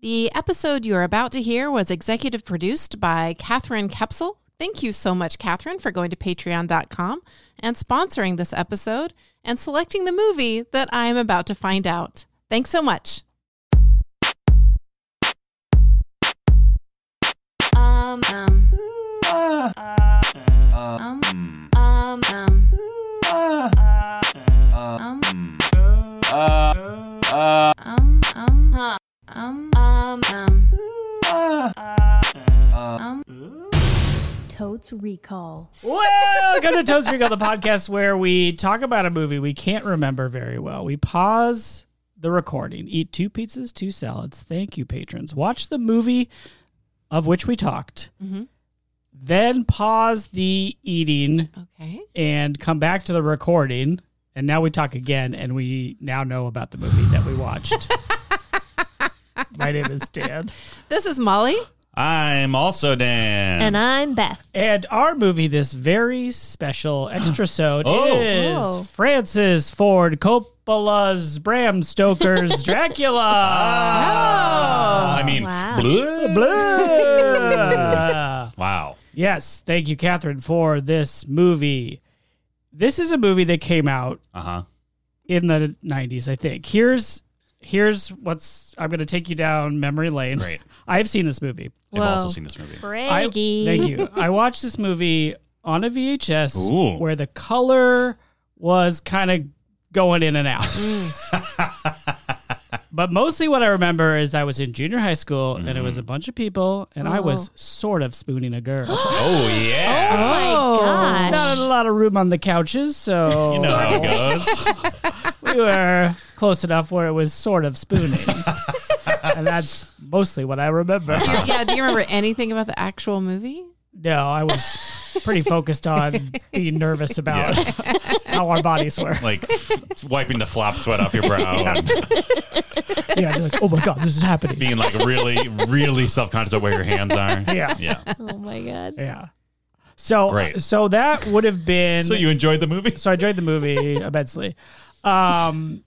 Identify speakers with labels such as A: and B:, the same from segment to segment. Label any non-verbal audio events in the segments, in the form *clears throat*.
A: The episode you're about to hear was executive produced by Catherine Kepsel. Thank you so much, Catherine, for going to patreon.com and sponsoring this episode and selecting the movie that I am about to find out. Thanks so much.
B: Um,
A: Um,
C: Ah,
A: um,
C: mm,
B: um,
A: um,
C: ah,
A: um,
C: mm, ah, ah,
A: um, um,
B: huh,
A: um,
B: um,
A: um,
C: ah, ah.
A: um.
D: Totes Recall.
E: Welcome to Toast Recall, the podcast where we talk about a movie we can't remember very well. We pause the recording, eat two pizzas, two salads. Thank you, patrons. Watch the movie of which we talked,
A: Mhm.
E: then pause the eating
A: Okay.
E: and come back to the recording. And now we talk again, and we now know about the movie that we watched. My name is Dan.
A: This is Molly.
C: I'm also Dan.
B: and I'm Beth.
E: And our movie, this very
C: *gasps*
E: special extra sode
C: Oh.
E: is
B: Oh.
E: Francis Ford Coppola's Bram Stoker's Dracula.
C: Ah, I mean,
B: Wow.
C: bleh,
E: Blah.
C: Wow.
E: *laughs* yes, thank you, Catherine, for this movie. This is a movie that came out
C: Uh huh.
E: in the '90s, I think. Here's here's what's I'm going to take you down memory lane.
C: Great.
E: *laughs* I've seen this movie.
C: I've
B: Whoa.
C: also seen this movie.
E: I,
B: Braggy.
E: thank you. I watched this movie on a VHS
C: Ooh.
E: where the color was kind of going in and
C: *laughs*
E: out. but mostly what I remember is I was in junior high school and
C: Mm-hmm.
E: it was a bunch of people and I was sort of spooning a girl.
B: *gasps*
C: *gasps* Oh
B: Oh
C: yeah.
A: Oh.
B: *gasps* my
E: Not
B: gosh.
E: a lot of room on the couches, so
C: *laughs*
B: Oh
C: You know how it
B: *laughs*
E: we
C: goes.
E: were close enough where it was sort of
C: *laughs*
E: spooning. and that's mostly what I remember.
C: *laughs*
A: Do you, yeah. Do you remember anything about the actual movie?
E: No, I was pretty focused
A: *laughs*
E: on being nervous about *laughs* how our bodies
C: *laughs*
E: were.
C: Like f- wiping the flop sweat off your brow
B: *laughs*
C: and
E: Yeah, they're like, oh my god, this is
C: *laughs*
E: happening.
C: being like really, really self conscious of where your hands
B: *laughs*
C: are.
E: Yeah,
C: Yeah.
B: Oh my god.
E: yeah. So,
C: Great.
E: so that would have been.
C: So you enjoyed the movie?
E: so I enjoyed the movie immensely. Um,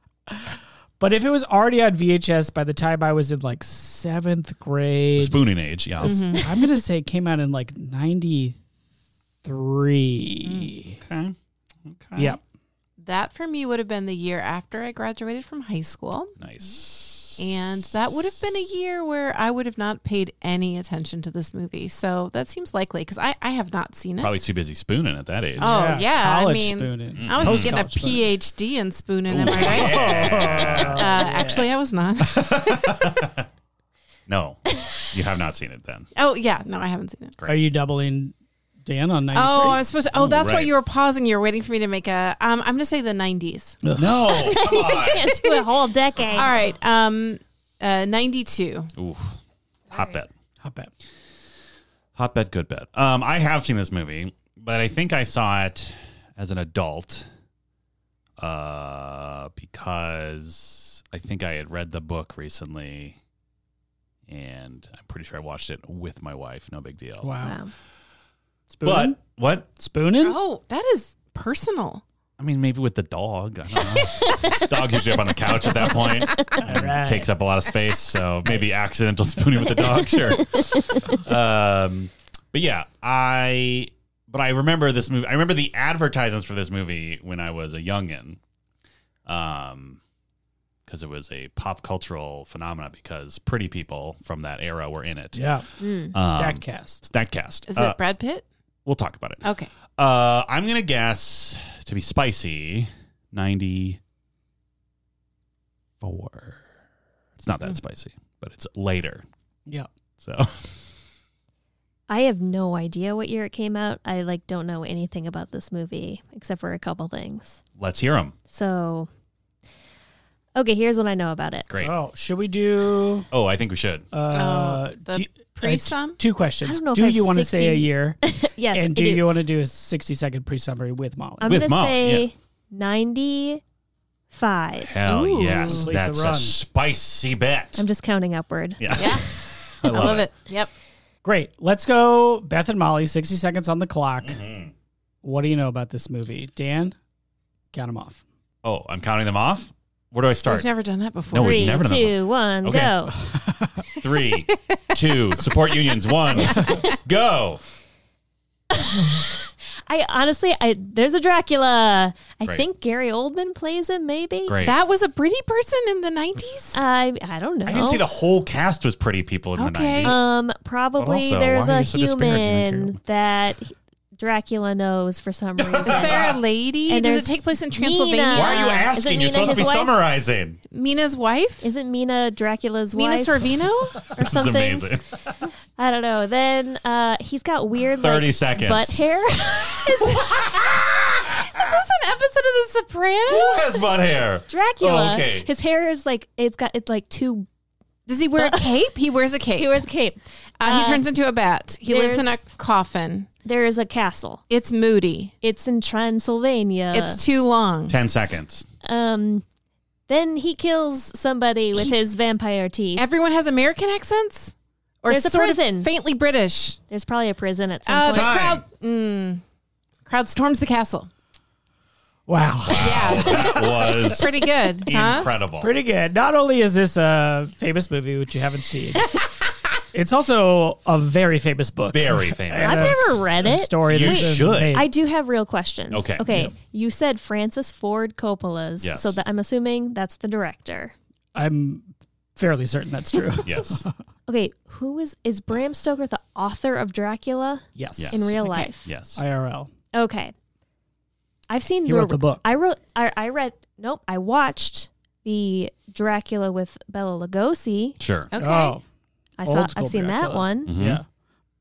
E: *laughs* but if it was already on VHS by the time I was in like seventh grade,
C: Spooning age, yeah.
B: Mm-hmm.
A: Mm-hmm.
E: I'm gonna say it came out in like
A: Mm,
E: '93.
C: Okay. Okay.
E: Yep.
A: That for me would have been the year after I graduated from high school.
C: Nice.
A: And that would have been a year where I would have not paid any attention to this movie. So that seems likely because I, I have not seen it.
C: Probably too busy spooning at that age.
A: Oh, yeah, I
E: College
A: mean,
E: spooning.
A: I was
C: Mm.
E: Post
A: getting a
E: college spooning.
A: PhD in spooning, am
C: Ooh,
A: I
C: *laughs*
A: right?
B: *laughs*
C: yeah.
A: Uh, Actually, I was
C: *laughs*
A: not.
C: No, you have not seen it then.
A: oh, yeah. No, I haven't seen it.
E: Are you doubling Dan on '93?
A: Oh, I was supposed to. Oh,
C: Ooh,
A: that's why
C: right.
A: you were pausing. You were waiting for me to make a. Um, I'm going to say the 90s.
B: *laughs*
C: No, come on.
B: Can't do a whole decade.
A: All right. Um, uh, 92.
C: Oof. Hot bet.
E: I bet.
C: Hot bet, good bet. Um, I have seen this movie, but I think I saw it as an adult uh, because I think I had read the book recently and I'm pretty sure I watched it with my wife. No big deal.
E: Wow. Spooning?
C: But what?
E: Spooning?
A: Oh, that is personal.
C: I mean, maybe with the dog. I don't know. *laughs* Dog's usually up on the couch at that point. and
E: right.
C: Takes up a lot of space.
A: *laughs*
C: So maybe accidental spooning with the dog. Sure. um, but yeah, I. But I remember this movie. I remember the advertisements for this movie when I was a youngin. Um, because it was a pop cultural phenomenon. Because pretty people from that era were in it.
E: Yeah.
C: Um,
E: Stacked cast.
C: Statcast.
A: Mm-hmm. Is
C: Uh,
A: it Brad Pitt?
C: we'll talk about it.
A: Okay.
C: Uh, I'm gonna guess to be spicy, ninety four. It's not that
E: Hmm.
C: spicy, but it's later.
E: Yeah.
C: So *laughs*
B: I have no idea what year it came out. I like don't know anything about this movie except for a couple things.
C: let's hear them.
B: So Okay, here's what I know about it.
C: Great.
E: Oh, should we do
C: Oh, I think we should.
E: uh,
A: Oh, the
E: do-
A: pre-sum?
E: uh, t- two questions.
B: I don't know if
E: do
B: I have
E: you want to say a
B: 60
E: year?
B: *laughs* Yes. I
E: and do,
B: do.
E: you want to do a 60 second pre summary with Molly?
B: I'm
C: With
B: gonna
C: Molly,
B: say
C: yeah.
B: ninety five.
C: Hell
A: Ooh.
C: yes,
E: Leave the
C: that's a
E: run.
C: spicy bet.
B: I'm just counting upward.
C: *laughs* yeah,
A: Yeah.
C: *laughs* I
A: I love it. Yep.
E: Great. Let's go Beth and Molly, 60 seconds on the clock.
C: Mm-hmm.
E: What do you know about this movie? Dan, count them off.
C: Oh, I'm counting them off. Where do I start?
A: We've never done that before.
C: No, we-
B: Three,
C: never done that
B: two, one,
C: Okay.
B: go.
C: Three, two, support unions. One, go.
B: I honestly, I there's a Dracula. I
C: Great.
B: think Gary Oldman plays him. Maybe.
C: Great.
A: That was a pretty person in the 90s?
B: I I don't know.
C: I didn't see the whole cast was pretty people in
A: Okay.
C: the 90s.
B: Um, probably
C: also,
B: there's
C: why are
B: a
C: you so disparaging,
B: human that Dracula knows for
E: *laughs*
B: some reason.
A: Is there a lady?
B: *laughs* And
A: Does
B: there's
A: it take place in
B: Mina.
A: Transylvania?
C: Why are you
B: Uh, is it
C: asking? You're
B: Mina,
C: supposed to be
B: his wife?
C: summarizing.
A: Mina's wife?
B: Isn't Mina Dracula's
A: Mina
B: wife *laughs*
A: Sorvino?
B: or
C: This is
B: something?
C: amazing.
B: I don't know. Then uh, he's got weird
C: 30
B: like,
C: seconds.
B: butt
C: *laughs*
B: hair.
A: Is this an episode of The
C: Who
A: Sopranos?
C: has butt hair?
B: Dracula.
C: Oh, okay.
B: His hair is like it's got it's like two.
A: Does he wear a cape? He wears a cape.
B: He wears a cape.
A: uh, he
B: uh,
A: turns into a bat. He lives in a
B: there's-
A: coffin.
B: There is a castle.
A: It's moody.
B: It's in Transylvania.
A: it's too long.
C: 10 seconds.
B: um. Then he kills somebody with his vampire teeth.
A: Everyone has American accents? Or
B: There's a
A: sort
B: prison.
A: of faintly British.
B: There's probably a prison at some
A: Uh,
B: point.
A: the
C: Time.
A: crowd, mm, crowd storms the castle.
E: Wow.
A: Yeah,
C: That was
A: pretty
C: *laughs*
A: good, huh?
C: incredible.
E: Pretty good. Not only is this a famous movie, which you haven't
C: *laughs*
E: seen, it's also a very famous book.
C: Very famous.
E: And
B: I've
E: a
B: never read
E: a
B: it.
E: Story
C: You
E: that's been
C: should.
E: made.
B: I do have real questions.
C: Okay.
B: Okay.
C: Yeah.
B: You said Francis Ford Coppola's.
C: Yes.
B: So that I'm assuming that's the director.
E: I'm fairly certain that's true.
C: *laughs* Yes.
B: Okay. Who is is Bram Stoker the author of Dracula
E: yes.
C: Yes.
B: in real
A: Okay.
B: life?
C: Yes.
E: IRL.
B: Okay. I've seen
E: He wrote the book.
B: I wrote. I, I read. Nope. I watched the Dracula with Bella Lugosi.
C: Sure.
A: Okay.
E: Oh,
B: I
E: Old
B: saw.
E: school
B: I've seen that
E: Dracula.
B: one.
C: Mhm.
E: yeah.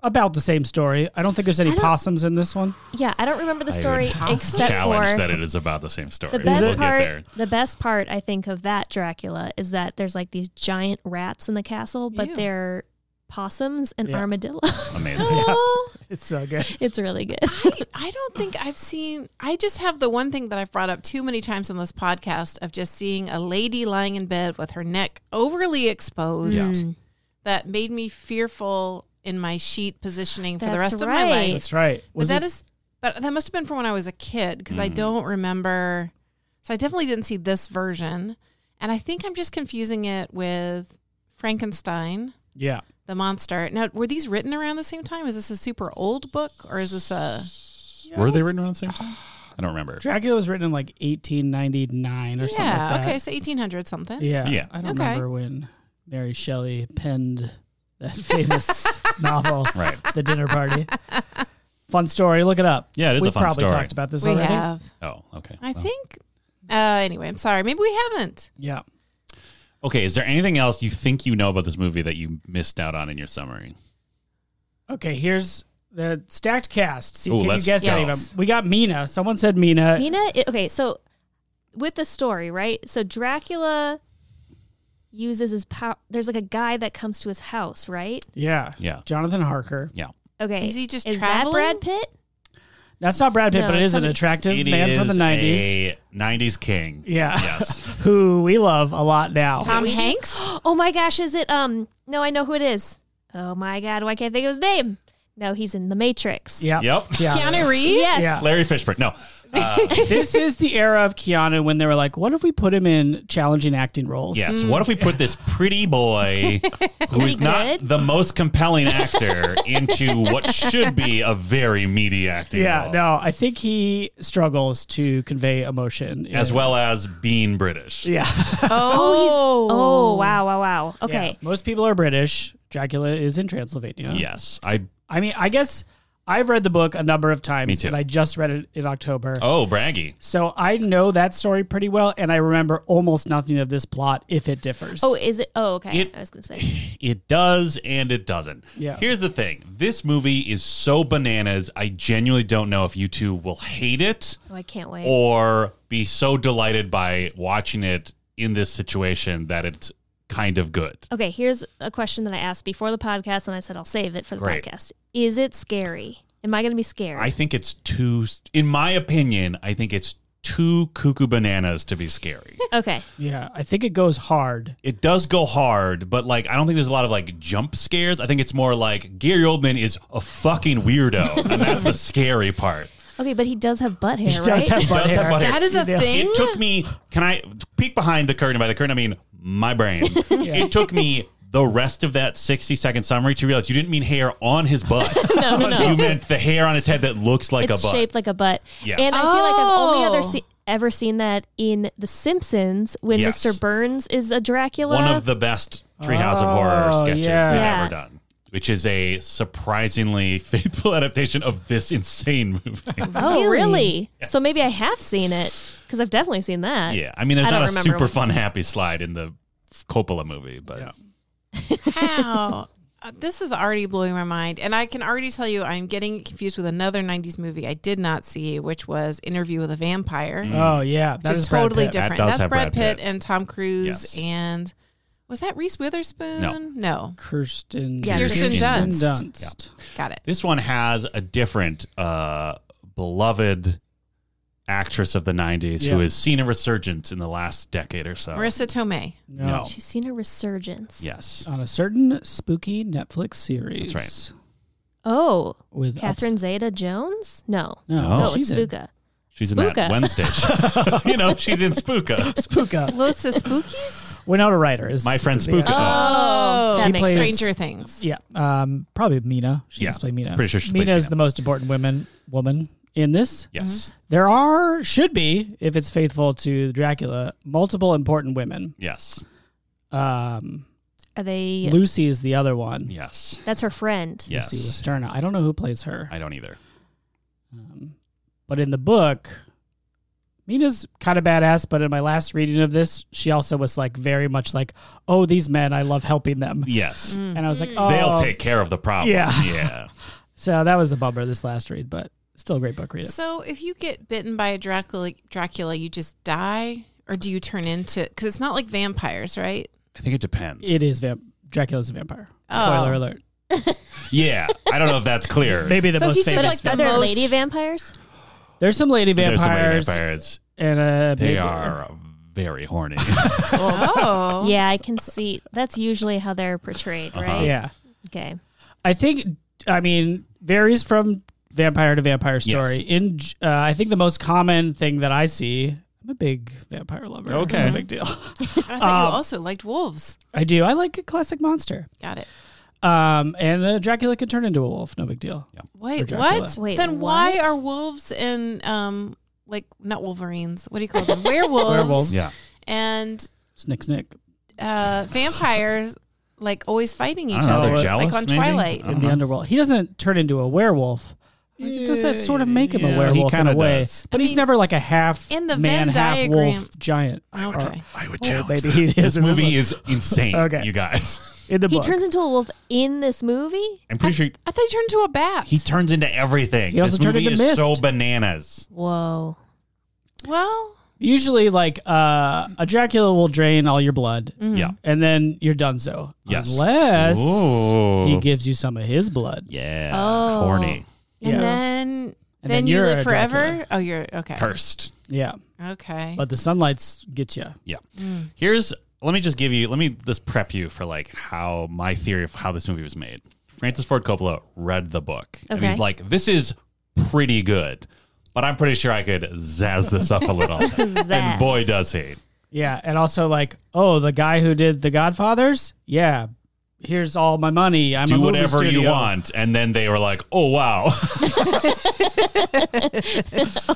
E: About the same story. I don't think there's any
B: I don't-
E: possums in this one. *laughs*
B: Yeah. I don't remember the
C: I would
B: story except
C: Challenge
B: for
C: that it is about the same story.
B: The
C: we'll
B: best
C: get there.
B: part, the best part, I think, of that Dracula is that there's like these giant rats in the castle, but
A: Ew.
B: they're possums and
E: Yeah.
B: armadillos. *laughs*
E: *laughs*
C: Amazing.
B: *gasps*
C: *gasps*
A: Oh,
E: It's so good.
B: it's really good.
A: I don't think I've seen. I just have the one thing that I've brought up too many times on this podcast of just seeing a lady lying in bed with her neck overly exposed. That made me fearful in my sheet positioning for the
B: That's
A: rest of my
B: right.
A: life.
E: That's right.
A: But
E: Was
A: that
E: it-
A: is, but that must have been from when I was a kid because I don't remember. So I definitely didn't see this version, and I think I'm just confusing it with Frankenstein,
E: yeah.
A: the monster. Now, were these written around the same time? Is this a super old book or is this a?
C: Were they written around the same time? I don't remember.
E: Dracula was written in like 1899 or something
A: yeah.
E: like that.
A: okay. So 1800 something.
E: Yeah.
C: Yeah.
E: I don't
A: Okay.
E: remember when Mary Shelley penned that *laughs* famous novel,
C: Right.
E: The Dinner Party. Fun story. Look it up.
C: Yeah, it is
E: We've
C: a fun
E: probably
C: story.
E: talked about this
A: we
E: already.
A: have.
C: Oh, okay.
A: I
C: Well.
A: think. Uh, anyway, I'm sorry. Maybe we haven't.
E: Yeah.
C: Okay, is there anything else you think you know about this movie that you missed out on in your summary?
E: Okay, here's the stacked cast. See,
C: Ooh,
E: can you
C: let's
E: guess
A: go.
E: any of them?
A: Yes.
E: We got Mina. Someone said Mina.
B: Mina, it, okay, so with the story, right? So Dracula uses his power. There's like a guy that comes to his house, right?
E: Yeah.
C: Yeah.
E: Jonathan Harker.
C: Yeah.
B: Okay,
A: Is he just
B: is
A: traveling?
B: that Brad Pitt? *gasps*
E: That's not Brad Pitt,
B: No,
E: but it
B: it's
E: is an
B: somebody-
E: attractive
C: It
E: man from the
C: is
E: 90s.
C: a 90s king.
E: Yeah.
C: Yes.
E: Who we love a lot now.
A: Tom Hanks. *gasps*
B: Oh my gosh, is it? Um, no, I know who it is. Oh my god, why can't I think of his name? No, he's in The Matrix.
E: Yep.
C: Yep.
E: *laughs* Yeah.
A: Keanu Reeves.
B: Yes.
E: Yeah.
C: *laughs* Larry Fishburne. No.
E: this is the era of Keanu when they were like, what if we put him in challenging acting roles?
C: Yes. What if we put this
E: *laughs*
C: pretty boy who is not
B: good?
C: the most compelling actor
E: *laughs*
C: into what should be a very meaty acting
E: Yeah,
C: role,
E: no, I think he struggles to convey emotion in-
C: as well as being British.
E: Yeah.
A: Oh.
B: *laughs* Oh, he's, oh wow, wow, wow.
E: Yeah.
B: Okay.
E: Most people are British. Dracula is in Transylvania.
C: Yes. I
E: I mean, I guess I've read the book a number of times,
C: Me too.
E: and I just read it in October.
C: Oh, braggy.
E: So I know that story pretty well, and I remember almost nothing of this plot if it differs.
B: Oh, is it? Oh, okay.
C: It-
B: I was gonna
E: *laughs*
B: say.
C: It does and it doesn't.
E: Yeah.
C: Here's the thing. This movie is so bananas. I genuinely don't know if you two will hate it.
B: Oh, I can't wait.
C: or be so delighted by watching it in this situation that it's kind of good.
B: Okay, here's a question that I asked before the podcast, and I said I'll save it for the
C: Great.
B: podcast. Is it scary? Am I gonna be scared?
C: I think it's too, in my opinion, I think it's too cuckoo bananas to
B: *laughs*
C: be scary.
B: okay.
E: yeah. I think it goes hard.
C: it does go hard, but like, I don't think there's a lot of like
B: *laughs*
C: jump scares. I think it's more like Gary Oldman is a fucking weirdo, and that's the scary part.
B: Okay, but he does have butt hair,
E: He does
B: right?
E: have butt
C: Does
E: hair.
C: have butt hair.
A: That is a
E: Yeah.
A: thing.
C: It took me. Can I peek behind the curtain? By the curtain, I mean my
B: *laughs*
C: brain. It took me the rest of that sixty-second summary to realize you didn't mean hair on his butt.
B: *laughs* no, no, no.
C: You meant the hair on his head that looks like
B: it's
C: a butt.
B: shaped like a butt.
C: Yes.
B: And I feel like I've only
A: Oh.
B: other se- ever seen that in The Simpsons when
C: Yes.
B: Mr. Burns is a Dracula.
C: One of the best Treehouse of Horror
E: Oh,
C: sketches
E: yeah.
C: they've
B: Yeah.
C: ever done. Which is a surprisingly *laughs* faithful adaptation of this insane
B: *laughs*
C: movie.
B: oh, really? So
C: Yes.
B: maybe I have seen it because I've definitely seen that.
C: yeah, I mean, there's
B: I
C: not
B: don't
C: a
B: remember
C: super
B: what-
C: fun happy slide in the Coppola movie, but
E: Yeah.
A: *laughs* How? Uh, this is already blowing my mind. And I can already tell you, I'm getting confused with another 90s movie I did not see, which was Interview with a Vampire, which
E: Oh yeah, that
A: is
E: is Brad
A: totally
E: Pitt.
A: different.
C: does
A: That's
C: have
A: Brad
C: Brad
A: Pitt,
C: Pitt.
A: and Tom Cruise.
C: Yes.
A: And was that Reese Witherspoon?
C: No.
A: No.
E: Kirsten.
B: Yeah,
A: Kirsten Kirsten Dunst.
E: Dunst.
A: Got it.
C: This one has a different uh, beloved actress of the 90s
E: Yeah.
C: who has seen a resurgence in the last decade or so.
A: Marissa Tomei.
E: No.
B: She's seen a resurgence.
C: Yes.
E: On a certain spooky Netflix series.
C: That's
B: Oh,
E: With
B: Catherine Zeta Jones? No.
E: Ups-
C: Oh.
E: no,
B: no, it's
E: she's in
B: Buka.
C: She's in
B: Spooka. *laughs*
C: that Wednesday show. *laughs* you know, she's in Spooka.
A: *laughs*
E: Spooka.
A: Lots of Spookies?
E: Winona Ryder is
C: My friend
E: the-
C: Spooka.
A: Oh,
B: that
E: She
B: makes
E: plays-
B: sense.
A: Stranger Things.
E: Yeah, um, probably Mina. She
C: Yeah,
E: must play Mina.
C: pretty sure she plays
E: Mina is
C: Mina.
E: the most important women woman in this.
C: Yes.
E: There are should be if it's faithful to Dracula multiple important women.
C: Yes.
E: Um,
B: Are they?
E: Lucy is the other one.
C: Yes.
B: That's her friend.
E: Lucy
C: Yes.
E: Westerna. I don't know who plays her,
C: I don't either.
E: um, but in the book, Mina's kind of badass. But in my last reading of this, she also was like very much like, "Oh, these men, I love helping them,"
B: Mm.
C: Yes.
E: and I was like, "Oh,
C: They'll take care of the problem.
E: Yeah.
C: Yeah.
E: So that was a bummer this last read, but still a great book read.
A: So if you get bitten by a Dracula, Dracula, you just die? Or do you turn into, because it's not like vampires, right?
C: I think it depends.
E: It is vamp- Dracula's a vampire.
A: Oh.
E: Spoiler alert.
C: Yeah. I don't know if that's clear.
E: Maybe the
A: So
E: most
A: he's just
E: famous.
A: like the
B: Are there
A: most-
B: lady vampires?
E: There's some lady
C: There's some lady
E: vampires,
C: vampires.
E: and uh,
C: They
E: maybe-
C: are very horny.
A: Oh.
B: Yeah, I can see. That's usually how they're portrayed,
C: Uh-huh. uh,
B: right?
E: Yeah,
B: Okay.
E: I think. I mean, varies from vampire to vampire story.
C: Yes.
E: In j- uh, I think the most common thing that I see. I'm a big vampire lover.
C: Okay.
E: I'm a big deal. *laughs*
A: I thought
E: Um,
A: you also liked wolves.
E: I do. I like a classic monster.
A: Got it.
E: Um, and uh, Dracula can turn into a wolf. No big deal.
A: Wait,
E: Dracula.
A: what?
B: Wait,
A: then why
B: what?
A: are wolves and um like not wolverines? What do you call them? Werewolves,
E: Werewolves.
C: *laughs* yeah.
A: and
E: Snick, snick.
A: uh, vampires like always fighting
C: I
A: each
C: don't know.
A: other,
C: They're
E: like
C: jealous.
A: on
C: maybe?
A: Twilight.
C: I
E: in
C: don't
E: the
C: know.
E: underworld. He doesn't turn into a werewolf. Like, does that sort of make him
C: Yeah,
E: a
C: he
E: werewolf in
C: kinda
E: a way?
C: does.
E: But
A: I
E: he's
A: mean,
E: never like a half
A: in the
E: man,
A: Venn
E: half
A: diagram-
E: wolf giant. Or-
A: Okay.
C: *laughs* I would
E: Oh,
C: challenge.
E: baby, he
C: that.
E: is
C: This
E: in the book.
C: movie is
E: *laughs*
C: insane.
E: Okay.
C: You guys.
E: in the
B: He
E: book.
B: turns into a wolf in this movie?
C: I'm pretty sure
A: I thought he turned into a bat.
C: he turns into everything.
E: He also
C: This
E: turned
C: movie
E: into
C: is
E: mist.
C: so bananas.
B: Whoa.
A: well,
E: Usually, like uh, a Dracula will drain all your blood,
A: Mm.
C: Yeah.
E: and then you're done. So
C: Yes.
E: unless
C: Ooh.
E: he gives you some of his blood,
C: Yeah.
B: Oh.
C: Horny.
E: Yeah.
A: and then.
E: And
A: then,
E: then
A: you
E: you're
A: live
E: a
A: forever.
E: Dracula.
A: Oh, you're okay.
C: Cursed.
E: yeah.
A: Okay.
E: But the sunlights get you.
C: Yeah.
B: Mm.
C: Here's let me just give you let me just prep you for like how my theory of how this movie was made. Francis Ford Coppola read the book and
B: Okay.
C: he's like, "This is pretty good, but I'm pretty sure I could zazz this up a little." and
B: *laughs* Zazz.
C: boy, does he!
E: Yeah, and also like, oh, the guy who did The Godfathers, yeah. Here's all my money. I'm a
C: Do
E: movie
C: whatever you
E: studio.
C: want, and then they were like, "Oh wow,
B: *laughs*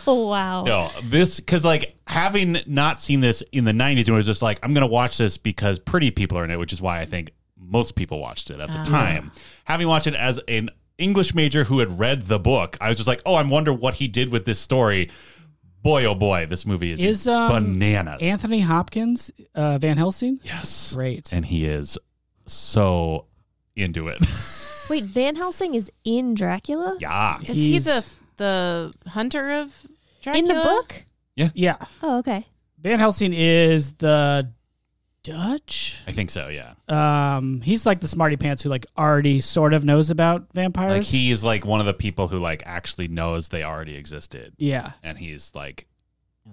B: Oh, wow.
C: no, this because like having not seen this in the '90s, it was just like I'm gonna watch this because pretty people are in it, which is why I think most people watched it at
E: Ah.
C: the time. Having watched it as an English major who had read the book, I was just like, "Oh, I wonder what he did with this story." Boy, oh boy, this movie is,
E: Is, um,
C: bananas.
E: Anthony Hopkins, uh, Van Helsing.
C: yes,
E: Great.
C: and he is so into it. *laughs*
B: Wait, Van Helsing is in Dracula?
C: yeah,
A: is he
E: he's-
A: the the hunter of Dracula?
B: In the book?
E: yeah,
B: Oh, okay.
E: Van Helsing is the Dutch.
C: I think so. Yeah,
E: Um, he's like the smarty pants who like already sort of knows about vampires.
C: like he's like one of the people who like actually knows they already existed.
E: yeah,
C: and he's like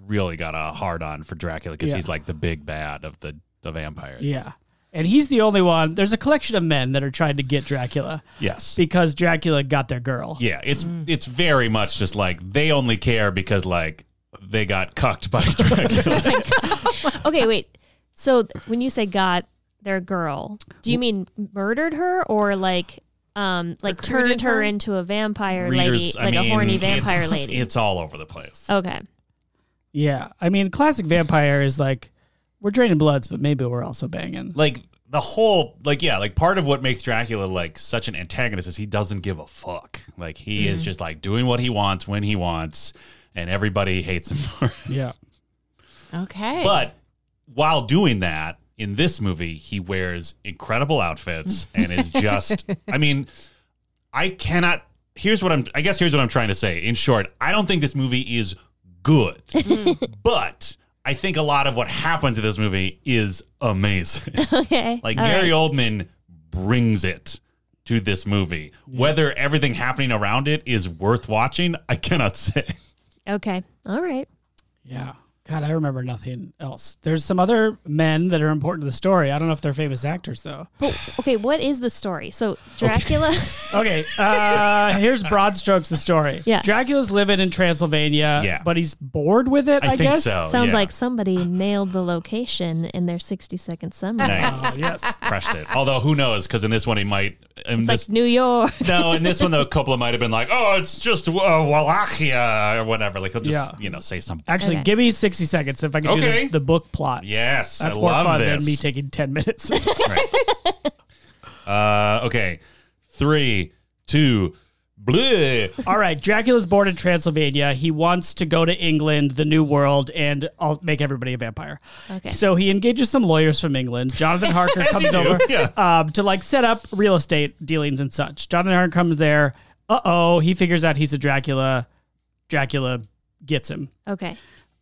C: really got a hard on for Dracula because
E: Yeah.
C: he's like the big bad of the the vampires.
E: yeah. And he's the only one. There's a collection of men that are trying to get Dracula
C: Yes.
E: because Dracula got their girl.
C: Yeah, it's
E: Mm.
C: it's very much just like they only care because like they got cucked by *laughs* Dracula.
B: Okay, wait. So th- when you say got their girl, do you mean murdered her or like um like
A: Recruited
B: turned her
A: her?
B: into a vampire
C: Readers,
B: lady,
C: I
B: like a
C: mean,
B: horny vampire
C: *laughs* it's-
B: lady?
C: It's all over the place.
E: Uh,
B: okay. *laughs*
E: Yeah. I mean, classic vampire is like, we're draining bloods, but maybe we're also banging.
C: Like the whole like yeah, like part of what makes Dracula like such an antagonist is he doesn't give a fuck. Like he
E: Mm-hmm.
C: is just like doing what he wants when he wants and everybody hates him *laughs* for it.
E: Yeah.
A: Okay.
C: But while doing that, in this movie, he wears incredible outfits and
B: *laughs*
C: is just, I mean, I cannot. Here's what I'm, I guess here's what I'm trying to say. In short, I don't think this movie is good,
B: *laughs*
C: but I think a lot of what happens in this movie is
B: *laughs*
C: amazing.
B: Okay.
C: Like
B: all right.
C: Gary Oldman brings it to this movie. Whether everything happening around it is worth watching, I cannot say.
B: Okay. All right.
E: Yeah. God, I remember nothing else. There's some other men that are important to the story. I don't know if they're famous actors, though.
B: But okay, what is the story? So Dracula
C: *laughs*
B: *laughs*
E: Okay, uh, here's broad strokes the story.
B: Yeah.
E: Dracula's living in Transylvania,
C: Yeah.
E: but he's bored with it,
C: I,
E: I,
C: think
E: guess.
C: so.
B: sounds
C: Oh, yeah.
B: like somebody nailed the location in their 60 second summary.
C: Nice.
B: *laughs*
E: Oh, yes.
C: crushed it. Although who knows? Because in this one he might. In
B: It's
C: this,
B: like New York. *laughs*
C: no, in this one the couple might have been like, "Oh, it's just uh, Wallachia or whatever." Like he'll just
E: Yeah.
C: you know say something.
E: Actually,
B: Okay.
E: give me 60 seconds if I can do
C: Okay.
E: the, the book plot.
C: Yes,
E: That's
C: I
E: more
C: love
E: fun
C: this.
E: than me taking 10 minutes. *laughs*
C: uh, okay, three, two, bleh.
E: All right, Dracula's born in Transylvania. He wants to go to England, the New World, and I'll make everybody a vampire.
B: Okay.
E: So he engages some lawyers from England.
C: *laughs*
E: Jonathan Harker comes
C: do,
E: over *laughs*
C: yeah.
E: um, to like set up real estate dealings and such. Jonathan Harker comes there. Uh oh, he figures out he's a Dracula. Dracula gets him.
B: Okay.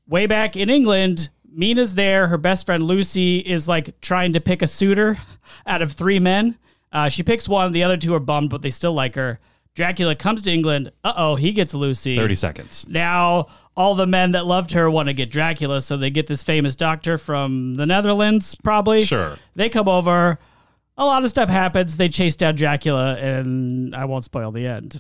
E: Way back in England, Mina's there. Her best friend Lucy is like trying to pick a suitor *laughs* out of three men. Uh, she picks one. The other two are bummed, but they still like her. Dracula comes to England. Uh oh, he gets Lucy.
C: Thirty seconds.
E: Now all the men that loved her want to get Dracula, so they get this famous doctor from the Netherlands, probably.
C: Sure.
E: They come over. A lot of stuff happens. They chase down Dracula, and I won't spoil the end.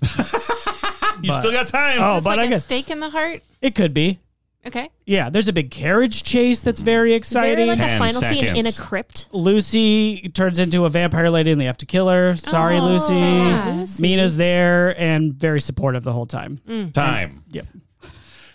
C: You still got time.
E: Oh,
A: It's
E: but
A: like
E: I
A: a
E: guess
A: stake in the heart.
E: it could be.
A: Okay.
E: Yeah, there's a big carriage chase that's very
B: Is there
E: exciting.
B: like a
C: Ten
B: final scene in a
C: seconds.
B: crypt?
E: Lucy turns into a vampire lady and they have to kill her. Sorry,
A: Oh,
E: Lucy.
A: sad.
E: Mina's there and very supportive the whole time.
C: Mm.
B: Mm-hmm.
C: time.
E: Yep.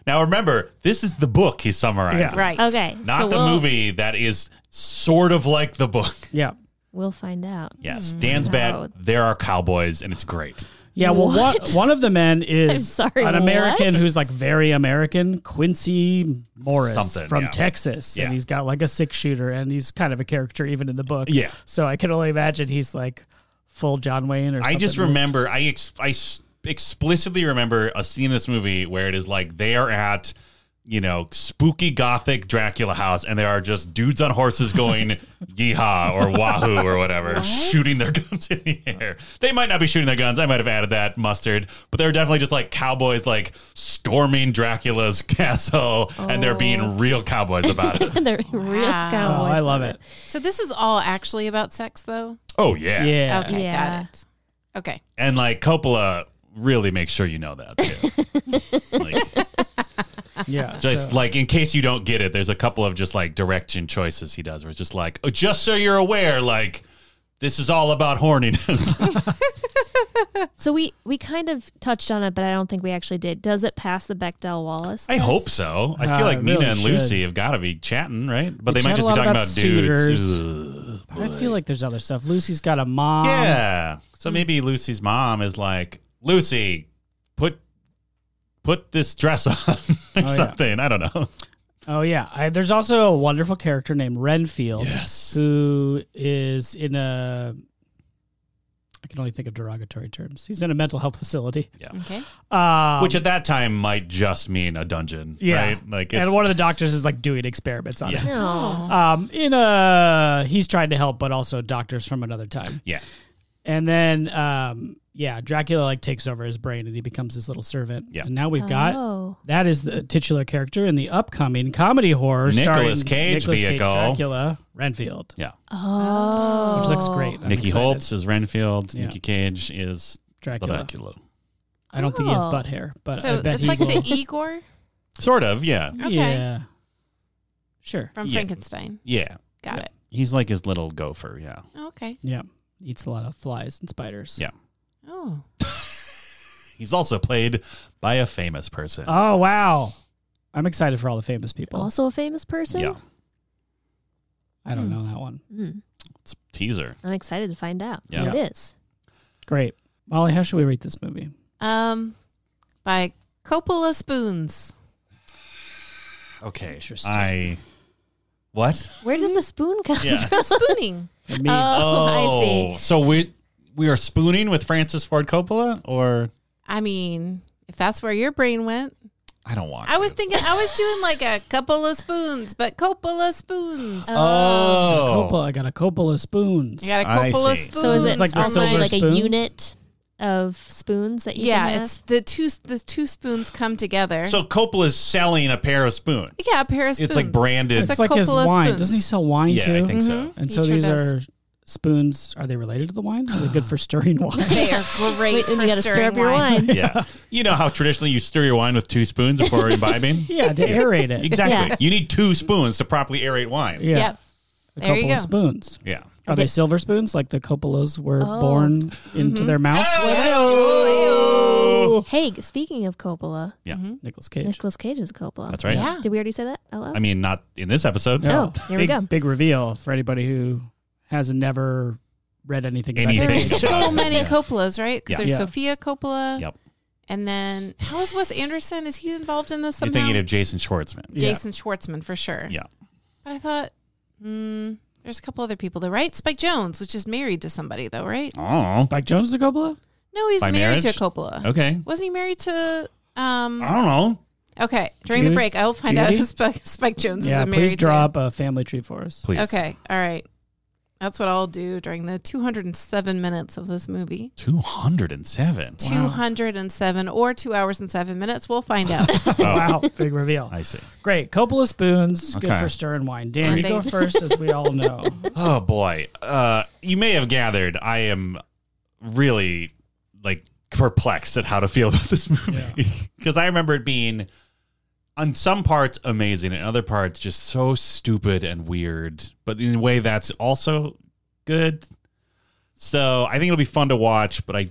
C: Now remember, this is the book he's summarizing,
E: Yeah.
A: Right.
B: Okay.
C: not
B: so
C: the
B: we'll,
C: movie that is sort of like the book. *laughs*
E: Yeah.
B: We'll find out. *laughs*
C: Yes, Dan's
B: Wow.
C: bet there are cowboys, and it's great.
E: Yeah, well, one, one of the
B: *laughs*
E: men is
B: I'm sorry,
E: an American
B: what?
E: who's like very American, Quincy Morris
C: Something,
E: from
C: yeah.
E: Texas.
C: Yeah.
E: And he's got like a six shooter and he's kind of a character even in the book.
C: Yeah.
E: So I can only imagine he's like full John Wayne or
C: I
E: something.
C: just remember, I, ex- I s- explicitly remember a scene in this movie where it is like they are at, you know, spooky gothic Dracula house, and there are just dudes on
E: *laughs*
C: horses going yeehaw or wahoo or whatever, shooting their *laughs* guns in the air. They might not be shooting their guns. I might have added that mustard, but they're definitely just like cowboys, like storming Dracula's *laughs* castle, and they're being real cowboys
E: *laughs*
C: about it.
B: the real
A: Wow.
E: Oh,
B: cowboys.
E: I love it.
A: So this is all actually about sex, though.
C: oh yeah.
E: Yeah.
A: Okay, got
B: Yeah.
A: it. Okay.
C: and like Coppola. Really make sure you know that too.
E: *laughs*
C: like,
E: Yeah.
C: Just like in case you don't get it, there's a couple of just like direction choices he does where it's just like, oh, just so you're aware, like this is all about horniness. *laughs*
B: So we we kind of touched on it, but I don't think we actually did. Does it pass the Bechdel Wallace?
C: I hope so. I
E: Uh,
C: feel like
E: it
C: Nina
E: really
C: and
E: should.
C: Lucy have got to be chatting, right? But
E: They
C: they, might
E: chat a
C: just be
E: lot
C: talking
E: about
C: about, dudes.
E: suitors. Um,
C: Ugh.
E: I feel like there's other stuff. Lucy's got a mom.
C: yeah. So maybe Lucy's mom is like, Lucy, put put this dress on *laughs* or
E: Oh, yeah.
C: something. I don't know.
E: Oh yeah, I, there's also a wonderful character named Renfield
C: Yes.
E: who is in a. I can only think of derogatory terms. He's in a mental health facility,
A: Okay.
E: um,
C: Which at that time might just mean a dungeon,
E: yeah,
C: right? Like, it's,
E: and one of the doctors is like doing experiments on
C: Yeah.
E: him.
B: No.
E: Um, in uh, a he's trying to help, but also doctors from another time.
C: yeah.
E: And then um, yeah, Dracula like takes over his brain and he becomes his little servant.
C: Yeah.
E: And now we've got
B: Oh.
E: that is the titular character in the upcoming comedy horror
C: Nicolas
E: starring
C: Cage
E: Nicolas
C: vehicle.
E: Dracula Renfield,
C: Yeah.
B: Oh.
E: which looks great. I'm
C: Nikki
E: excited.
C: Holtz is Renfield.
E: Yeah.
C: Nikki Cage is
E: Dracula.
C: Dracula.
E: I don't think he has
B: Oh.
E: butt hair, but
A: so
E: I bet
A: it's
E: he
A: like
E: will.
A: the Igor
C: Sort of, yeah.
A: Okay.
E: Yeah. Sure.
A: from
C: Yeah.
A: Frankenstein.
C: Yeah.
A: Got
E: Yeah.
A: it.
C: He's like his little gopher, yeah.
A: Okay.
E: Yeah. Eats a lot of flies and spiders.
C: Yeah.
A: Oh.
C: He's also played by a famous person.
E: Oh wow. I'm excited for all the famous people.
B: Also a famous person?
C: yeah.
E: I don't
A: Hmm.
E: know that one.
B: Mm.
C: It's a teaser.
B: I'm excited to find out
C: Yeah.
B: what it is.
E: Great. Molly, how should we rate this movie?
A: Um by Coppola
B: *laughs*
A: Spoons.
C: Okay.
E: Interesting.
C: I What?
B: Where does the spoon come
C: *laughs*
B: *laughs*
C: Yeah.
B: from?
A: Spooning.
E: I mean,
B: Oh, I see.
C: So we we are spooning with Francis Ford Coppola or
A: I mean, if that's where your brain went.
C: I don't want.
A: I was
C: to.
A: thinking I was doing like a couple of spoons, but Coppola spoons.
C: Oh.
E: Coppola. I got a Coppola spoons.
A: I got
C: I
A: a Coppola
C: see.
A: spoons.
B: So is
E: It's
B: it
E: like the
A: for
B: from
A: my-
E: silver
B: like a
E: spoon?
B: unit of spoons that you
A: Yeah,
B: can have?
A: it's the two the two spoons come together.
C: Oh. So Coppola's selling a pair of spoons.
A: yeah, a pair of spoons.
C: It's like branded.
E: It's,
A: It's a
E: like his
A: Coppola
E: wine.
A: spoons.
E: Doesn't he sell wine
C: yeah,
E: too? Mm-hmm.
C: I think so.
A: Mhm.
E: and
A: He
E: so
A: sure
E: these
A: does.
E: are spoons. Are they related to the wine? Are they good
A: *laughs*
E: for stirring wine?
A: They are great
B: *laughs* Wait, and
A: for
B: you gotta
A: stirring
B: stir up your
A: wine.
B: wine.
C: Yeah. You know how traditionally you stir your wine with two spoons before imbibing?
E: *laughs* yeah, to aerate it.
C: Exactly.
B: Yeah.
C: You need two spoons to properly aerate wine.
E: Yeah.
A: Yep.
E: A
A: There you
E: Coppola
A: go.
E: spoons.
C: Yeah.
E: Are they silver spoons? Like the Coppolas were
A: Oh,
E: born into
A: mm-hmm.
E: their mouths?
C: *laughs* Oh.
B: Hey, speaking of Coppola,
C: Yeah.
E: Nicholas Cage.
B: Nicolas Cage is a Coppola.
C: That's right.
A: Yeah.
B: Did we already say that out loud?
C: I mean, not in this episode.
B: No. Oh, here we
E: big,
B: go.
E: Big reveal for anybody who has never read anything.
C: Anything.
E: About
A: There's
E: Nicolas Cage.
A: so
C: Yeah.
A: many Coppolas, right? Because
C: Yeah.
A: there's
E: Yeah.
A: Sophia Coppola.
C: Yep.
A: And then how is Wes Anderson? Is he involved in this
C: You're
A: somehow?
C: thinking of Jason Schwartzman.
E: Yeah.
A: Jason Schwartzman for sure.
C: Yeah.
A: But I thought, hmm, there's a couple other people though, right? Spike Jones was just married to somebody though, right?
C: Oh.
E: Spike Jones to Coppola?
A: No, he's
C: By
A: married
C: marriage?
A: to Coppola.
C: Okay.
A: Wasn't he married to?
C: I
A: Um,
C: don't know.
A: okay, during the
E: Judy-
A: break, I will find out
E: Judy?
A: who Spike, Spike Jones
E: yeah,
A: has been
E: please
A: married
E: drop a family tree for
A: *laughs*
E: us.
A: to.
C: Please.
A: Okay, all right. That's what I'll do during the 207 minutes of this movie.
C: 207.
A: 207 or two hours and seven minutes. We'll find
E: *laughs*
A: out. *laughs*
E: wow, big reveal.
C: Oh, I see.
E: Great. Coppola spoons, good
C: Okay.
E: for stirring wine. Dan,
A: And
E: you
A: they-
E: go first, as we all know.
A: *laughs*
C: Oh boy. Uh you may have gathered I am really like perplexed at how to feel about this *laughs* movie because I remember it being on some parts amazing and other parts just so stupid and weird, but in a way that's also good. So, I think it'll be fun to watch, but I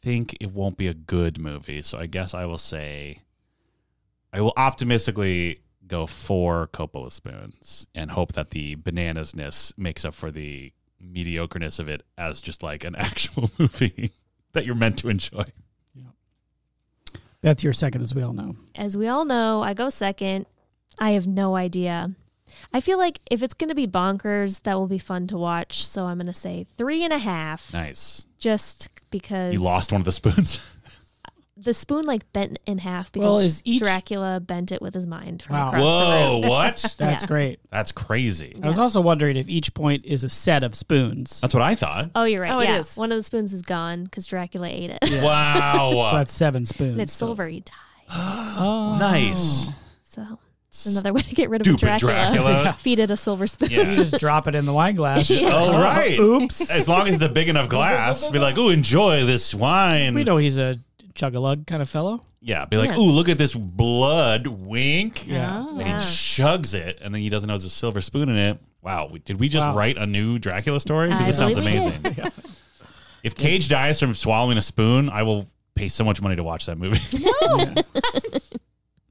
C: think it won't be a good movie. So, I guess I will say I will optimistically go four Coppola spoons and hope that the bananasness makes up for the mediocreness of it as just like an *laughs* actual movie that you're meant to enjoy.
E: Beth, you're second, as we all know.
B: As we all know, I go second. I have no idea. I feel like if it's going to be bonkers, that will be fun to watch. So I'm going to say three and a half,
C: Nice.
B: just because
C: You lost one of the spoons.
B: the spoon like bent in half because
E: Well, is each-
B: Dracula bent it with his mind from *laughs*
E: Wow.
B: across the room.
C: what?
E: That's
B: Yeah.
E: great.
C: That's crazy.
E: I was also wondering if each point is a set of spoons.
C: That's what I thought.
B: Oh, you're right.
A: Oh, it
B: yeah.
A: is.
B: One of the spoons is gone because Dracula ate
C: *laughs*
B: it.
E: *laughs* So
C: Wow.
E: that's seven spoons.
B: and it's
E: So-
B: silver. He died.
E: Oh.
C: nice.
B: So it's another way to get rid of a
C: Stupid
B: Dracula.
C: *laughs* Dracula.
B: *laughs* Feed it a silver spoon.
E: You
C: Yeah.
E: just drop it in the
A: *laughs*
E: wine glass.
C: Oh, right.
E: Oops.
C: As long as it's a big enough glass, be like, ooh, enjoy this wine.
E: We know he's a chug a lug kind of fellow.
C: Yeah, be like,
B: Yeah.
C: ooh, look at this blood. Wink.
E: Yeah.
C: and he
B: Yeah.
C: chugs it, and then he doesn't know there's a silver spoon in it. Wow, we- did we just
E: Wow.
C: write a new Dracula story? Because
B: I
C: this sounds
B: believe we
C: amazing. If Cage dies from swallowing a spoon, I will pay so much money to watch that movie. *laughs*
E: Yeah. *laughs*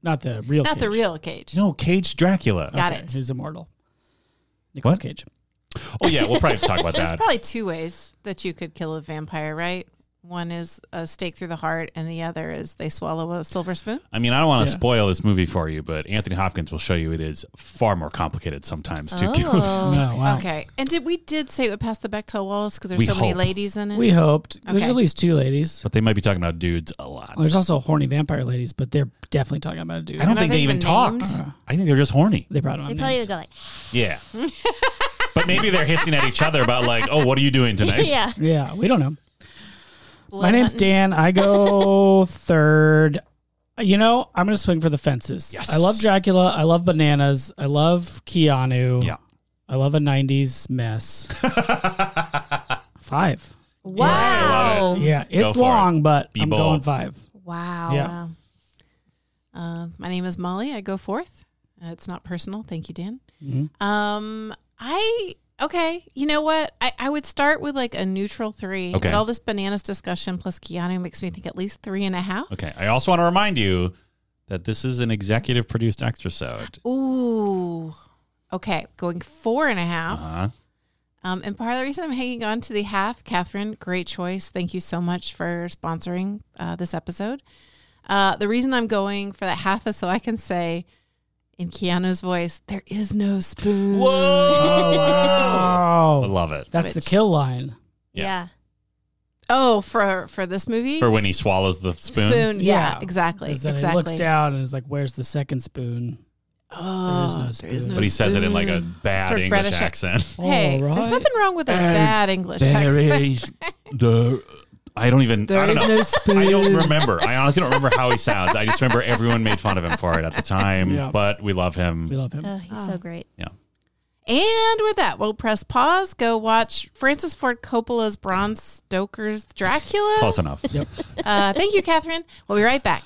E: Not the real
A: Not the
E: Cage.
A: real cage.
C: no, Cage Dracula.
A: Got
E: Okay,
A: it.
E: Who's immortal. Nicholas
C: What?
E: Cage.
C: Oh yeah, we'll probably have to talk about
A: There's
C: that.
A: probably two ways that you could kill a vampire, right? One is a stake through the heart, and the other is they swallow a silver spoon.
C: I mean, I don't want to
E: Yeah.
C: spoil this movie for you, but Anthony Hopkins will show you it is far more complicated sometimes to kill.
E: Oh,
B: Oh.
E: wow.
A: Okay, and did we did say it would pass the Bechtel Wallace because there's
C: We
A: so many
C: hope.
A: ladies in it?
E: We hoped. There's
A: Okay.
E: at least two ladies.
C: *laughs* But they might be talking about dudes a lot.
E: There's also horny vampire ladies, but they're definitely talking about a dude.
C: I don't
A: Are
C: think
A: they
C: they even
A: even
C: talk.
A: named?
C: I think they're just horny.
E: They probably
B: *laughs*
E: don't
B: They
E: have
B: probably
E: names.
B: go like,
C: Yeah. but maybe they're hissing at each other about like, oh, what are you doing
B: *laughs*
C: tonight?
B: yeah.
A: *laughs*
E: Yeah, we don't know.
A: blood
E: My name's
A: hunting?
E: Dan.
A: *laughs*
E: I go third. You know, I'm going to swing for the fences.
C: Yes.
E: I love Dracula. I love bananas. I love Keanu.
C: Yeah.
E: I love a 90s
C: *laughs*
E: mess. five.
C: *laughs* I
A: Wow.
C: love
E: Yeah.
C: Go
E: It's
C: for it.
E: long, but
C: Be
E: I'm
C: bold.
E: going five.
B: Wow.
E: Yeah.
A: Wow. Uh, my name is Molly. I go fourth. Uh, it's not personal. Thank you, Dan.
E: Mhm.
C: Mm-hmm.
A: Um, I okay. You know what? I, I would start with like a neutral three.
C: Okay.
A: But all this bananas discussion plus Keanu makes me think at least three and a half.
C: Okay. I also want to remind you that this is an executive produced extrasode.
A: Ooh. Okay, going four and a half.
C: Uh-huh.
A: Um, and part of the reason I'm hanging on to the half, Catherine, great choice. Thank you so much for sponsoring uh, this episode. Uh, the reason I'm going for that half is so I can say in Keanu's voice, there is no spoon.
C: I
E: Oh,
C: love it.
E: that's the
A: Which-
E: kill line.
C: Yeah.
B: Yeah.
A: Oh, for for this movie?
C: For when he swallows the spoon.
A: Yeah, exactly.
E: Is that
A: Exactly.
E: He looks down and is like, where's the second spoon?
A: Oh,
E: There is no spoon.
C: But he says it in like a
A: spoon.
C: bad
A: Sort of
C: English
A: British ac-
C: accent.
A: Hey,
E: All
A: there's
E: right.
A: nothing wrong with a bad English accent.
C: the I don't even I
A: There
C: don't
A: is
C: know.
A: no spoon.
C: I don't remember. I honestly don't remember how he sounds. I just remember everyone made fun of him for it at the time.
E: Yeah.
C: But we love him.
E: We love him.
B: Oh, he's
A: Ah.
B: so great.
A: *laughs* And with that, we'll press pause, go watch Francis Ford Coppola's Bram Stoker's Dracula.
C: Close enough.
A: Uh, thank you, Catherine. We'll be right back.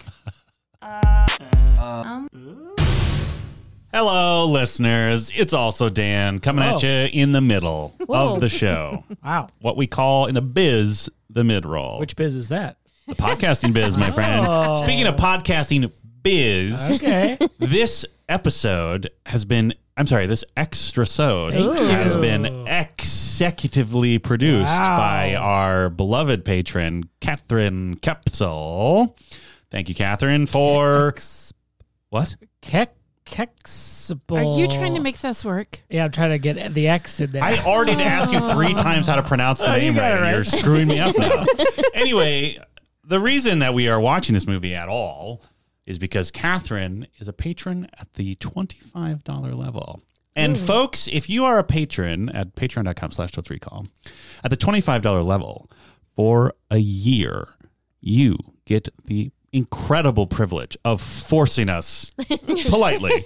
C: Hello, listeners. It's also Dan coming at you in the middle
B: Whoa.
C: of the show.
E: Wow.
C: what we call in the biz the mid roll,
E: Which biz is that?
C: the podcasting
E: *laughs*
C: biz, my friend.
E: Oh.
C: Speaking of podcasting biz,
A: *laughs*
E: Okay.
C: this episode has been. I'm sorry, this extra sode has
E: you.
C: been executively produced
E: Wow.
C: by our beloved patron, Catherine Kepsel. Thank you, Catherine, for what?
E: Kek Kexible.
A: Are you trying to make this work?
E: Yeah, I'm trying to get the X in there.
C: I already asked you
E: *laughs*
C: three times how to pronounce the
E: Oh, you
C: name
E: got
C: right,
E: it
C: and
E: right.
C: you're screwing me up now. *laughs* anyway, the reason that we are watching this movie at all is because Catherine is a patron at the $25 level. And folks, if you are a patron at patreon.com slash totes recall, at the $25 level for a year, you get the incredible privilege of forcing us politely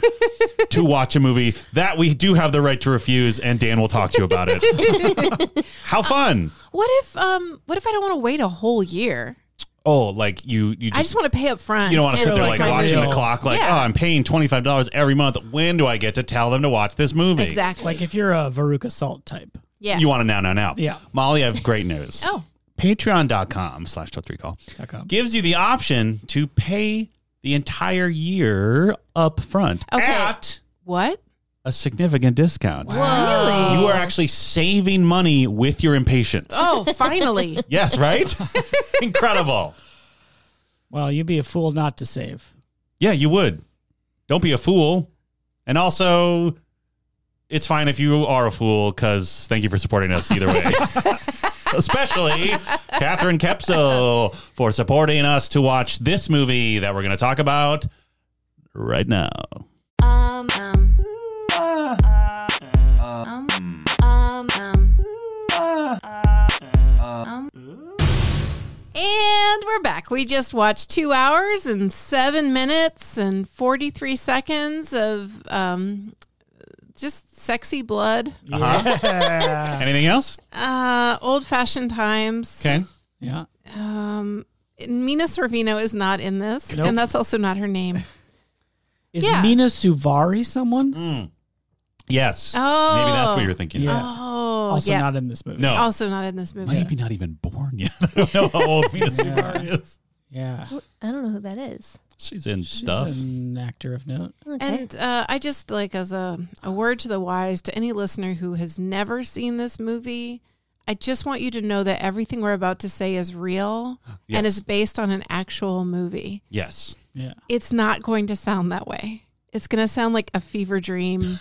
C: to watch a movie that we do have the right to refuse, and Dan will talk to you about it. How fun!
A: What if um what if I don't want to wait a whole year?
C: Oh, like you, you
A: I just
C: just.
A: want to pay up front.
C: you don't want to
A: and
C: sit there
E: like
A: my
C: like
E: a
C: watching
A: movie.
C: the
E: real-
C: clock, like,
A: Yeah.
C: oh, I'm paying $25 every month. When do I get to tell them to watch this movie?
A: Exactly.
E: like if you're a Veruca Salt type.
A: yeah.
C: You want to now, now, now.
E: Yeah.
C: Molly, I have great news.
A: *laughs* Oh.
C: Patreon.com slash tilt three call
E: dot com.
C: gives you the option to pay the entire year up front
A: Okay.
C: at
A: what?
C: a significant discount.
A: Really?
C: You are actually saving money with your impatience.
A: Oh, finally. *laughs*
C: Yes, right? *laughs* Incredible.
E: Well, you'd be a fool not to save.
C: Yeah, you would. Don't be a fool. And also, it's fine if you are a fool because thank you for supporting us either way. Especially Catherine Kepsel for supporting us to watch this movie that we're going to talk about right now.
B: Um,
A: um,
B: um,
A: um, um. And we're back. We just watched two hours and seven minutes and 43 seconds of um, just sexy blood.
C: Uh-huh. *laughs* Anything else?
A: Uh, old fashioned times.
C: Okay.
E: Yeah.
A: Um, Mina Sorvino is not in this,
E: Nope.
A: and that's also not her name.
E: Is
A: Yeah.
E: Mina Suvari someone?
C: Mm. Yes.
A: Oh.
C: Maybe that's what you're thinking.
E: Yeah.
C: of.
A: Oh,
E: also
A: yeah.
E: not in this movie.
C: No.
A: also not in
E: Oh.
A: this movie.
C: Might be not even born yet. *laughs* I don't know how old Mina Suvari is.
E: Yeah.
B: I don't know who that is.
C: She's in
E: She's
C: stuff.
E: an actor of note.
B: Okay.
A: And uh, I just like as a, a word to the wise to any listener who has never seen this movie, I just want you to know that everything we're about to say is real and
C: Yes.
A: is based on an actual movie.
C: yes.
E: Yeah.
A: It's not going to sound that way. It's going to sound like a fever
E: *laughs*
A: dream.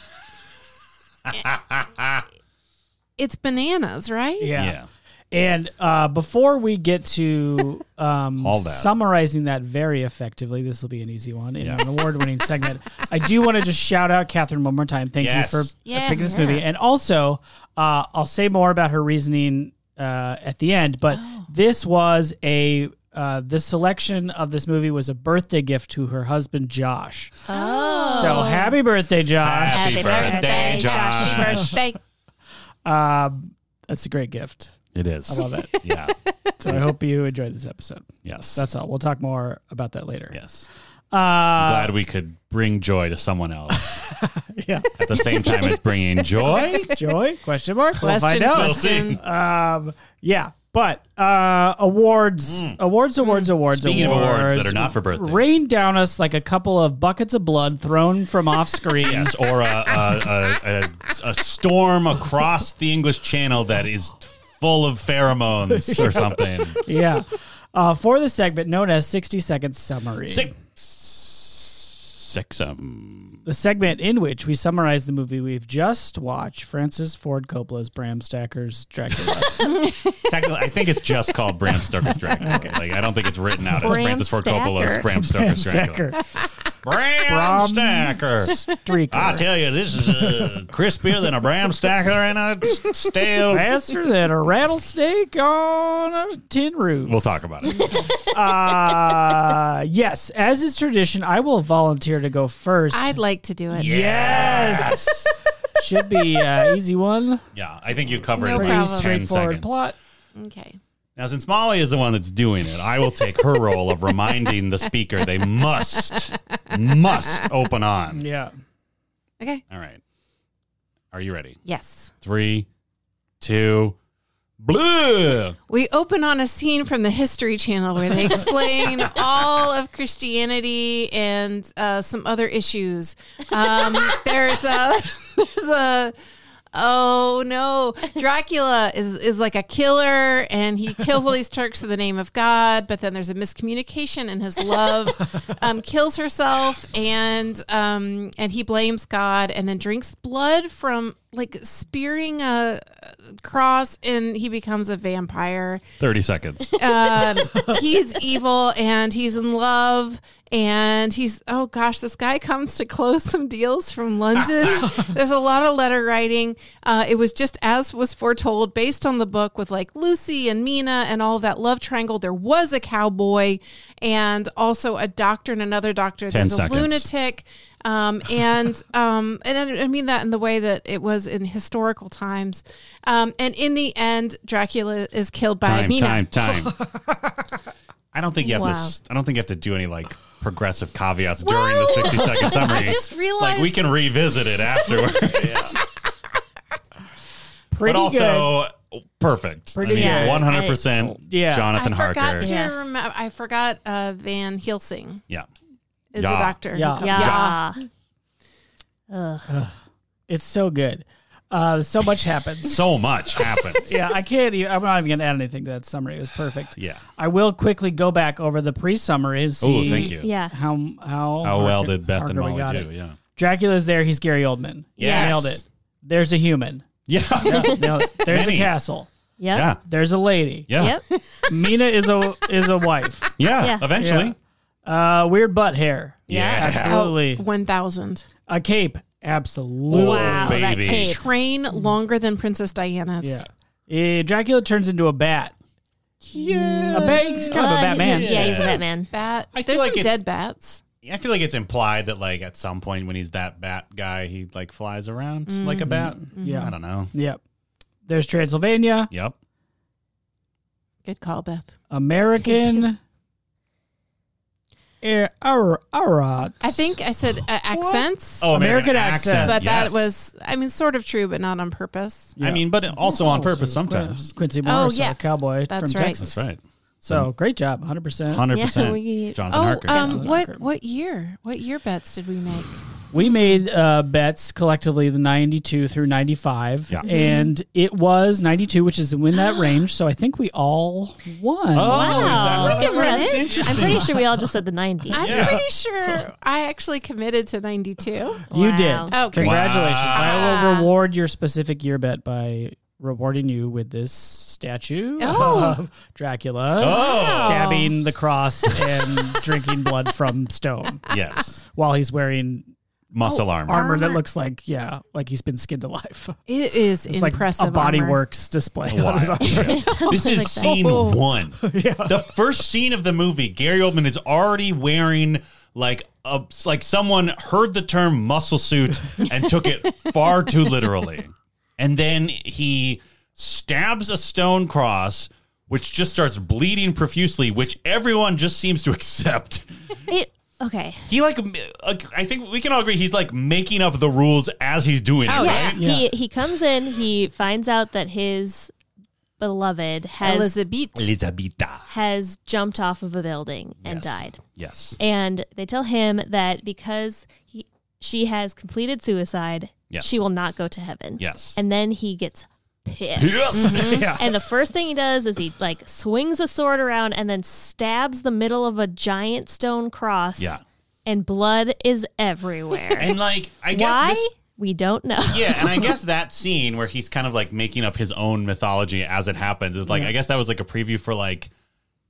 A: it's bananas, right?
E: Yeah.
C: Yeah.
E: And uh, before we get
C: *laughs*
E: to um,
C: All that.
E: summarizing that very effectively, this will be an easy one in an award-winning segment.
C: *laughs*
E: I do want to just shout out Catherine one more time. Thank
C: Yes.
E: you for
A: Yes.
E: picking this movie, and also uh, I'll say more about her reasoning uh, at the end. But this was a uh, the selection of this movie was a birthday gift to her husband Josh.
A: Oh.
E: So happy birthday, Josh!
C: Happy birthday,
A: Happy
C: Josh.
A: birthday.
E: Um, that's a great gift.
C: *laughs* It is.
E: I love it.
C: Yeah.
E: So
C: *laughs*
E: I hope you enjoyed this episode. *laughs*
C: Yes.
E: That's all. We'll talk more about that later.
C: yes.
E: Uh,
C: Glad we could bring joy to someone else
E: *laughs* yeah.
C: at the same time
E: *laughs*
C: as bringing joy.
E: Joy? Question mark?
A: Question,
E: we'll find out.
A: question.
E: Um, yeah, but uh, awards, awards, awards, awards.
C: Hmm. Speaking of
E: awards,
C: awards that are not for birthdays.
E: rain down us like a couple of buckets of blood thrown from off screen.
C: *laughs* Yes, or a, a, a, a, a storm across the English Channel that is full of pheromones
E: *laughs*
C: or something.
E: Yeah, uh, for the segment known as sixty second summary.
C: Six, sixum.
E: the segment in which we summarize the movie we've just watched, Francis Ford Coppola's Bram Stoker's Dracula.
C: Technically, I think it's just called Bram
E: *laughs*
C: Stoker's Dracula. Like, I don't think it's written out as
B: Bram
C: Francis Ford Coppola's
B: Stacker.
C: Bram
E: Bram
C: Stoker's Dracula. Bram Stacker. I
E: Streaker.
C: tell you, this is uh, crispier than a Bram Stacker and a s- stale.
E: Faster than a rattlesnake on a tin roof.
C: We'll talk about it.
E: Uh, yes, as is tradition, I will volunteer to go first.
A: I'd like to do it.
C: Yes.
E: Should be uh, easy one.
C: yeah, I think you covered
A: No
C: it in
A: problem.
C: like
A: Pretty
C: 10
E: Straightforward
C: seconds.
E: plot.
A: Okay.
C: Now, since Molly is the one that's doing it, I will take her role of reminding the speaker they must, must open on.
E: Yeah.
A: Okay.
C: All right. Are you ready?
A: Yes.
C: Three, two, blue.
A: We open on a scene from the History Channel where they explain all of Christianity and uh, some other issues. Um, there's a *laughs* there's a oh no, Dracula is is like a killer and he kills all these Turks in the name of God. But then there's a miscommunication and his love um, kills herself and um, and he blames God and then drinks blood from like spearing a cross and he becomes a vampire.
C: 30 seconds.
A: Um, he's evil and he's in love and he's oh gosh, this guy comes to close some deals from London.
C: *laughs*
A: There's a lot of letter writing. Uh, it was just as was foretold based on the book with like Lucy and Mina and all that love triangle. There was a cowboy and also a doctor and another doctor.
C: Ten
A: There's
C: seconds.
A: a lunatic. Um, and um, and I, I mean that in the way that it was in historical times. Um, and in the end, Dracula is killed by
C: time,
A: Mina.
C: time, time. I don't think you have to.
B: Wow.
C: s- I don't think you have to do any like progressive caveats during the sixty second summary.
A: I just
C: like we
A: realized-
C: can revisit
E: *laughs*
C: it afterward, but
E: Pretty
C: also perfect.
E: Pretty good.
C: one hundred percent.
E: Yeah.
C: Jonathan
A: I
C: Harker.
A: forgot to
B: Yeah.
A: remember. I forgot uh, Van Helsing
C: Yeah,
A: is
C: Yeah.
A: the doctor. who
E: Yeah.
A: comes-
B: Yeah.
E: good. It's so good. Uh, so much happens.
C: so much
E: *laughs*
C: happens.
E: Yeah, I can't. Even, I'm not even going to add anything to that summary. It was perfect.
C: yeah.
E: I will quickly go back over the pre-summary and
C: Oh,
E: see
C: thank you.
B: Yeah.
E: how how
C: How well
E: Harker-
C: did Beth and
E: Harker we
C: Molly
E: got
C: do?
E: It.
C: Yeah.
E: Dracula's there. He's Gary Oldman.
C: Yes.
E: nailed it. There's a human.
C: Yeah. *laughs* Yeah.
E: *laughs* Nailed it. There's a
C: Many.
E: castle.
B: Yep.
C: Yeah.
E: There's a lady.
C: Yeah.
B: Yep.
E: Mina is a is a
C: *laughs*
E: wife.
B: Yeah.
C: Eventually.
E: Uh, weird butt hair.
C: Yeah.
E: Absolutely.
A: Oh, 1,000.
E: A cape. Absolutely.
B: Wow. That
C: baby.
B: cape.
A: Train longer than Princess Diana's.
E: Mm-hmm. Yeah. Eh, Dracula turns into a bat. Yeah. A bat. He's kind of a
B: Uh,
E: Batman.
B: Yeah, he's a Batman.
A: Bat.
C: I feel
A: There's
C: like
A: some
C: it-
A: dead bats.
C: I feel like it's implied that like at some point when he's that bat guy, he like flies around
A: Mm-hmm.
C: like a bat.
E: Yeah.
C: I don't know.
E: Yep. There's Transylvania.
C: Yep.
A: Good call, Beth. *laughs*
E: American. Eh, Ara, Arat.
A: I think I said uh, accents,
C: Oh,
E: American
C: American,
E: accent.
C: accent.
A: but
C: yes.
A: that was, I mean, sort of true, but not on purpose.
E: Yeah.
C: I mean, but also on purpose
E: Quin-
C: sometimes.
E: Oh, Quincy
A: Oh,
E: Morris,
A: yeah.
E: a cowboy
A: That's
E: from
A: right.
E: Texas.
C: That's right.
E: So great job, 100%.
C: Hundred
B: Yeah,
C: percent.
B: we-
C: Jonathan
A: Oh,
C: Harker.
A: um,
E: Harker.
A: what what year? What year bets did we make?
E: We made uh, bets collectively the 92 through 95.
C: Yeah.
E: And it was 92, which is in that range. So I think we all won. Oh,
B: Wow.
C: Oh, is that-
A: Look at
C: that's
A: that.
B: I'm
C: interesting.
B: pretty sure we all
A: *laughs*
B: just said the 90s.
A: I'm
C: Yeah.
A: pretty sure I actually committed to 92.
C: *laughs*
E: You
B: Wow.
E: did.
A: Oh, great.
E: Congratulations. I will
A: Wow.
E: reward your specific year bet by rewarding you with this statue
A: Oh.
E: of Dracula *laughs*
C: Oh.
E: stabbing the cross and drinking blood from stone
C: yes.
E: while he's wearing
C: muscle armor.
E: armor that looks like yeah, like he's been skinned alive.
A: It is
E: It's like
A: impressive.
E: a Body
A: armor.
E: Works display on his
C: Wild.
E: armor.
C: this is scene
A: Oh.
C: one. The first scene of the movie, Gary Oldman is already wearing like a, like someone heard the term muscle suit and took it far too literally. And then he stabs a stone cross, which just starts bleeding profusely, which everyone just seems to *laughs* accept.
B: It okay.
C: He like, m- like, I think we can all agree he's like making up the rules as he's doing it.
A: Oh, yeah.
C: right?
E: Yeah.
B: He he comes in, he finds out that his beloved has
A: Elizabeth.
C: Elizabeth.
B: has jumped off of a building and
C: Yes.
B: died.
C: Yes.
B: And they tell him that because he she has completed suicide,
C: Yes.
B: she will not go to heaven.
C: Yes.
B: And then he gets pissed.
C: *laughs* yeah.
B: And the first thing he does is he like swings a sword around and then stabs the middle of a giant stone cross.
C: Yeah.
B: And blood is everywhere.
C: And like, I guess
B: Why?
C: this,
B: we don't
C: *laughs*
B: know.
C: yeah, and I guess that scene where he's kind of like making up his own mythology as it happens is like I guess that was like a preview for like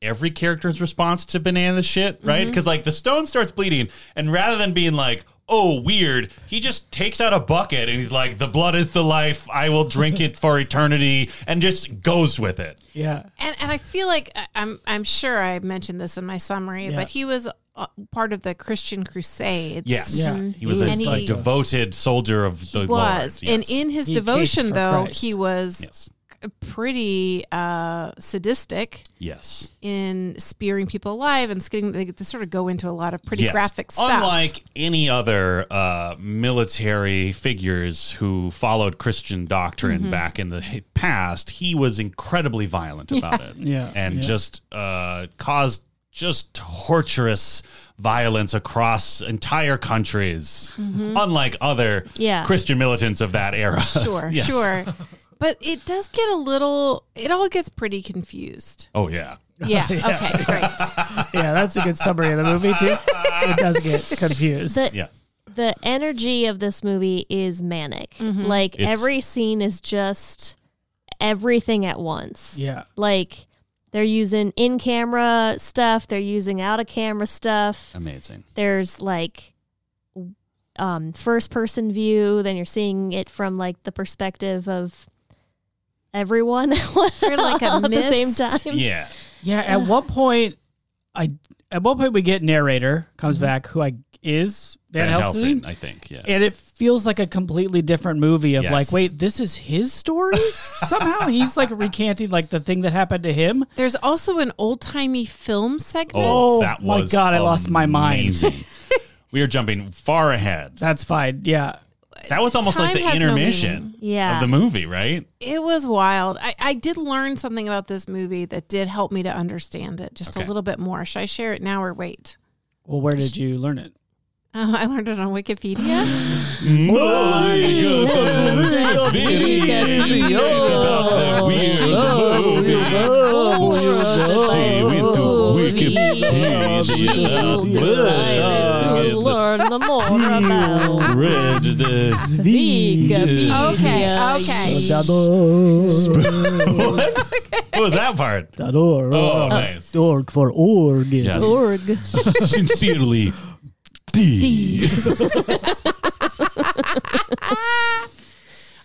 C: every character's response to banana shit, right?
A: Mm-hmm.
C: Because like the stone starts bleeding, and rather than being like oh weird, he just takes out a bucket and he's like the blood is the life, I will drink it for eternity, and just goes with it.
E: *laughs* yeah.
A: And, and I feel like I- I'm I'm sure I mentioned this in my summary,
E: Yeah.
A: but he was uh, part of the Christian Crusades. Mm-hmm.
C: Yes,
E: Yeah.
C: he was a,
A: And
C: a
A: he-
C: devoted soldier of the
A: he
C: Lord.
A: was, and
C: Yes.
A: in his
E: He
A: devotion
E: caged for
A: though
E: Christ.
A: he was
C: yes,
A: pretty uh, sadistic
C: yes.
A: in spearing people alive and skinning. They, they sort of go into a lot of pretty
C: Yes.
A: graphic stuff.
C: Unlike any other uh, military figures who followed Christian doctrine back in the hi- past, he was incredibly violent about it.
E: Yeah.
C: And
E: Yeah.
C: just uh, caused just torturous violence across entire countries, unlike other
B: Yeah.
C: Christian militants of that era.
A: *laughs* sure,
C: *laughs* Yes.
A: sure, but it does get a little. It all gets pretty
C: *laughs*
A: confused.
C: Oh, yeah.
A: Yeah. Okay.
C: *laughs*
A: Great.
E: Yeah, that's a good summary of the movie too. It does get confused.
B: The,
C: Yeah.
B: the energy of this movie is manic. Like
C: It's-
B: every scene is just everything at once.
E: yeah.
B: Like they're using in camera stuff, they're using out of camera stuff.
C: Amazing.
B: There's like um first person view, then you're seeing it from like the perspective of everyone *laughs*
A: You're like a
B: all at the same
A: mist.
B: time. *laughs*
C: Yeah.
E: Yeah, at one point, I at one point we get narrator comes back who I is Van, Helsing,
C: I think. Yeah.
E: and it feels like a completely different movie of
C: Yes.
E: like, wait, this is his
C: *laughs*
E: story. Somehow he's like recanting like the thing that happened to him.
A: There's also an old timey film segment.
E: Oh, my God, I lost my mind. *laughs*
C: amazing. we are jumping far ahead.
E: That's fine. Yeah,
C: That was almost like
A: Time
C: the
A: has no
C: intermission
B: Yeah.
C: of the movie, right?
A: It was wild. I, I did learn something about this movie that did help me to understand it just
C: Okay.
A: a little bit more. Should I share it now or wait? *laughs*
E: Well, where did you learn it?
A: Uh, I learned it on Wikipedia.
C: *laughs*
B: decided to learn the more about Wikipedia.
A: okay, okay.
C: What was that part? Oh, nice.
E: Org for org.
C: Yes.
B: Org.
C: Sincerely, D.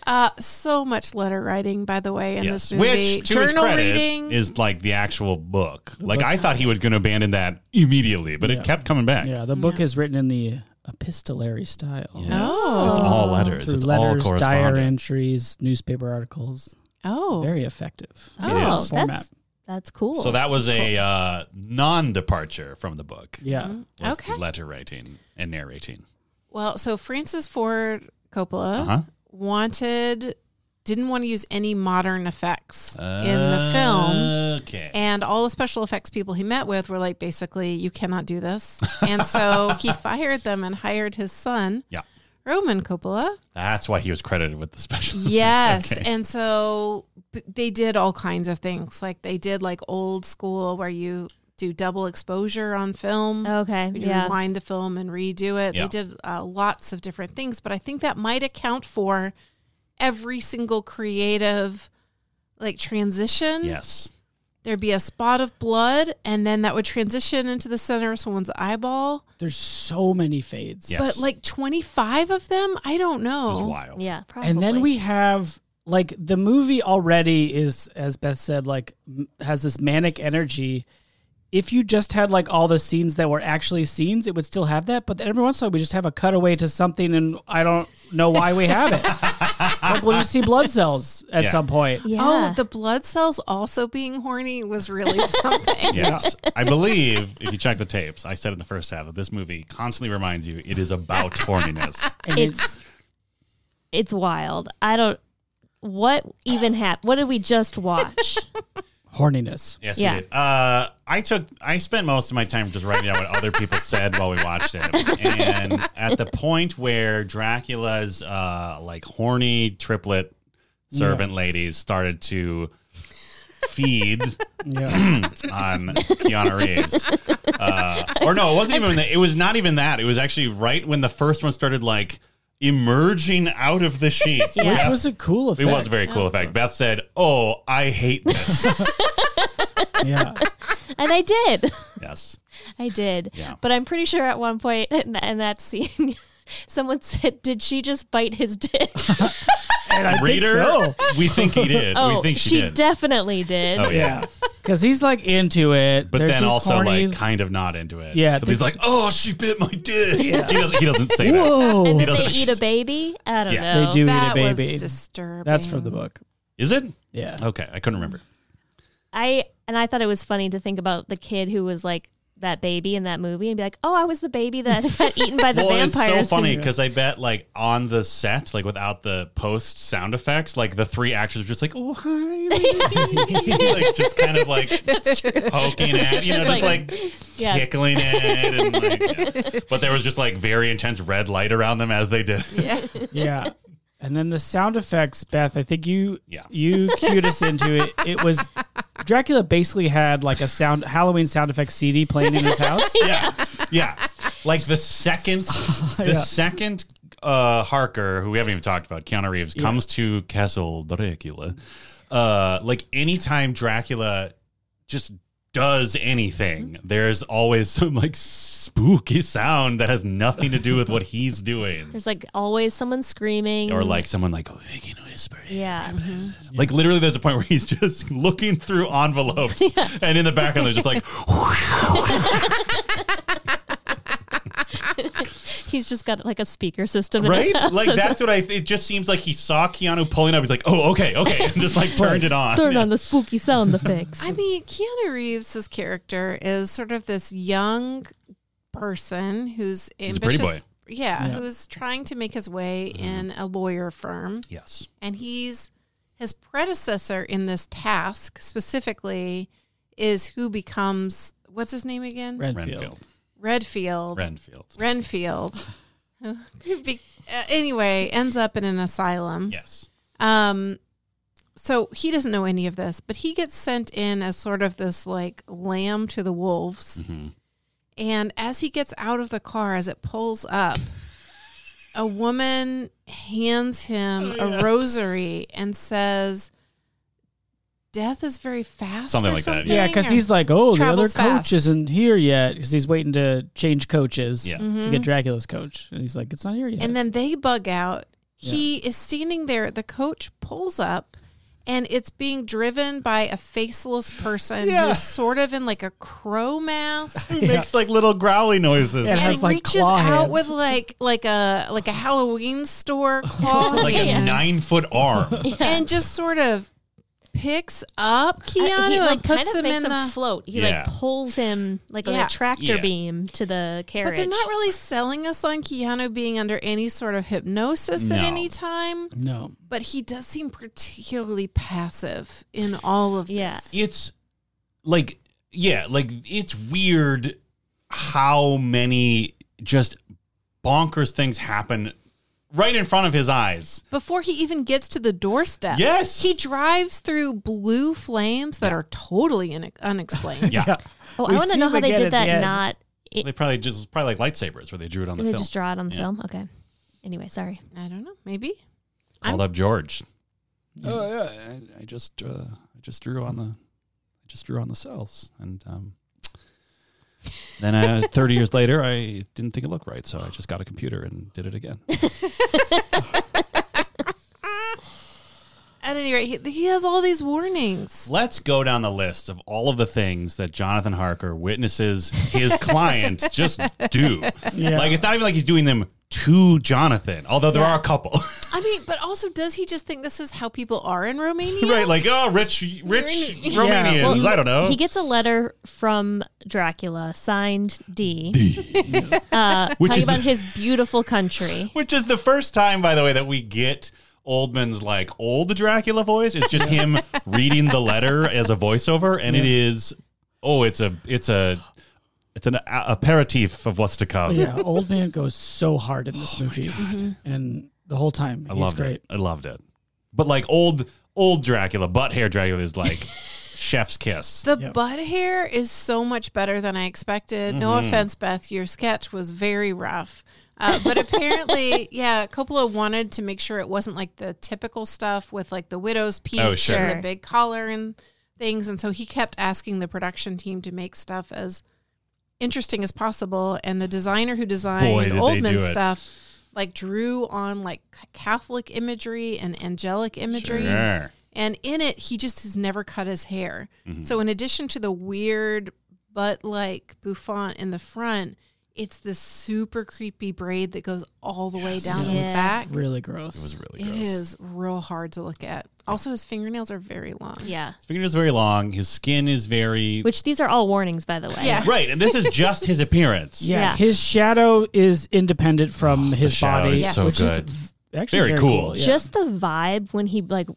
A: Uh, so much letter writing, by the way, in
C: Yes,
A: this movie.
C: which to his
A: Journal
C: credit
A: reading.
C: is like the actual book. Like I thought he was going to abandon that immediately, but
E: Yeah.
C: it kept coming back.
E: Yeah, the book is written in the epistolary style.
A: Oh.
C: It's all letters.
E: Through
C: it's
E: letters,
C: all
E: diary
C: correspondence.
E: entries, newspaper articles.
A: oh,
E: Very effective.
C: It
B: Oh,
C: is.
E: Format.
B: that's that's cool.
C: So that was a uh, non-departure from the book.
E: Yeah.
C: was
A: Okay.
C: Letter writing and narrating.
A: well, so Francis Ford Coppola
C: Uh-huh.
A: wanted, didn't want to use any modern effects in
C: Uh,
A: the film.
C: Okay.
A: And all the special effects people he met with were like, basically, you cannot do
C: *laughs*
A: this. And so he fired them and hired his son,
C: yeah.
A: Roman
C: *laughs*
A: Coppola.
C: That's why he was credited with the special. effects.
A: Yes.
C: Okay.
A: And so b- they did all kinds of things. Like they did like old school where you do double exposure on film.
B: okay,
A: You'd
B: Oh, yeah,
A: rewind the film and redo it.
C: Yeah.
A: They did uh, lots of different things, but I think that might account for every single creative like transition
C: Yes.
A: There'd be a spot of blood, and then that would transition into the center of someone's eyeball.
E: There's so many fades.
C: Yeah.
A: But like 25 of them? I don't know.
C: It's wild.
B: Yeah, probably.
E: And then we have like the movie already is, as Beth said, like m- has this manic energy. If you just had like all the scenes that were actually scenes, it would still have that. But every once in a while, we just have a cutaway to something, and I don't know why we have
C: *laughs*
E: it. like we'll just see blood cells at
C: Yeah.
E: some point.
B: Yeah.
A: Oh, the blood cells also being horny was
E: *laughs*
A: really something.
C: Yes. I believe if you check the tapes, I said in the first half that this movie constantly reminds you it is *laughs* about horniness.
E: And it-
B: it's it's wild. I don't what even happened. What did we
A: *laughs*
B: just watch?
E: horniness.
C: Yes,
B: Yeah.
C: we did. Uh, I took, I spent most of my time just writing down what other people said while we watched it, and at the point where Dracula's uh, like horny triplet servant ladies started to feed *clears throat*
E: Yeah.
C: on Keanu Reeves, uh, or no, it wasn't even. That, it was not even that. It was actually right when the first one started like emerging out of the sheets.
B: Yeah.
E: Which
C: Beth-
E: was a cool
C: it
E: effect.
C: was a very cool effect. Beth said, "Oh, I
B: *laughs*
C: hate this."
E: Yeah.
B: and I did.
C: yes.
B: I did.
C: Yeah.
B: But I'm pretty sure at one point *laughs* in, th- in that scene *laughs* someone said, "Did she just bite his *laughs*
C: *laughs*
B: dick?"
E: And I think
C: reader,
E: so.
C: we think he did.
B: oh,
C: we think she,
B: she
C: did.
B: definitely did.
C: oh yeah.
E: Yeah. Because he's like into it.
C: But
E: There's
C: then
E: this
C: also
E: horny-
C: like kind of not into it.
E: Yeah,
C: So he's
E: the-
C: like, oh, she bit my dick. He, doesn't, he doesn't say that.
B: And
E: whoa.
C: He
B: then they
C: doesn't-
B: eat a baby. I don't
C: Yeah.
B: know.
E: They do
A: Oh, That
E: eat a
A: was
E: baby.
A: disturbing. *laughs*
E: That's from the book.
C: Is it?
E: Yeah.
C: Okay, I couldn't remember.
B: I and I thought it was funny to think about the kid who was like that baby in that movie and be like, "Oh, I was the baby
C: *laughs*
B: that got eaten by the
C: well, it's
B: vampires."
C: so funny because I bet like on the set, like without the post sound effects, like the three actors were just like, oh hi, baby. *laughs* like just kind of like
B: *laughs* That's true.
C: poking at, you know,
B: Just
C: just like,
B: yeah.
C: tickling it. And, like, yeah. But there was just like very intense red light around them as they did.
E: *laughs* Yeah. And then the sound effects, Beth, I think you
C: Yeah.
E: you cued us into it. It was Dracula basically had like a sound Halloween sound effects CD playing in
A: *laughs*
E: his house.
C: yeah, yeah. Like the second, the
E: Yeah.
C: second uh, Harker, who we haven't even talked about, Keanu Reeves, comes to Castle Dracula. Uh, like anytime Dracula just does anything, there's always some like spooky sound that has nothing to do with what he's doing,
B: There's like always someone screaming
C: or like someone like oh, they can whisper. it." *laughs*
B: yeah.
C: Like literally, there's a point where he's just *laughs* looking through envelopes, and in the background, they're just like,
B: He's just got like a speaker *laughs* system in his
C: right?
B: house.
C: Like that's what I. It just seems like he saw Keanu pulling up. He's like, oh, okay, okay, and
B: *laughs*
C: just like turned it on.
B: Turn on the spooky sound effects.
A: I mean, Keanu Reeves' character is sort of this young person who's
C: a pretty
A: ambitious.
C: boy. Mm-hmm.
A: Yeah,
E: Yeah.
A: who's trying to make his way in a lawyer firm.
C: Yes.
A: And he's his predecessor in this task specifically is who becomes what's his name again?
E: Renfield.
C: Renfield.
A: Redfield.
C: Renfield.
A: Renfield. Be- uh, anyway, ends up in an asylum.
C: Yes.
A: Um, so he doesn't know any of this, but he gets sent in as sort of this like lamb to the wolves. And as he gets out of the car, as it pulls up, a woman hands him
C: Oh,
A: a rosary and says, "Death is very fast."
C: Something
A: or
C: like that,
E: Yeah, because he's like, oh, the other
A: Travels
E: coach
A: fast.
E: isn't here yet because he's waiting to change coaches
C: Yeah.
E: to get Dracula's coach. And he's like, it's not here yet.
A: Mm-hmm. And then they bug out. He is standing there. The coach pulls up and it's being driven by a faceless person
C: Yeah.
A: who's sort of in like a crow mask.
C: He makes like little growly noises.
E: Yeah. It
A: and
E: has, like,
A: reaches
E: claw
A: out
E: hands.
A: with like like a like a Halloween
C: *laughs*
A: store claw
C: Like a
A: hand
C: nine foot
B: *laughs*
C: arm.
A: and just sort of picks up Keanu
B: I- he like
A: and
B: kind
A: puts
B: of
A: him
B: makes
A: in
B: him
A: the
B: float. He
C: Yeah.
B: like pulls him like on
A: Yeah.
B: a tractor
C: Yeah.
B: beam to the carriage.
A: But they're not really selling us on Keanu being under any sort of hypnosis at
C: No.
A: any time.
E: no.
A: But he does seem particularly passive in all of
B: Yeah.
A: this.
C: It's like yeah, like it's weird how many just bonkers things happen right in front of his eyes.
A: Before he even gets to the doorstep.
C: Yes.
A: He drives through blue flames that are totally in-
C: *laughs*
A: unexplained.
C: Yeah.
B: Oh, I
E: We
B: want to
E: see
B: know
E: him
B: how they
E: again
B: did
E: at the
B: that.
E: end.
B: Not
C: They probably just probably like lightsabers where they drew it on the
B: they
C: film.
B: just draw it on the
C: Yeah.
B: film. Okay. Anyway, sorry.
A: I don't know. Maybe.
C: Called up George.
E: Oh,
C: yeah, I, I just uh, I just drew on the I just drew on the cells. And um, then uh, 30 years later, I didn't think it looked right. So I just got a computer and did it again.
A: *laughs* At any rate, he, he has all these warnings.
C: Let's go down the list of all of the things that Jonathan Harker witnesses *laughs* his clients just do.
E: Yeah.
C: Like, it's not even like he's doing them to Jonathan, although there are a couple. *laughs*
A: I mean, but also, does he just think this is how people are in Romania?
C: *laughs* right? Like, oh, rich, rich
A: You're in-
C: Romanians.
E: Yeah.
C: I don't know.
B: He gets a letter from Dracula, signed
C: *laughs*
B: D, uh,
C: Which
B: talking
C: is-
B: about his beautiful country.
C: Which is the first time, by the way, that we get Oldman's like old Dracula voice. It's just him reading the letter as a voiceover, and it is oh, it's a it's a it's an a- aperitif of what's to come.
E: Oh, yeah, old man goes so hard in this movie,
A: Mm-hmm.
E: and the whole time
C: Oh I
E: he's
C: loved
E: great.
C: it. I loved it. But like old old Dracula, butt hair Dracula
E: *laughs*
C: is like chef's kiss.
A: The
E: Yep.
A: butt hair is so much better than I expected. No
C: Mm-hmm.
A: offense, Beth, your sketch was very rough. Uh, but
C: *laughs*
A: apparently, yeah, Coppola wanted to make sure it wasn't like the typical stuff with like the widow's peak
C: Oh, sure.
A: and the
B: Sure.
A: big collar and things. And so he kept asking the production team to make stuff as interesting as possible. And the designer who designed
C: Boy, did they do
A: Oldman
C: it.
A: stuff like drew on like Catholic imagery and angelic imagery.
C: Sure.
A: And in it, he just has never cut his hair. So, in addition to the weird butt like bouffant in the front, it's this super creepy braid that goes all the way down his
B: Yeah.
A: back.
E: Really gross.
C: It was really
A: It
C: gross.
A: is real hard to look at. Also, his fingernails are very long.
C: *laughs*
B: Yeah.
C: His fingernails are very long. His skin is very
B: Which these are all warnings, by the way.
A: Yeah.
C: right, and this is just his
E: *laughs*
C: appearance.
E: yeah,
B: Yeah.
E: his shadow is independent from his
C: Oh, shadow
E: body,
C: is so
E: which
C: good.
E: is v- actually
C: Very
E: very,
C: cool.
E: Yeah.
B: Just the vibe when he like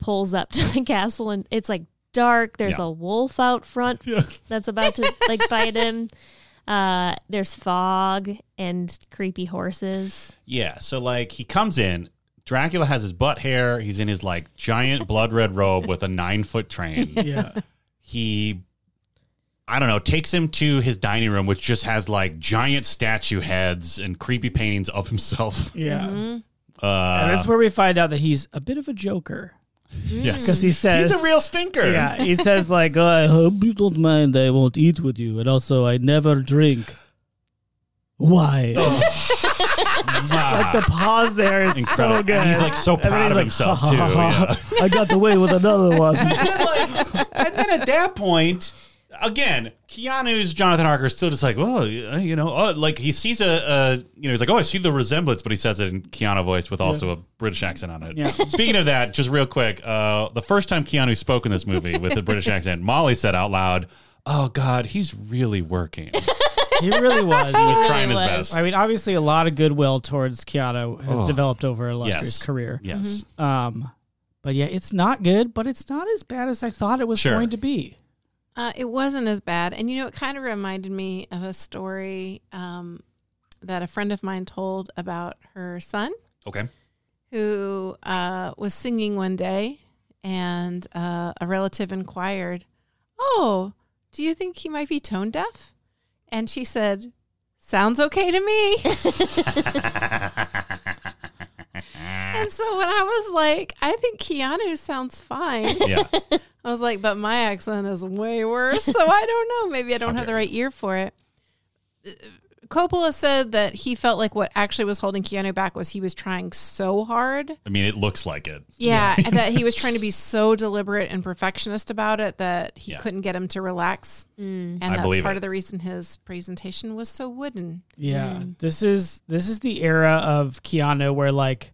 B: pulls up *laughs* to the castle and it's like dark. There's
C: Yeah.
B: a wolf out front that's about to like bite him. *laughs* Uh, there's fog and creepy horses.
C: Yeah. So like he comes in. Dracula has his butt hair. He's in his like giant blood red robe with a nine
E: *laughs*
C: foot train.
E: yeah,
C: He, I don't know, takes him to his dining room, which just has like giant statue heads and creepy paintings of himself.
E: yeah. And
C: Uh,
E: that's where we find out that he's a bit of a joker
C: Mm. yes.
E: because he says
C: He's a real stinker.
E: Yeah, he says like, oh, "I hope you don't mind. I won't eat with you, and also I never drink." Why? like the pause there is so
C: Incredible.
E: good.
C: *laughs* And he's, like, so
E: And then
C: proud
E: he's
C: of
E: like,
C: himself,
E: *laughs* "Ha, ha,
C: too,
E: ha, ha. I got away with another
C: *laughs*
E: one.
C: and then at that point, again, Keanu's Jonathan Harker is still just like, oh, you know, oh, like he sees a, a, you know, he's like, oh, I see the resemblance, but he says it in Keanu voice with also a British accent on it.
E: Yeah.
C: *laughs* Speaking of that, just real quick, uh, the first time Keanu spoke in this movie with a British accent, Molly said out loud, "Oh God, he's really working. He's
E: he really was.
C: trying his
B: was.
C: best."
E: I mean, obviously, a lot of goodwill towards Keanu has
C: Oh.
E: developed over an illustrious
C: Yes.
E: career.
C: yes.
E: Um, but yeah, it's not good, but it's not as bad as I thought it was
C: Sure.
E: going to be.
A: Uh, it wasn't as bad. And, you know, it kind of reminded me of a story um, that a friend of mine told about her son.
C: Okay.
A: who uh, was singing one day, and uh, a relative inquired, "Oh, do you think he might be tone deaf?" And she said, "Sounds okay to me." and so when I was like, "I think Keanu sounds fine,"
C: Yeah.
A: I was like, "But my accent is way worse, so I don't know. Maybe I don't have the right ear for it." Coppola said that he felt like what actually was holding Keanu back was he was trying so hard
C: I mean, it looks like it.
A: yeah, and that he was trying to
C: *laughs*
A: be so deliberate and perfectionist about it that he
C: Yeah.
A: couldn't get him to relax.
B: Mm-hmm. Mm,
A: And
C: I
A: that's
C: believe
A: part
C: it.
A: of the reason his presentation was so wooden.
E: Yeah.
A: Hmm.
E: This is this is the era of Keanu where like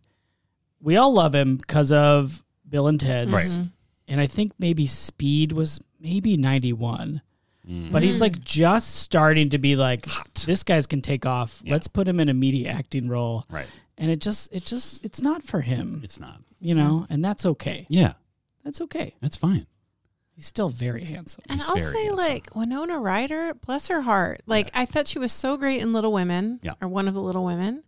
E: we all love him because of Bill and Ted's.
C: Right.
A: Mm-hmm.
C: Mhm.
E: And I think maybe Speed was maybe 91.
C: Mm.
E: But
A: Hmm.
E: he's like just starting to be like this guy's can take off. Let's put him in a media acting role.
C: Right.
E: And it just it just it's not for him,
C: It's not.
E: you know, and that's okay.
C: Yeah.
E: That's okay.
C: That's fine.
E: He's still very handsome.
A: And
C: He's
A: I'll
C: very
A: say,
C: handsome.
A: like, Winona Ryder, bless her heart. Like, I thought she was so great in Little Women,
C: Yeah.
A: or one of the Little Women.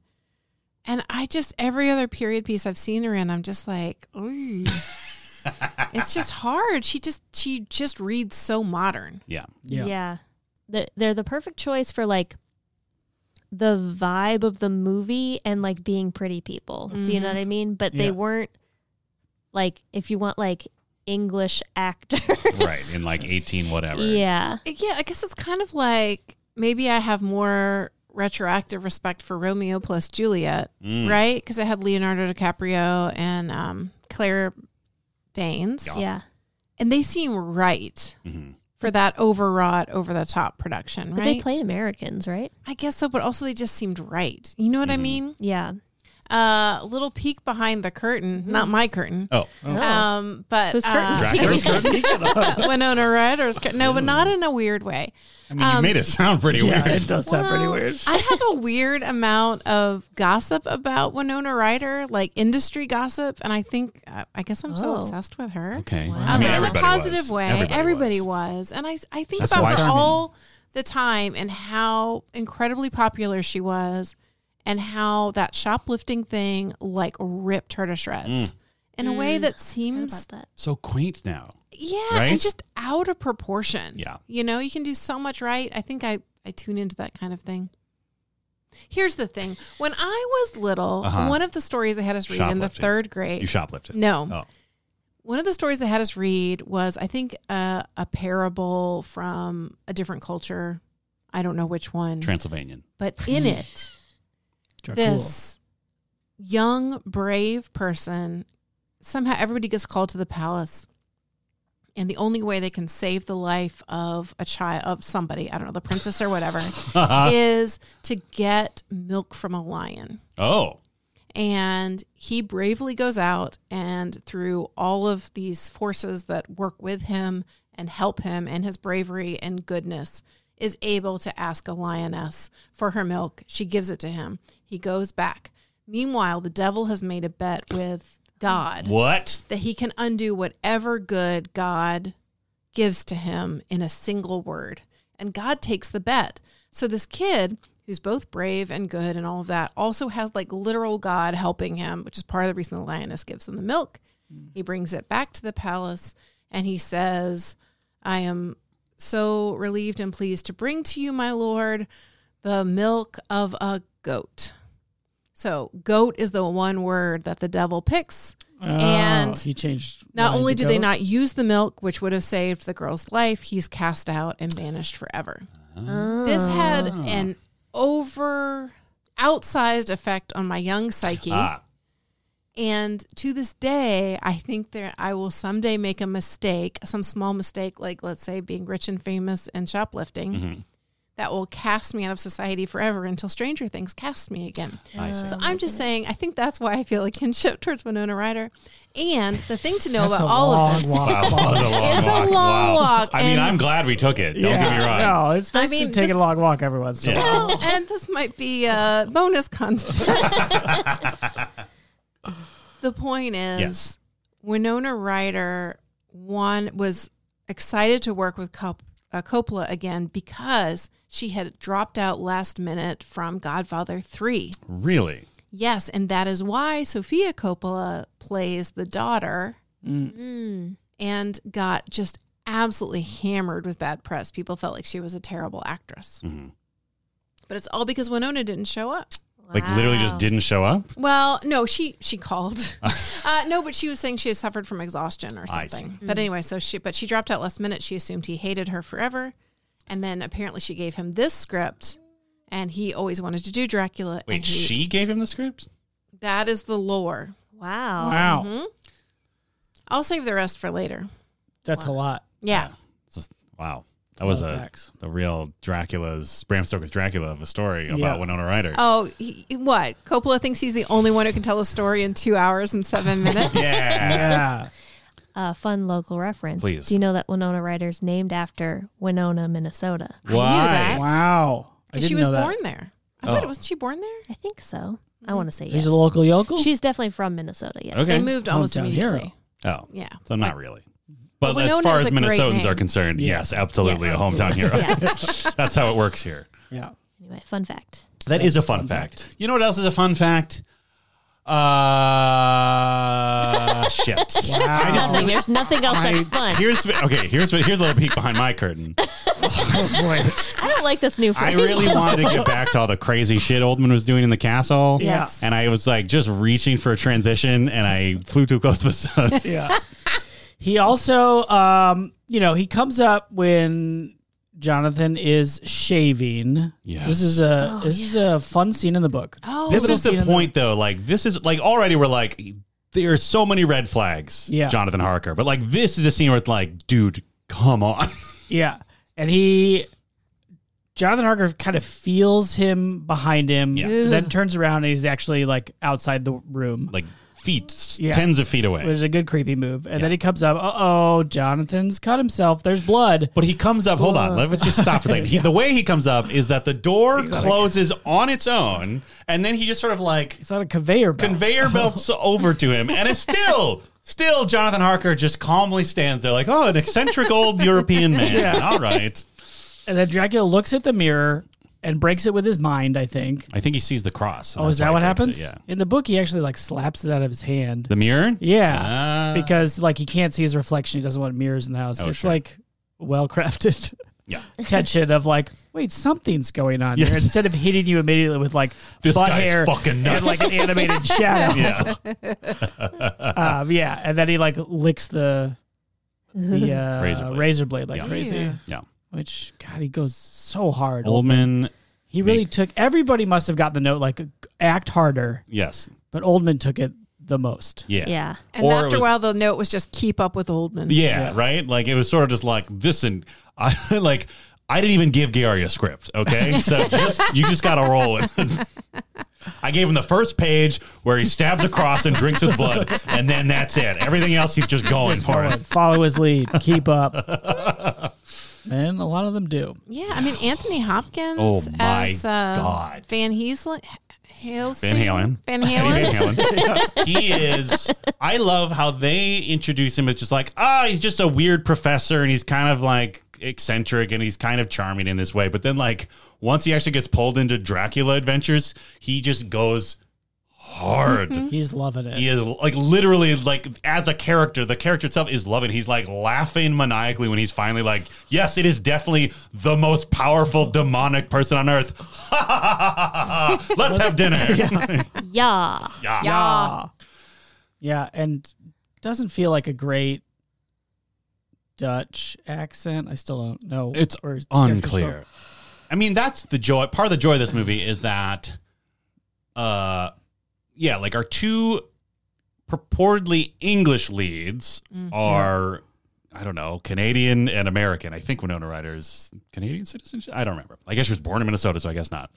A: And I just, every other period piece I've seen her in, I'm just like,
C: *laughs*
A: ooh. it's just hard. She just, she just reads so modern.
C: Yeah.
E: Yeah.
B: The- they're the perfect choice for like the vibe of the movie and like being pretty people. Do you know what I mean? But
E: Yeah.
B: they weren't like if you want like English actors.
C: right in like 18
B: *laughs*
C: whatever.
B: Yeah.
A: Yeah, I guess it's kind of like maybe I have more retroactive respect for Romeo plus Juliet,
C: Mm.
A: right? Because I had Leonardo DiCaprio and um, Claire Danes,
B: Yeah.
A: and they seem right
C: Mhm.
A: for that overwrought, over the top production,
B: But
A: right?
B: they play Americans, right?
A: I guess so, but also they just seemed right. You know what I mean?
B: Yeah.
A: Uh, little peek behind the curtain, not my curtain.
C: Oh,
B: Mm-hmm. Oh.
A: Um, but
B: Whose curtain?
A: uh,
C: Dracula's
A: *laughs*
C: curtain?
A: Winona Ryder's curtain. No, but not in a weird way.
C: I mean, you
A: Um,
C: made it sound pretty
E: yeah,
C: weird.
E: it does sound pretty
A: Well,
E: weird.
A: I have a weird amount of gossip about Winona Ryder, like industry gossip, and I think uh, I guess I'm so
B: Oh.
A: obsessed with her.
C: Okay.
B: Wow.
C: I mean,
A: Um, in
C: everybody
A: a
C: was.
A: positive way. Everybody, was. and I I think
C: That's
A: about
C: why-
A: her all the time and how incredibly popular she was, and how that shoplifting thing like ripped her to
C: Mm.
A: shreds in a way that
B: Heard
A: seems
B: about that.
C: So quaint now.
A: yeah,
C: Right?
A: and just out of proportion.
C: Yeah.
A: You know, you can do so much right. I think I, I tune into that kind of thing. Here's the thing. When I was little,
C: Uh-huh.
A: one of the stories they had us read in the
C: Shoplifting.
A: third grade.
C: You shoplifted.
A: No.
C: Oh.
A: One of the stories they had us read was, I think, uh, a parable from a different culture. I don't know which one.
C: Transylvanian.
A: but in it, this young, brave person, somehow everybody gets called to the palace. And the only way they can save the life of a child, of somebody, I don't know, the princess or whatever, is to get milk from a lion.
C: Oh.
A: And he bravely goes out and through all of these forces that work with him and help him and his bravery and goodness is able to ask a lioness for her milk. She gives it to him. He goes back. Meanwhile, the devil has made a bet with God
C: What?
A: that he can undo whatever good God gives to him in a single word. And God takes the bet. So this kid, who's both brave and good and all of that, also has like literal God helping him, which is part of the reason the lioness gives him the milk. He brings it back to the palace and he says, I am so relieved and pleased to bring to you, my lord, the milk of a goat. So, goat is the one word that the devil picks. and
E: Oh, he changed.
A: Not
E: line
A: only
E: to
A: do they
E: goat.
A: not use the milk, which would have saved the girl's life, he's cast out and banished forever.
C: Oh.
A: This had
E: Ah.
A: an over outsized effect on my young psyche.
C: Ah.
A: And to this day, I think that I will someday make a mistake, some small mistake, like let's say being rich and famous and shoplifting,
E: Mm-hmm.
A: that will cast me out of society forever until Stranger Things casts me again.
C: I see.
A: So I'm just saying, I think that's why I feel *laughs* a kinship towards Winona Ryder. And the thing to know
E: That's
A: about
E: a
A: all
E: long
A: of this,
E: walk.
C: Wow, what a
A: *laughs*
C: long
A: It's a
C: walk.
A: long walk,
C: I mean,
A: and-
C: I'm glad we took it. Don't
E: yeah.
C: get me wrong.
E: No, it's
A: I
E: nice
A: mean,
E: to take
A: this-
E: a long walk every once in a
C: Yeah.
E: while.
A: Well, *laughs* and this might be a bonus content. the point is,
C: Yes.
A: Winona Ryder one was excited to work with Cop- uh, Coppola again because she had dropped out last minute from Godfather Three.
C: Really?
A: Yes, and that is why Sophia Coppola plays the daughter
C: Mm.
A: and got just absolutely hammered with bad press. People felt like she was a terrible actress.
C: Mm-hmm.
A: But it's all because Winona didn't show up.
C: Like literally just
B: Oh, Wow.
C: didn't
A: *laughs*
C: show up?
A: Well, no, she she
C: *laughs*
A: called. uh, no, but she was saying she had suffered from exhaustion or
C: I see.
A: something. But anyway, so she but she dropped out last minute. She assumed he hated her forever, and then apparently she gave him this script, and he always wanted to do Dracula.
C: Wait,
A: and he-
C: she gave him the script?
A: that is the lore.
B: Wow.
E: Wow,
A: Mm-hmm. I'll save the rest for later.
E: that's a lot.
A: Yeah.
C: It's Just, wow. That was
E: lot of
C: a
E: facts.
C: the real Dracula's Bram Stoker's Dracula of a story about
E: Yeah.
C: Winona Ryder.
A: Oh, he, what? Coppola thinks he's the only one who can tell a story in two hours and
C: *laughs*
A: seven minutes.
C: Yeah.
E: Yeah,
B: Uh, fun local reference.
C: Please.
B: Do you know that Winona Ryder's named after Winona, Minnesota?
A: Why? that.
E: wow. I
A: 'Cause she
E: didn't
A: was
E: know that.
A: born there. I thought
C: Oh.
A: it wasn't she born there?
B: I think so.
A: Mm-hmm.
B: I want to say
E: She's
B: yes.
E: a local yokel.
B: She's definitely from Minnesota. Yes.
C: Okay.
A: They moved almost
E: Hometown hero.
A: immediately.
C: Oh.
A: Yeah.
C: So not really. But
A: Well,
C: as
A: Winona's
C: far as
A: a great
C: Minnesotans
A: name.
C: are concerned,
E: Yeah.
C: yes, absolutely
B: Yes.
C: a hometown hero.
B: Yeah.
C: *laughs* That's how it works here.
E: yeah.
B: Anyway, fun
C: *laughs*
B: fact.
C: That is a fun, fact. You know what else is a fun fact? *laughs* Uh, shit. I just
B: Nothing.
C: really.
B: There's nothing else
C: I-
B: that's fun.
C: here's okay. Here's what. Here's a little peek behind my curtain.
B: I don't like this new
C: I
B: phrase.
C: really wanted to get back to all the crazy shit Oldman was doing in the castle.
A: Yes.
C: And I was like just reaching for a transition, and I flew too close to the sun.
E: Yeah. He also, um, you know, he comes up when Jonathan is shaving.
C: Yes.
E: This is a
B: Oh,
E: this is a fun scene in the book.
A: Oh,
C: This
E: Little
C: is the
E: scene in
C: point, though. Like, this is like already we're like, there are so many red flags,
E: Yeah.
C: Jonathan Harker. But like, this is a scene where it's like, dude, come on. *laughs*
E: Yeah, and he, Jonathan Harker, kind of feels him behind him.
C: Yeah.
A: Ooh.
E: Then turns around and he's actually like outside the room.
C: like, feet,
E: Yeah.
C: tens of feet away.
E: Which is a good creepy move. And
C: Yeah.
E: then he comes up. Uh oh, Jonathan's cut himself. There's blood.
C: But he comes up. Hold on. Let's just stop for a second.
E: *laughs*
C: He, the way he comes up is that the door closes on its own, and then he just sort of like
E: It's not a conveyor belt. *laughs*
C: conveyor belts over to him, and it's still. Still, Jonathan Harker just calmly stands there, like, "Oh, an eccentric old
E: *laughs*
C: European man. All right."
E: and then Dracula looks at the mirror and breaks it with his mind, I think.
C: I think he sees the cross. and
E: Oh,
C: that's
E: is that
C: why
E: what
C: he breaks
E: happens?
C: it, yeah.
E: In the book, he actually like slaps it out of his hand.
C: The mirror.
E: yeah.
C: Ah.
E: because like he can't see his reflection. He doesn't want mirrors in the house.
C: Oh,
E: it's
C: sure.
E: like well crafted
C: yeah,
E: *laughs* tension of like, wait, something's going on here.
C: Yes.
E: Instead of hitting you immediately with like
C: this
E: butt
C: guy's
E: hair
C: *laughs* fucking nuts.
E: and like an
C: *laughs*
E: animated shadow.
C: yeah,
E: um, yeah, and then he like licks the the uh, razor,
C: Razor
E: blade.
C: blade.
E: like
C: Yeah.
E: crazy.
A: Yeah.
C: yeah.
E: Which God, he goes so hard.
C: Oldman.
E: he really
C: Make-
E: took. Everybody must have gotten the note like act harder,
C: Yes.
E: but Oldman took it the most.
C: Yeah.
B: *laughs* Yeah.
A: and
C: Or it
A: after a
C: was-
A: while, the note was just keep up with Oldman.
C: Yeah, right. Like it was sort of just like this, and I *laughs* like I didn't even give Gary a script. Okay, so *laughs* just you just got to roll with it. I gave him the first page where he stabs a cross and drinks his blood, and then that's it. Everything else he's just going for
E: Follow-
C: it.
E: *laughs* Follow his
C: *laughs*
E: lead, keep up. and a lot of them do.
A: Yeah, I mean Anthony Hopkins
C: Oh my
A: as uh,
C: God.
A: Van Helsing. Hales
C: Van Halen.
A: Van
C: Eddie
A: Halen.
C: Van Halen. *laughs* he is. I love how they introduce him as just like, ah, he's just a weird professor, and he's kind of like eccentric, and he's kind of charming in this way. But then, like, once he actually gets pulled into Dracula adventures, he just goes hard.
A: Mm-hmm.
E: He's loving it.
C: He is like literally like as a character, the character itself is loving. He's like laughing maniacally when he's finally like, "Yes, it is definitely the most powerful demonic person on earth." *laughs* Let's have
A: *laughs*
C: dinner.
B: Yeah.
C: Yeah.
A: *laughs* Yeah.
E: Ah. Yeah, and doesn't feel like a great Dutch accent. I still don't know.
C: It's
E: or
C: unclear. I mean, that's the joy. Part of the joy of this movie is that, uh, yeah, like our two purportedly English leads
E: Mm-hmm.
C: are, I don't know, Canadian and American. I think Winona Ryder is Canadian citizenship. I don't remember. I guess she was born in Minnesota, so I guess not.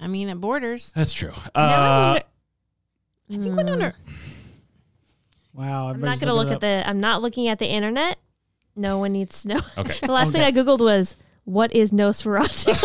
A: I mean, it borders.
C: That's true.
B: Now
C: Uh, hmm.
B: I
A: I think Winona.
E: Wow,
B: am not going to look at the, I'm not looking at the internet. No one needs to know.
C: okay.
B: The last thing I Googled was, what is Nosferatu?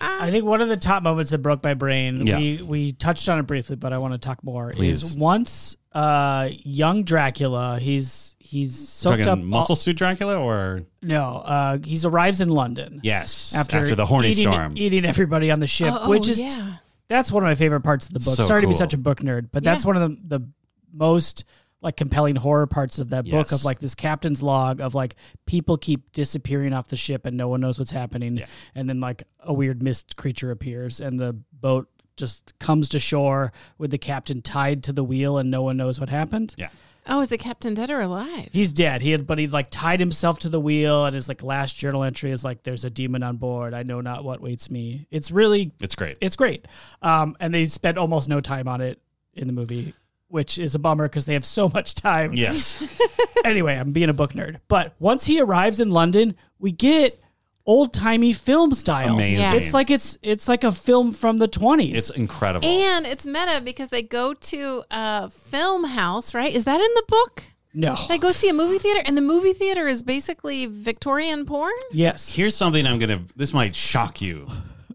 E: I think one of the top moments that broke my brain.
C: Yeah.
E: We we touched on it briefly, but I want to talk more. Is
C: Please.
E: once uh, young Dracula, he's he's soaked
C: Talking
E: up
C: muscle suit Dracula or
E: No, uh, he's arrives in London.
C: yes
E: After,
C: after, the horny
E: eating,
C: storm.
E: eating everybody on the ship,
A: Oh,
E: which is
A: yeah.
E: that's one of my favorite parts of the book.
C: So
E: Sorry to be
C: cool.
E: such a book nerd, but that's
A: Yeah.
E: one of the, the most like compelling horror parts of that book
C: Yes.
E: of like this captain's log of like people keep disappearing off the ship and no one knows what's happening
C: Yeah.
E: and then like a weird mist creature appears and the boat just comes to shore with the captain tied to the wheel and no one knows what happened
C: yeah.
A: Oh, is the captain dead or alive?
E: He's dead. He had, but he like tied himself to the wheel, and his like last journal entry is like, "There's a demon on board. I know not what waits me." It's really,
C: It's great.
E: it's great. Um, and they spent almost no time on it in the movie, which is a bummer because they have so much time.
C: yes.
E: *laughs* anyway, I'm being a book nerd. But once he arrives in London, we get old timey film style.
C: Amazing.
A: Yeah.
E: It's like it's it's like a film from the 20s.
C: It's incredible.
A: And it's meta because they go to a film house, right? Is that in the book?
E: no,
A: They go see a movie theater, and the movie theater is basically Victorian porn.
E: yes,
C: Here's something I'm gonna. This might shock you.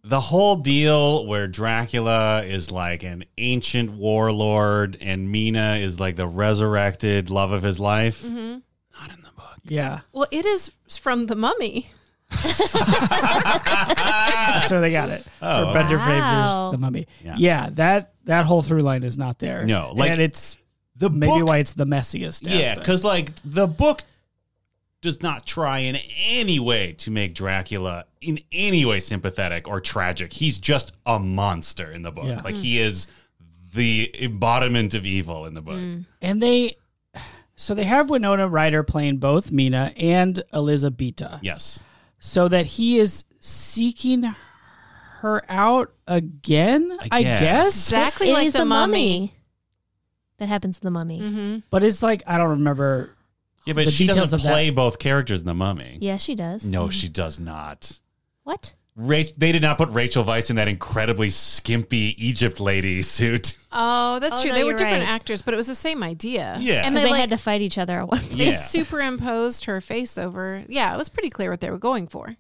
C: The whole deal where Dracula is like an ancient warlord and Mina is like the resurrected love of his life.
E: Mm-hmm.
C: Not in the book.
E: yeah.
A: Well, it is from The Mummy.
E: so they got it for
C: Oh,
E: Bender
B: Wow.
E: Fraser's The Mummy. Yeah.
C: Yeah.
E: that that whole through line is not there.
C: No, like-
E: and it's
C: The
E: maybe
C: book,
E: why it's the messiest.
C: yeah,
E: aspect.
C: because like the book does not try in any way to make Dracula in any way sympathetic or tragic. He's just a monster in the book.
E: Yeah. Mm.
C: Like he is the embodiment of evil in the book.
E: And they, so they have Winona Ryder playing both Mina and Elizabetta,
C: Yes.
E: so that he is seeking her out again. I,
C: I
E: guess.
C: guess.
A: Exactly *laughs*
B: It
A: like
B: is
A: the, mummy.
B: That happens in the mummy.
A: Mm-hmm.
E: but it's like I don't remember.
C: Yeah, but
E: The
C: she
E: details
C: doesn't
E: of that.
C: play both characters in the mummy.
B: Yeah, she does.
C: No, she does not.
B: What?
C: Ra- they did not put Rachel Weisz in that incredibly skimpy Egypt lady suit.
A: Oh, that's
B: Oh,
A: true.
B: no,
A: they were
B: you're
A: different
B: right.
A: actors, but it was the same idea.
C: Yeah.
A: and
B: 'Cause
A: they,
B: they
A: like
B: had to fight each other. at one-
A: they
C: Yeah.
A: superimposed her face over. Yeah, it was pretty clear what they were going for.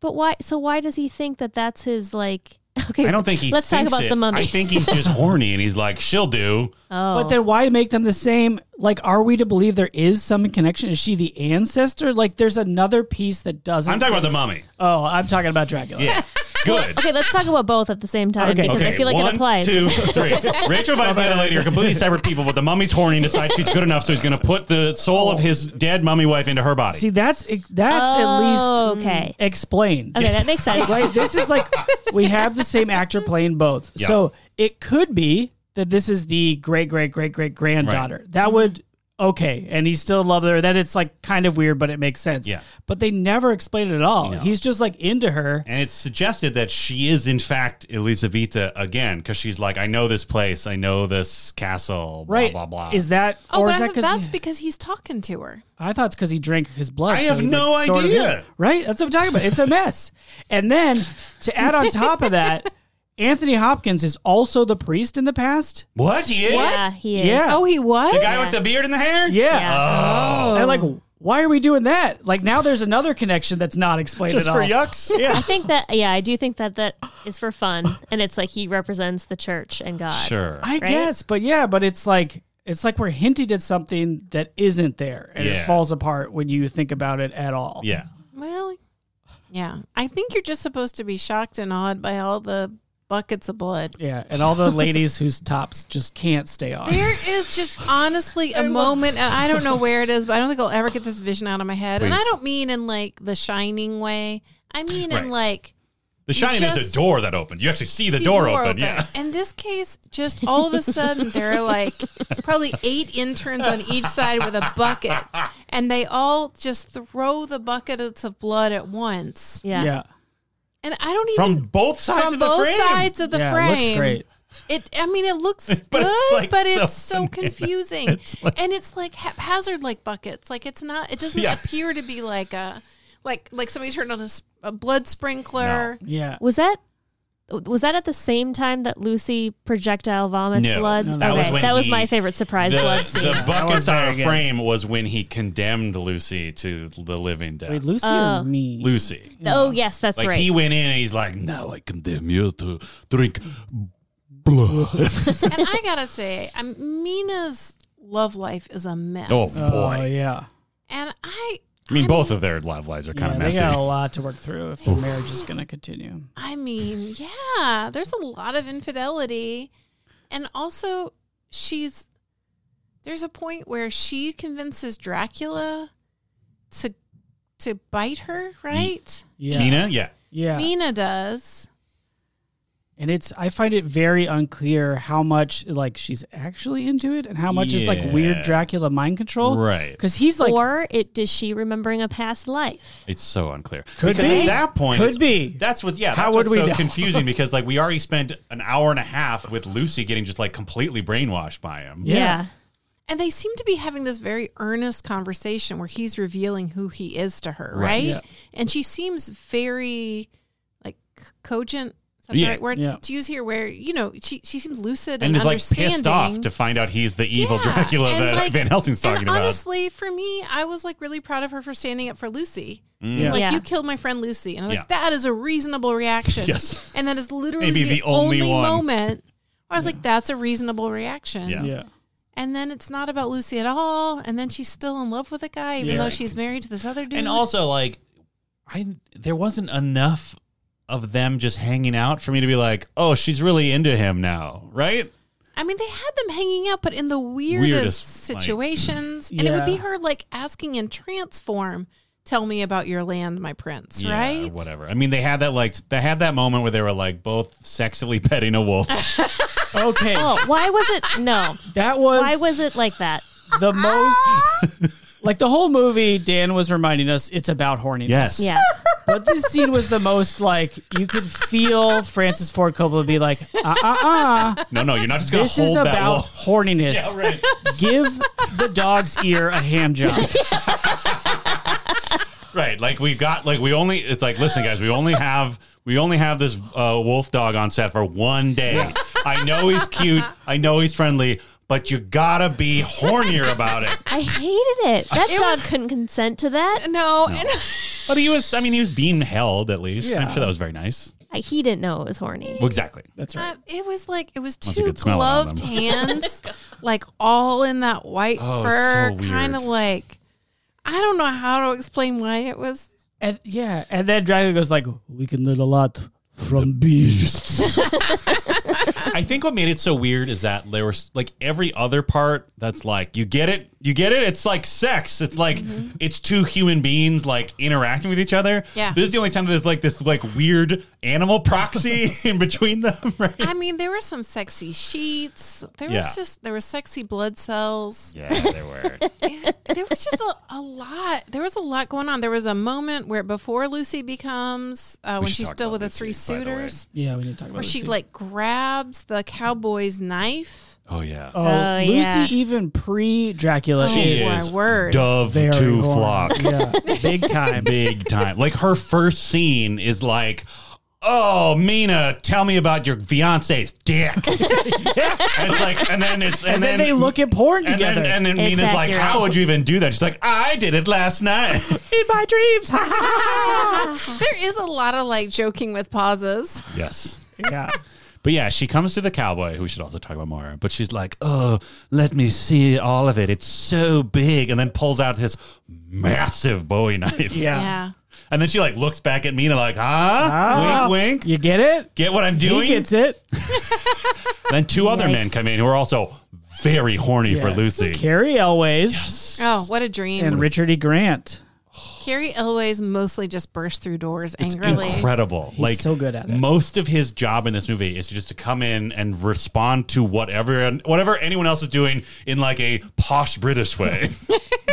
B: But why? So why does he think that that's his like? *laughs* Okay,
C: I don't think he.
B: Let's talk
C: thinks
B: about
C: it.
B: the mummy.
C: I think he's just horny, and he's like, "She'll do."
B: *laughs* oh,
E: But then why make them the same? Like, are we to believe there is some connection? Is she the ancestor? Like, there's another piece that doesn't.
C: I'm talking about the
E: fit.
C: mummy.
E: Oh, I'm talking about Dracula.
B: *laughs*
C: Yeah, good.
B: okay, let's talk about both at the same time
E: Okay.
B: because I feel like
C: one,
B: it applies. *laughs*
C: two, three. Rachel Weisz and the other lady are completely separate people, but the mummy's horny and decides she's good enough, so he's going to put the soul of his dead mummy wife into her body.
E: See, that's e, that's
B: Oh,
E: at least
B: okay.
E: explained.
B: Okay, that makes sense.
E: right? This is like we have the same actor playing both. So it could be that this is the great great great great granddaughter.
B: Mm-hmm.
E: That would okay, and he still loved her. That it's like kind of weird, but it makes sense.
C: Yeah.
E: But they never explain it at all.
C: No.
E: He's just like into her.
C: and it's suggested that she is, in fact, Elisabetta again, because she's like, I know this place, I know this castle, blah,
E: Right?
C: blah, blah.
E: Is that
A: Oh,
E: or
A: but
E: is
A: I
E: that
A: thought that's
E: because
A: because he's talking to her.
E: I thought it's because he drank his blood.
C: I
E: so
C: have
E: he, like,
C: no
E: sort of-
C: idea.
E: right? That's what I'm talking about. It's a
C: *laughs*
E: mess. and then to add on top of that, Anthony Hopkins is also the priest in the past.
C: what? He is?
B: Yeah, he is.
E: Yeah.
A: Oh, he was.
C: The guy with the beard and the hair?
E: Yeah.
B: Yeah.
C: Uh.
A: oh,
E: And like, why are we doing that? Like now there's another connection that's not explained
C: Just
E: at
C: for
E: all.
C: yucks?
B: I think that yeah, I do think that that is for fun, and it's like he represents the church and God.
C: Sure.
E: I
B: Right?
E: guess, but yeah, but it's like it's like we're hinted at something that isn't there and it
C: Yeah.
E: falls apart when you think about it at all.
C: yeah.
A: well, yeah. I think you're just supposed to be shocked and awed by all the buckets of blood.
E: Yeah, and all the ladies whose tops just can't stay on.
A: There is just honestly a moment, and I don't know where it is, but I don't think I'll ever get this vision out of my head. And I
C: Please.
A: don't mean in like the shining way. I mean
C: Right.
A: in like
C: The Shining is
A: just-
C: a door that opens. You actually see the
A: see
C: door, open. Yeah.
A: In this case, just all of a sudden there are like probably eight interns on each side with a bucket, and they all just throw the buckets of blood at once.
B: Yeah.
E: yeah.
A: And I don't even
C: From both sides
A: from
C: of the
A: both
C: frame.
A: sides of the
E: yeah,
A: frame.
E: it looks great.
A: It. I mean, it looks good,
C: *laughs* But it's, like,
A: but
C: so
A: it's
C: *laughs*
A: so
C: bananas.
A: confusing,
C: It's like-
A: and it's like haphazard, like buckets. Like it's not. It doesn't
C: Yeah.
A: appear to be like a, like like somebody turned on a, s- a blood sprinkler.
E: Yeah.
B: Was that was that at the same time that Lucy projectile vomits
C: No,
B: blood?
C: no, no. That was when
B: that was
C: he-
B: my favorite surprise
C: the,
B: blood scene.
C: the
E: That was
C: buckets
E: very
C: on a
E: good.
C: frame was when he condemned Lucy to the living death.
E: Wait, Lucy or
B: Oh.
E: me?
C: Lucy.
B: Oh yes, that's
C: like
B: right.
C: he went in and he's like, "Now I condemn you to drink
E: *laughs*
C: blood."
A: And I gotta say, i Mina's love life is a mess.
C: oh
E: Oh
C: boy!
E: yeah.
A: And I,
C: I mean, both of their love lives are kind
E: yeah
C: of
E: they got a
C: messy.
E: lot to work through if the marriage is gonna continue.
A: I mean, yeah, there's a lot of infidelity, and also she's there's a point where she convinces Dracula to to bite her, right?
E: Yeah.
C: Nina, yeah,
E: Yeah.
A: Mina does.
E: And it's I find it very unclear how much like she's actually into it and how much is like weird
C: Yeah.
E: Dracula mind control.
C: Right.
E: Because he's like
B: or it is she remembering a past life?
C: it's so unclear.
E: Could
C: because
E: be.
C: at that point,
E: Could be.
C: That's what. Yeah, that's
E: How would
C: what's
E: we
C: so
E: know? *laughs*
C: confusing because like we already spent an hour and a half with Lucy getting just like completely brainwashed by him.
E: Yeah.
A: And they seem to be having this very earnest conversation where he's revealing who he is to her, right?
E: Yeah.
A: And she seems very like cogent. Is that
C: Yeah.
A: the right word
E: Yeah.
A: to use here? Where you know she she seems lucid and,
C: And is like
A: understanding.
C: pissed off to find out he's the evil
A: Yeah,
C: Dracula
A: and,
C: that
A: like-
C: Van Helsing's
A: and
C: talking about.
A: Honestly, for me, I was like really proud of her for standing up for Lucy.
E: Yeah.
A: Like
B: Yeah.
A: you killed my friend Lucy, and I'm like,
C: Mm. Yeah.
A: that is a reasonable reaction.
C: *laughs* Yes.
A: and that is literally
C: Maybe
A: the,
C: the only one.
A: moment. where I was like, that's a reasonable reaction.
C: Yeah.
E: Yeah.
A: And then it's not about Lucy at all. And then she's still in love with a guy, even
E: Yeah.
A: though she's married to this other dude.
C: And also, like, I there wasn't enough of them just hanging out for me to be like, oh, she's really into him now, right?
A: I mean, they had them hanging out, but in the weirdest,
C: Weirdest, like-
A: situations. and it would be
E: Yeah.
A: her like asking in trance form tell me about your land, my prince,
C: Yeah, or
A: right?
C: Whatever. I mean, they had that like they had that moment where they were like both sexily petting a
A: *laughs*
C: wolf.
E: Okay,
B: Oh, why was it? No.
E: that was
B: Why was it like that?
E: the most.
B: *laughs*
E: Like the whole movie, Dan was reminding us it's about horniness.
C: yes.
B: Yeah.
E: But this scene was the most like you could feel Francis Ford Coppola be
C: *laughs*
E: like, uh uh uh,
C: No, no, you're not just gonna
E: this
C: hold
E: is
C: that *laughs*
E: about
C: wolf.
E: horniness.
C: Yeah, right.
E: Give the dog's ear a hand
C: *laughs*
E: job.
C: Right. Like we got like we only it's like listen guys, we only have we only have this uh, wolf dog on set for one *laughs* day. I know he's cute. I know he's friendly, but you gotta be hornier about it.
B: I hated
E: *laughs*
B: it. That
A: It
B: dog
A: was-
B: couldn't consent to that.
A: No, and
C: But he was I mean he was being held at least.
E: Yeah.
C: I'm sure that was very nice.
B: I, he didn't know it was horny.
C: Well, exactly.
E: That's
A: uh,
E: right.
A: it was like it was
C: Must have
A: two
C: good smell on
A: gloved
C: them. *laughs*
A: hands, like all in that white
C: Oh,
A: fur,
C: so weird.
A: kind of like I don't know how to explain why it was.
E: And yeah, and then Dragon goes like, "We can learn a lot from *laughs* beasts."
C: I think what made it so weird is that there was like every other part that's like you get it, you get it. It's like sex. It's like it's two human beings like interacting with each other.
A: Yeah.
C: this is the only time there's like this like weird animal proxy *laughs* in between them, right?
A: I mean, there were some sexy sheets. There
C: Yeah.
A: was just there were sexy blood cells.
C: Yeah, there were.
A: there was just a, a lot. There was a lot going on. There was a moment where before Lucy becomes uh,
C: We
A: when
C: should
A: she's
C: talk
A: still with
C: about
A: the
C: Lucy,
A: three
C: by the way.
A: suitors,
E: yeah, we need to talk about.
A: where she
E: Lucy.
A: like grabs the cowboy's
C: *laughs*
A: knife.
C: *laughs*
A: *laughs*
C: oh yeah,
E: oh,
B: Oh,
E: Lucy
B: yeah.
E: even pre Dracula
C: She
E: is
A: oh
C: is
A: my word!
C: dove
E: very
C: to
E: horny.
C: flock,
E: yeah, *laughs* big time.
C: big time. Like her first scene is like. Oh, Mina, tell me about your fiance's dick. *laughs* And it's like, and then it's, and,
E: And then they look at porn
C: And
E: together
C: then, and then
B: It's
C: Mina's like,
B: accurate.
C: "How would you even do that?" She's like, "I did it
E: *laughs*
C: last night."
E: in my dreams. *laughs*
A: There is a lot of like joking with pauses.
C: yes.
E: yeah,
C: But yeah, she comes to the cowboy, who we should also talk about more. But she's like, "Oh, let me see all of it. It's so big," and then pulls out his massive Bowie knife.
E: yeah.
A: Yeah,
C: And then she like looks back at Mina like, "Huh?
E: Ah,
C: wink, wink.
E: You get it?
C: Get what I'm doing?"
E: He gets it.
C: then two other
B: Yikes.
C: men come in who are also very horny for
E: Yeah.
C: Lucy.
E: Carrie Elways
A: Oh, what a dream!
E: and Richard E. Grant.
A: Carrie Elway's mostly just burst through doors angrily.
C: incredible. like
E: so good at it.
C: Most of his job in this movie is just to come in and respond to whatever whatever anyone else is doing in like a posh
E: *laughs*
C: British way. *laughs*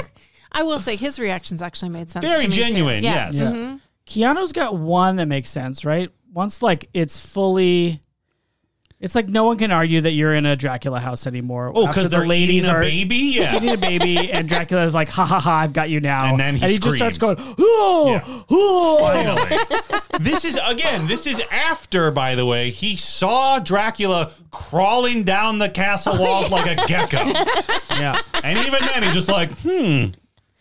A: I will say his reactions actually made sense.
C: Very
A: to me, too.
C: genuine.
A: Yeah. Mm-hmm.
C: Yes.
E: Keanu's got one that makes sense, right? Once like it's fully, it's like no one can argue that you're in a Dracula house anymore.
C: Oh,
E: After
C: because the ladies
E: *laughs*
C: are baby. Yeah.
E: eating a baby, and Dracula's like, ha ha ha, I've got you now,
C: And then he
E: just starts going,
C: screams.
E: oh,
C: Yeah.
E: *laughs* oh.
C: Finally. this is again. This is after, by the way, he saw Dracula crawling down the
E: Oh,
C: castle walls like
E: *laughs*
C: a gecko,
E: yeah,
C: and even then he's just like, hmm,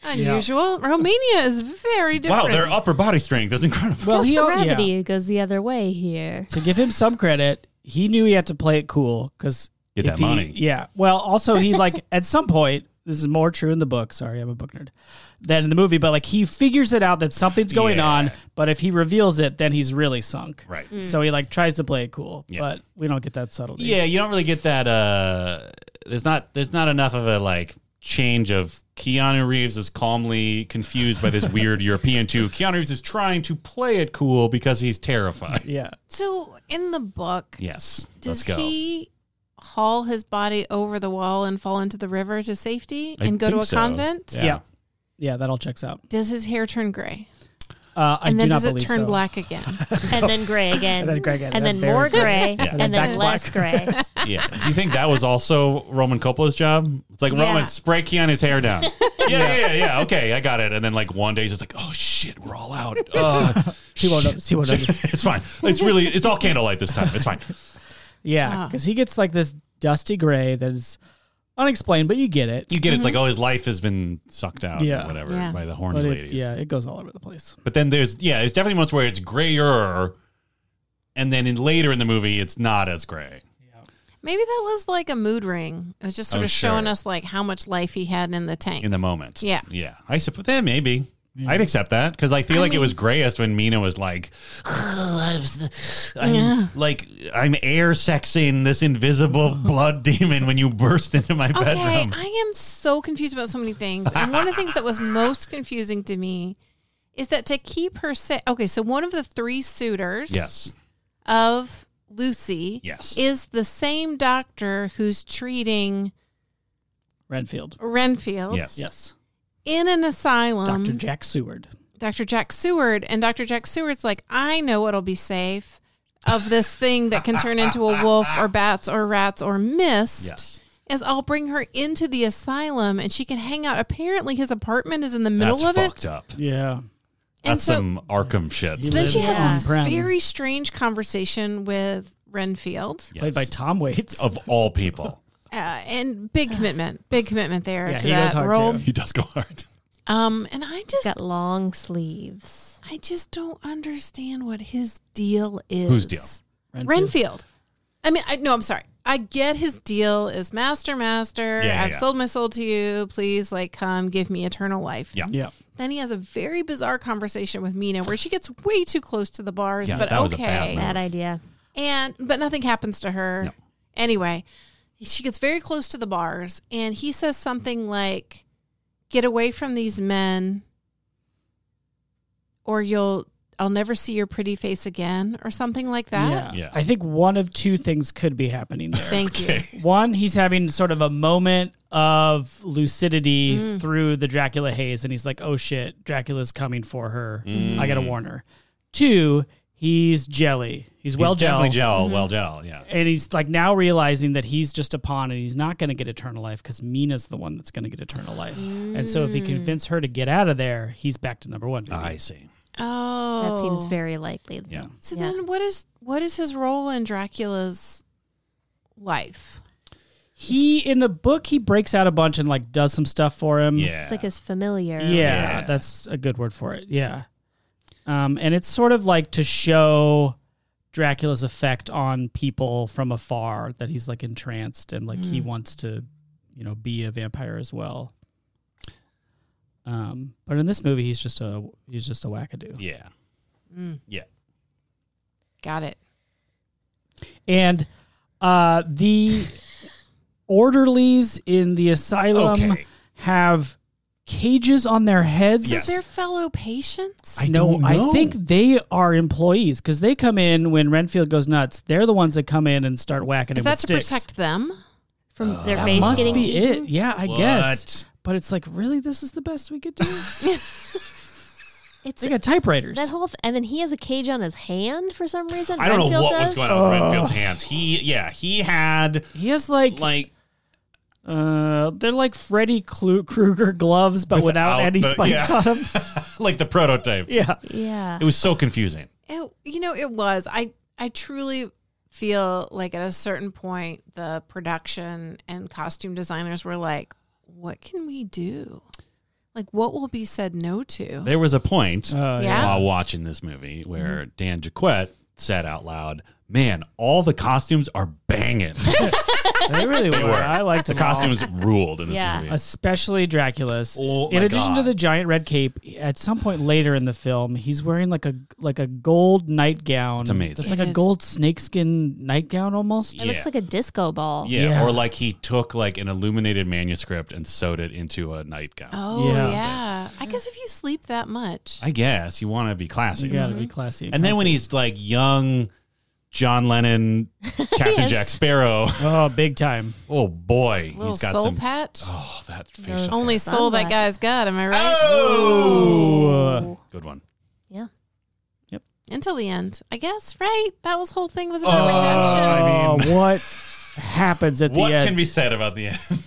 A: Unusual. Romania is very different.
C: "Wow, their upper body strength is incredible."
E: well,
B: Plus,
E: he al-
B: gravity
E: yeah.
B: goes the other way
E: *laughs*
B: here.
E: to give him some credit, he knew he had to play it cool because
C: Get that money.
E: Yeah, well, also he like *laughs* at some point. This is more true in the book. Sorry, I'm a book nerd. Than in the movie, but like he figures it out that something's going
C: Yeah.
E: on. But if he reveals it, then he's really sunk.
C: Right.
A: Mm.
E: So he like tries to play it cool,
C: Yeah.
E: but we don't get that subtlety.
C: Yeah, you don't really get that. Uh, there's not there's not enough of a like change of Keanu Reeves is calmly confused by *laughs* this weird European too. Keanu Reeves is trying to play it cool because he's terrified.
E: Yeah.
A: So in the book,
C: Yes, let's
A: Does
C: go.
A: he haul his body over the wall and fall into the river to safety
C: I
A: and go to
C: think
A: a
C: so.
A: convent?
E: Yeah. Yeah. that all checks out.
A: Does his hair turn gray?
E: Uh, I
A: And then
E: do not
A: does it
E: believe
A: turn
E: so.
A: black again?
E: *laughs*
B: And then gray again.
E: And then gray again.
B: And
E: That's
B: then
E: very
B: more
E: good.
B: gray.
C: Yeah. And
E: then
B: And
E: back
B: then
E: to
B: less gray.
E: *laughs*
C: Yeah. Do you think that was also Roman Coppola's job? It's like
A: Yeah.
C: Roman, spray Keanu's hair
E: *laughs*
C: down. yeah, yeah, yeah, yeah. Okay, I got it. And then like one day he's just like, oh shit, we're
E: *laughs*
C: all out. Uh,
E: He won't
C: shit,
E: notice- he won't
C: shit.
E: notice.
C: *laughs* It's fine. It's really it's all candlelight this time. It's fine.
E: Yeah,
A: Ah.
E: because he gets like this dusty gray that is unexplained, but you get it.
C: You get it. It's like, oh, his life has been sucked out
E: Mm-hmm. Yeah.
C: or whatever
A: Yeah.
C: by the horny
E: But it,
C: ladies.
E: yeah, it goes all over the place.
C: But then there's, yeah, there's definitely moments where it's grayer. And then in later in the movie, it's not as gray.
A: Maybe that was like a mood ring. It was just sort
C: Oh,
A: of showing
C: sure.
A: us like how much life he had in the tank.
C: in the moment.
A: Yeah.
C: Yeah. I suppose, yeah, maybe. I'd accept that because I feel like it was grayest when Mina was like, "I was- I'm,
A: Yeah.
C: like, I'm air sexing this invisible blood demon when you burst into my
A: okay,
C: bedroom.
A: I am so confused about so many things. And one of the things that was most confusing to me is that to keep her safe. Okay, so one of the three suitors
C: Yes.
A: of Lucy
C: Yes.
A: is the same doctor who's treating
E: Renfield.
A: Renfield
C: Yes.
E: Yes.
A: in an asylum.
E: Dr. Jack Seward.
A: Dr. Jack Seward, and Dr. Jack Seward's like, I know what'll be safe of this thing that can turn into a wolf or bats or rats or mist.
C: Yes.
A: Is I'll bring her into the asylum and she can hang out. Apparently, his apartment is in the middle
C: That's
A: of
C: fucked
A: it.
C: up.
E: Yeah.
A: And
C: That's some Arkham shit.
E: He
A: then
E: lives
A: she has
B: on
A: this
E: Prem.
A: very strange conversation with Renfield
C: Yes.
E: Played by Tom Waits.
C: of all people.
A: uh, and big commitment, big commitment there
E: Yeah,
A: to
E: he goes
A: that
E: hard
A: role.
E: too.
C: *laughs* He does go hard.
A: Um, and I just,
B: Got long sleeves.
A: I just don't understand what his deal is.
C: Whose deal?
E: Renfield.
A: Renfield. I mean, I, no, I'm sorry. I get his deal is master, master.
C: Yeah, yeah,
A: I've
C: yeah.
A: sold my soul to you. Please, like, come give me eternal life.
C: Yeah.
E: Yeah.
A: Then he has a very bizarre conversation with Mina where she gets way too close to the bars,
C: Yeah,
A: but
C: that was a bad
A: okay.
C: move.
B: Bad idea.
A: and, but nothing happens to her.
C: No.
A: Anyway, she gets very close to the bars and he says something like, get away from these men or you'll, I'll never see your pretty face again or something like *laughs* that.
E: yeah.
C: Yeah.
E: I think one of two things could be happening there.
A: Thank you.
E: One, he's having sort of a moment of lucidity
A: Mm.
E: through the Dracula haze, and he's like, oh shit, Dracula's coming for her.
C: Mm.
E: I gotta warn her. Two, he's jelly. He's well
C: He's
E: jelly.
C: definitely gel. *laughs* Well gel. Yeah.
E: and he's like now realizing that he's just a pawn and he's not going to get eternal life because Mina's the one that's going to get eternal life. And so if
A: Mm.
E: he convinces her to get out of there, he's back to number one. baby.
C: I see.
A: Oh,
B: That seems very likely.
C: Yeah.
A: So
B: Yeah.
A: then, what is what is his role in Dracula's life?
E: he in the book he breaks out a bunch and like does some stuff for him.
C: Yeah.
B: It's like his familiar.
E: yeah,
C: Yeah.
E: that's a good word for it. Yeah, um, and it's sort of like to show Dracula's effect on people from afar that he's like entranced and like
C: Mm.
E: he wants to, you know, be a vampire as well. Um, but in this movie, he's just a he's just a wackadoo.
C: yeah. Yeah.
A: Got it.
E: And uh,
C: *laughs*
E: the orderlies in the asylum
C: Okay.
E: have cages on their heads.
A: So
C: Yes.
A: they're fellow patients.
C: I
E: no,
C: don't
E: I
C: know.
E: think they are employees because they come in when Renfield goes nuts. They're the ones that come in and start whacking
A: is
E: him
A: that
E: with
A: to
E: sticks.
A: protect them?
B: From their
E: that
B: face
E: must
B: getting
E: be
B: eaten.
E: it. Yeah, I
C: What?
E: guess. But it's like, really, this is the best we could do.
B: It's
E: they got typewriters.
B: that whole th- and then he has a cage on his hand for some reason.
C: I don't know
B: Renfield
C: what was
B: does. Oh.
C: going on with Renfield's hands. He, yeah, he had
E: he has like,
C: like
E: uh, they're like Freddy Klu- Krueger gloves, but without,
C: Without
E: any
C: the-
E: spikes
C: yeah.
E: on them.
C: *laughs* like the prototypes.
E: Yeah,
B: Yeah.
C: It was so confusing.
A: It, you know, it was. I I truly feel like at a certain point, the production and costume designers were like, "What can we do? Like, what will be said no to?"
C: There was a point
B: Uh,
E: Oh,
A: yeah.
C: while watching this movie where Dan Jaquette said out loud, "Man, all the costumes are
B: *laughs*
C: banging.
E: they really were.
C: were.
E: I liked
C: the
E: them all.
C: costumes ruled in this
B: Yeah.
C: movie."
E: especially Dracula's.
C: Oh,
E: in
C: my
E: addition to
C: God.
E: the giant red cape, at some point later in the film, he's wearing like a like a gold nightgown. It's
C: amazing.
E: It's like
A: It
E: a
A: is.
E: gold snakeskin nightgown almost.
B: It
C: Yeah.
B: looks like a disco ball.
C: Yeah,
E: Yeah.
C: or like he took like an illuminated manuscript and sewed it into a nightgown.
A: Oh
E: Yeah.
A: yeah. I guess if you sleep that much,
C: I guess you want to be classy.
E: You gotta be
B: Mm-hmm.
E: classy.
C: And then when he's like young John
A: *laughs*
C: Lennon, Captain
B: Yes.
C: Jack Sparrow,
E: oh, big time.
C: oh boy,
A: little
C: he's got
A: soul
C: some.
A: patch,
C: Oh, that facial.
A: only
C: hair.
A: soul that
B: Sunglasses.
A: guy's got. Am I right?
E: Oh.
C: good one.
B: Yeah.
A: until the end, I guess. Right? That was whole thing was about
C: Oh,
A: redemption.
C: I mean-
E: Oh, *laughs* what happens at
C: what
E: the end?
C: can be said
A: *laughs*
C: about the end?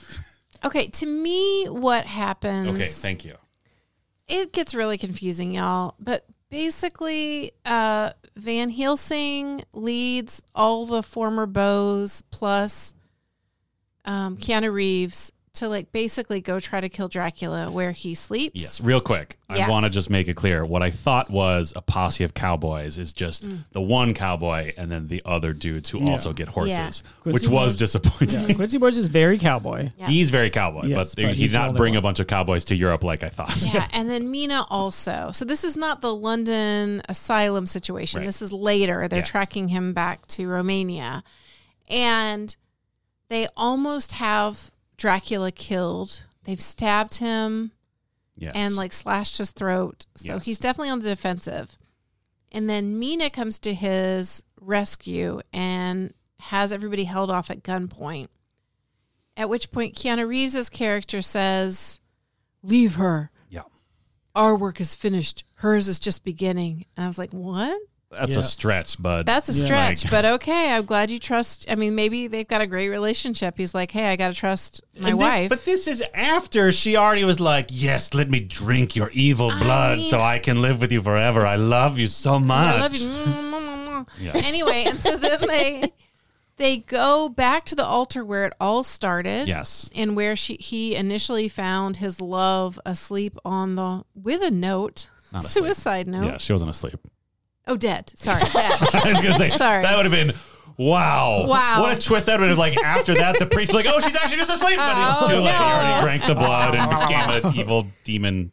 A: Okay, to me, what happens?
C: okay, thank you.
A: it gets really confusing, y'all. But basically, uh, Van Helsing leads all the former bows plus um, Keanu Reeves to like basically go try to kill Dracula where he sleeps.
C: Yes, real quick. I
A: Yeah.
C: want to just make it clear. What I thought was a posse of cowboys is just
A: Mm.
C: the one cowboy and then the other dudes who also get horses, which
E: Quincy
C: was
E: was-
C: disappointing.
E: *laughs* Quincy Boys is very cowboy.
A: *laughs* Yeah.
C: He's very cowboy,
E: Yes,
C: but,
E: but
C: he
E: he's
C: did
E: the
C: not
E: only
C: bring a
E: one.
C: bunch of cowboys to Europe like I thought.
A: Yeah, and then Mina also. So this is not the London asylum situation.
C: Right.
A: This is later. They're
C: Yeah.
A: tracking him back to Romania. And they almost have Dracula killed. They've stabbed him.
C: *laughs* Yes.
A: and like slashed his throat. So
C: Yes.
A: he's definitely on the defensive. And then Mina comes to his rescue and has everybody held off at gunpoint. At which point, Keanu Reeves' character says, Leave her.
C: Yeah.
A: Our work is finished. Hers is just beginning. And I was like, What?
C: That's
E: Yeah.
C: a stretch, bud.
A: That's a
E: Yeah.
A: stretch,
C: Like- *laughs*
A: but okay. I'm glad you trust. I mean, maybe they've got a great relationship. He's like, Hey, I got to trust my
C: And this-
A: wife.
C: but this is after she already was like, "Yes, let me drink your evil blood, so I can live with you forever. I love you so much."
A: I love you. Mwah, mwah, mwah, mwah.
C: Yeah.
A: Anyway, and so then they they go back to the altar where it all started.
C: Yes.
A: And where she he initially found his love asleep on the with a note.
C: Not asleep.
A: suicide note.
C: Yeah, she wasn't asleep.
A: Oh dead. Sorry. dead.
C: *laughs* I was gonna say
A: *laughs* Sorry.
C: that would have been wow.
A: Wow.
C: What a twist that would have like after that the priest was like, Oh, she's actually just asleep, but it was
A: Oh,
C: too late. He
A: no.
C: already drank the blood and *laughs* became an evil demon.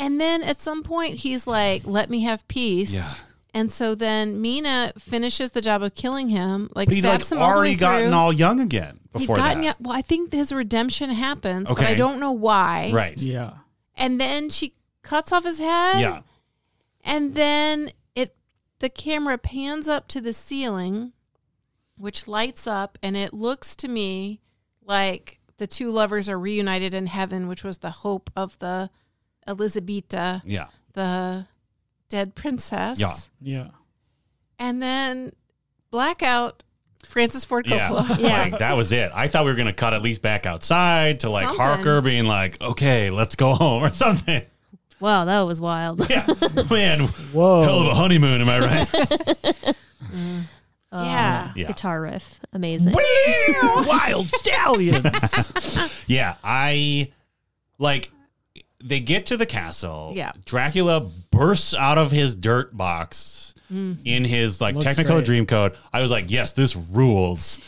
A: And then at some point he's like, Let me have peace.
C: Yeah.
A: And so then Mina finishes the job of killing him, like
C: But he'd
A: stabs
C: like
A: him all the way
C: already gotten
A: through.
C: all young again
A: He'd
C: before
A: gotten-
C: that.
A: yeah, well, I think his redemption happens, but I
C: Okay.
A: don't know why.
C: Right. Yeah.
E: Yeah.
A: and then she cuts off his head. And then it the camera pans up to the ceiling, which lights up, and it looks to me like the two lovers are reunited in heaven, which was the hope of the Elizabetta,
C: Yeah.
A: the dead princess.
C: Yeah.
E: Yeah.
A: And then blackout Francis Ford
C: Yeah. *laughs*
A: Coppola.
B: Yeah.
C: Like that was it. I thought we were gonna cut at least back outside to like
A: Something.
C: Harker being like, Okay, let's go home or something. *laughs*
B: Wow, that was wild.
C: Yeah. Man,
E: Whoa.
C: hell of a honeymoon, am I right?
A: Yeah.
C: *laughs* Yeah.
B: Guitar riff. Amazing.
E: Wild stallions.
C: Yeah, I like they get to the castle.
A: Yeah.
C: Dracula bursts out of his dirt box in his like
E: Looks
C: technical
E: great.
C: dream code. I was like, yes, this rules.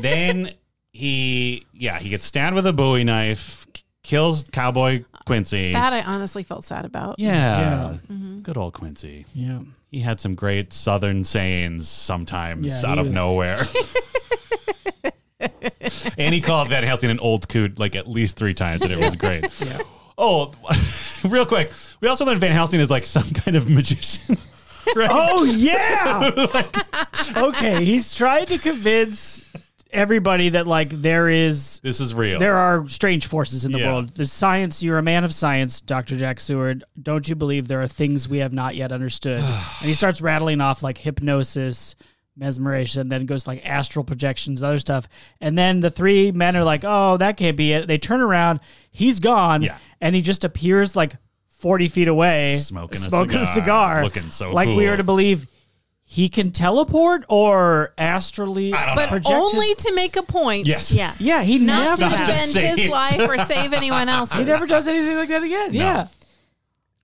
C: then he yeah, he gets stabbed with a Bowie knife, k- kills cowboy Quincy.
A: That I honestly felt sad about.
C: yeah.
E: Yeah.
C: Good old Quincy.
E: yeah.
C: He had some great southern sayings sometimes
E: Yeah,
C: out
E: he
C: of
E: was- *laughs*
C: nowhere. and he called Van Helsing an old coot like at least three times, and it was great. Oh, *laughs* real quick. We also learned Van Helsing is like some kind of magician.
E: *laughs*
C: right?
E: *laughs* Oh
C: *laughs*
E: yeah. okay, he's trying to convince everybody that like there is
C: This is real.
E: there are strange forces in the
C: Yeah.
E: world. The science, you're a man of science, Dr. Jack Seward. Don't you believe there are things we have not yet
C: *sighs*
E: understood? and he starts rattling off like hypnosis, mesmeration, then goes to, like astral projections, other stuff. And then the three men are like, oh, that can't be it. They turn around, he's gone,
C: Yeah.
E: and he just appears like 40 feet away,
C: Smoking a cigar,
E: cigar,
C: looking so
E: Like we
C: cool.
E: are to believe he can teleport or astrally
C: I don't
A: But
C: know.
E: project his-
A: only to make a point.
C: Yes.
B: Yeah.
E: yeah, he
A: Not
E: never
A: to
C: Not to
A: defend his
C: save.
A: life or save *laughs* anyone else's.
E: He never does anything like that again.
C: No.
E: Yeah.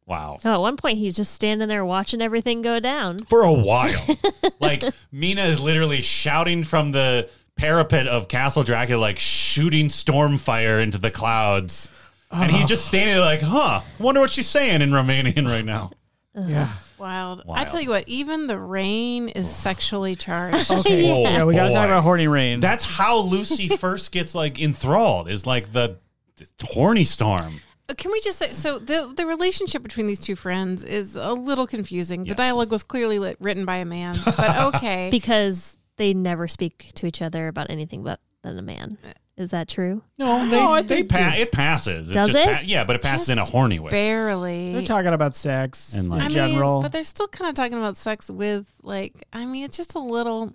C: Wow.
B: No, at one point he's just standing there watching everything go down.
C: For a while. *laughs* like Mina is literally shouting from the parapet of Castle Dracula, like shooting stormfire into the clouds. And he's just standing there like, huh, wonder what she's saying in Romanian right now.
E: Yeah.
A: Wild. I
C: Wild.
A: tell you what, even the rain is *laughs* sexually charged. Uh,
B: *laughs*
E: Okay.
C: Oh,
E: *laughs* yeah, we gotta
C: boy.
E: talk about horny rain.
C: That's
E: *laughs*
C: how Lucy first gets like enthralled is like the, the horny storm.
A: Can we just say so the the relationship between these two friends is a little confusing. The
C: Yes.
A: dialogue was clearly lit, written by a man, *laughs* but okay.
B: Because they never speak to each other about anything but than a man. Is that true?
C: No, they
E: I
C: they
E: think
C: pa- it passes.
B: Does it?
C: yeah, but it passes in a horny way.
A: Barely.
E: They're talking about sex
C: And, like-
E: in
A: I mean,
E: general.
A: but they're still kind of talking about sex with like I mean, it's just a little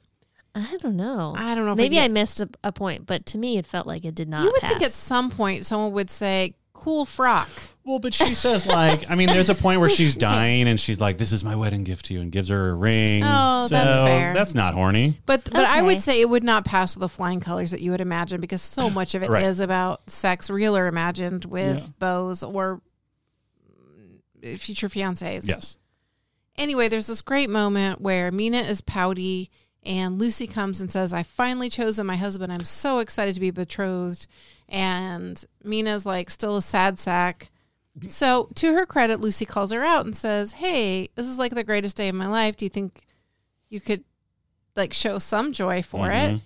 B: I don't know.
A: I don't know if
B: Maybe
A: it-
B: I missed a, a point, but to me it felt like it did not
A: You would
B: pass.
A: think at some point someone would say cool frock.
C: Well, but she says like, I mean, there's a point where
A: *laughs*
C: she's dying and she's like, "This is my wedding gift to you," and gives her a ring.
A: Oh, that's fair.
C: That's not horny.
A: But but I would
B: Okay.
A: say it would not pass with the flying colors that you would imagine because so much of it is
C: Right.
A: about sex, real or imagined, with
E: Yeah.
A: bows or mm, future fiancés.
C: Yes.
A: Anyway, there's this great moment where Mina is pouty and Lucy comes and says, "I finally chosen my husband. I'm so excited to be betrothed." And Mina's like still a sad sack. So, to her credit, Lucy calls her out and says, "Hey, this is like the greatest day of my life. Do you think you could like show some joy for it?"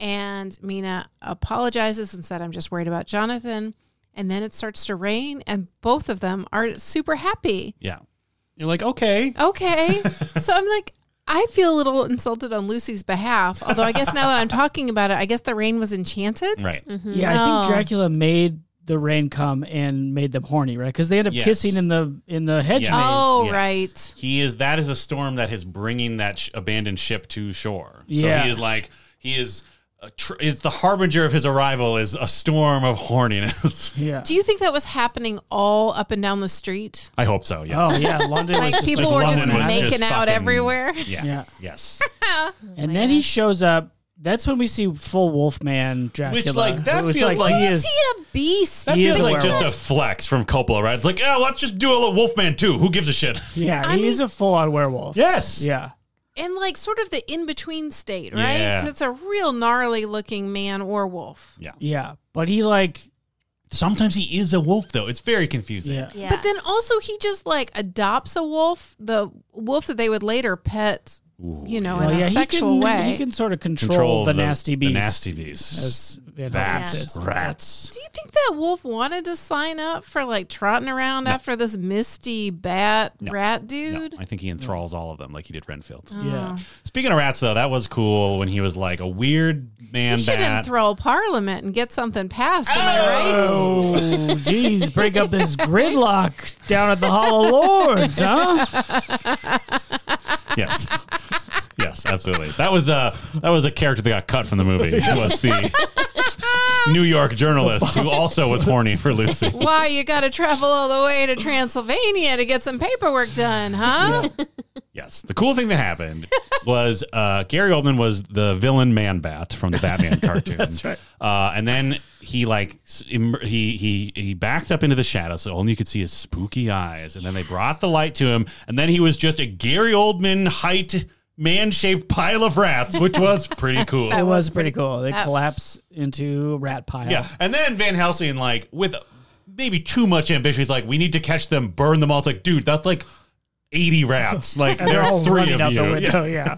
A: And Mina apologizes and said, "I'm just worried about Jonathan." And then it starts to rain, and both of them are super happy.
C: Yeah. You're like, okay.
A: Okay. so I'm like, I feel a little insulted on Lucy's behalf. Although I guess now that I'm talking about it, I guess the rain was enchanted.
C: Right.
B: Mm-hmm.
E: Yeah, I
A: Oh.
E: think Dracula made the rain come and made them horny, right? Because they end up
C: Yes.
E: kissing in the in the hedge
C: Yeah.
E: maze.
A: Oh,
C: Yes.
A: right.
C: He is. That is a storm that is bringing that sh- abandoned ship to shore. So
E: Yeah.
C: he is like he is. A tr- it's the harbinger of his arrival is a storm of horniness. *laughs*
E: Yeah.
A: Do you think that was happening all up and down the street?
C: I hope so. Yes.
E: Oh yeah, London was
A: Like,
E: just
A: people
E: like
A: were just
E: London was
A: making
C: just
A: out
C: fucking-
A: everywhere?
C: Yeah.
E: Yeah.
A: *laughs*
C: Yes.
E: And then he shows up. That's when we see full Wolfman Dracula.
C: like, that
E: who is
C: feels
E: he
C: like- Why
E: is.
B: Is he a beast?
C: That
E: He
C: feels
E: is a
C: like just a
E: werewolf.
C: flex from Coppola, right? It's like, yeah, let's just do a little Wolfman too. Who gives a shit? *laughs*
E: yeah, he's a full on werewolf.
C: Yes.
E: Yeah.
A: And like sort of the in between state, right?
C: Yeah.
A: It's a real gnarly looking man or wolf.
C: Yeah.
E: Yeah. But he like
C: Sometimes he is a wolf though. It's very confusing.
E: yeah.
B: yeah.
A: But then also he just like adopts a wolf, the wolf that they would later pet, you know,
E: Well,
A: in
E: yeah,
A: a
E: he
A: sexual
E: can,
A: way.
E: He can sort of control,
C: Control
E: the, nasty beast.
C: The nasty beast.
E: As Van Helsing
C: bats,
E: says.
C: rats.
A: Do you think that wolf wanted to sign up for like trotting around after this misty bat rat dude? Oh.
C: No, I think he enthralls all of them like he did Renfield.
E: Yeah.
C: Speaking of rats, though, that was cool when he was like a weird man
A: He should
C: bat.
A: enthrall Parliament and get something passed. Am I right?
E: Oh, jeez! Break up this gridlock down at the Hall of Lords, huh?
C: yes.
A: *laughs*
C: Yes, absolutely. That was a that was a character that got cut from the movie. It
A: *laughs*
C: was the New York journalist who also was horny for Lucy.
A: Why you got to travel all the way to Transylvania to get some paperwork done, huh?
C: Yes. The cool thing that happened
E: *laughs*
C: was uh, Gary Oldman was the villain Man Bat from
E: *laughs*
C: the Batman cartoon. That's
E: right.
C: Uh, and then he like s- em- he he he backed up into the shadows, so only you could see his spooky eyes. And then they brought the light to him, and then he was just a Gary Oldman height. Man shaped pile of rats, which
E: *laughs*
C: was pretty cool.
E: It was pretty cool. They collapse into a rat pile.
C: Yeah. And then Van Helsing, like, with maybe too much ambition, he's like, we need to catch them, burn them all. It's like, dude, that's like 80 rats.
E: *laughs*
C: Like,
E: And they're
C: there are
E: all
C: three
E: running
C: of
E: out
C: you.
E: the window. Yeah.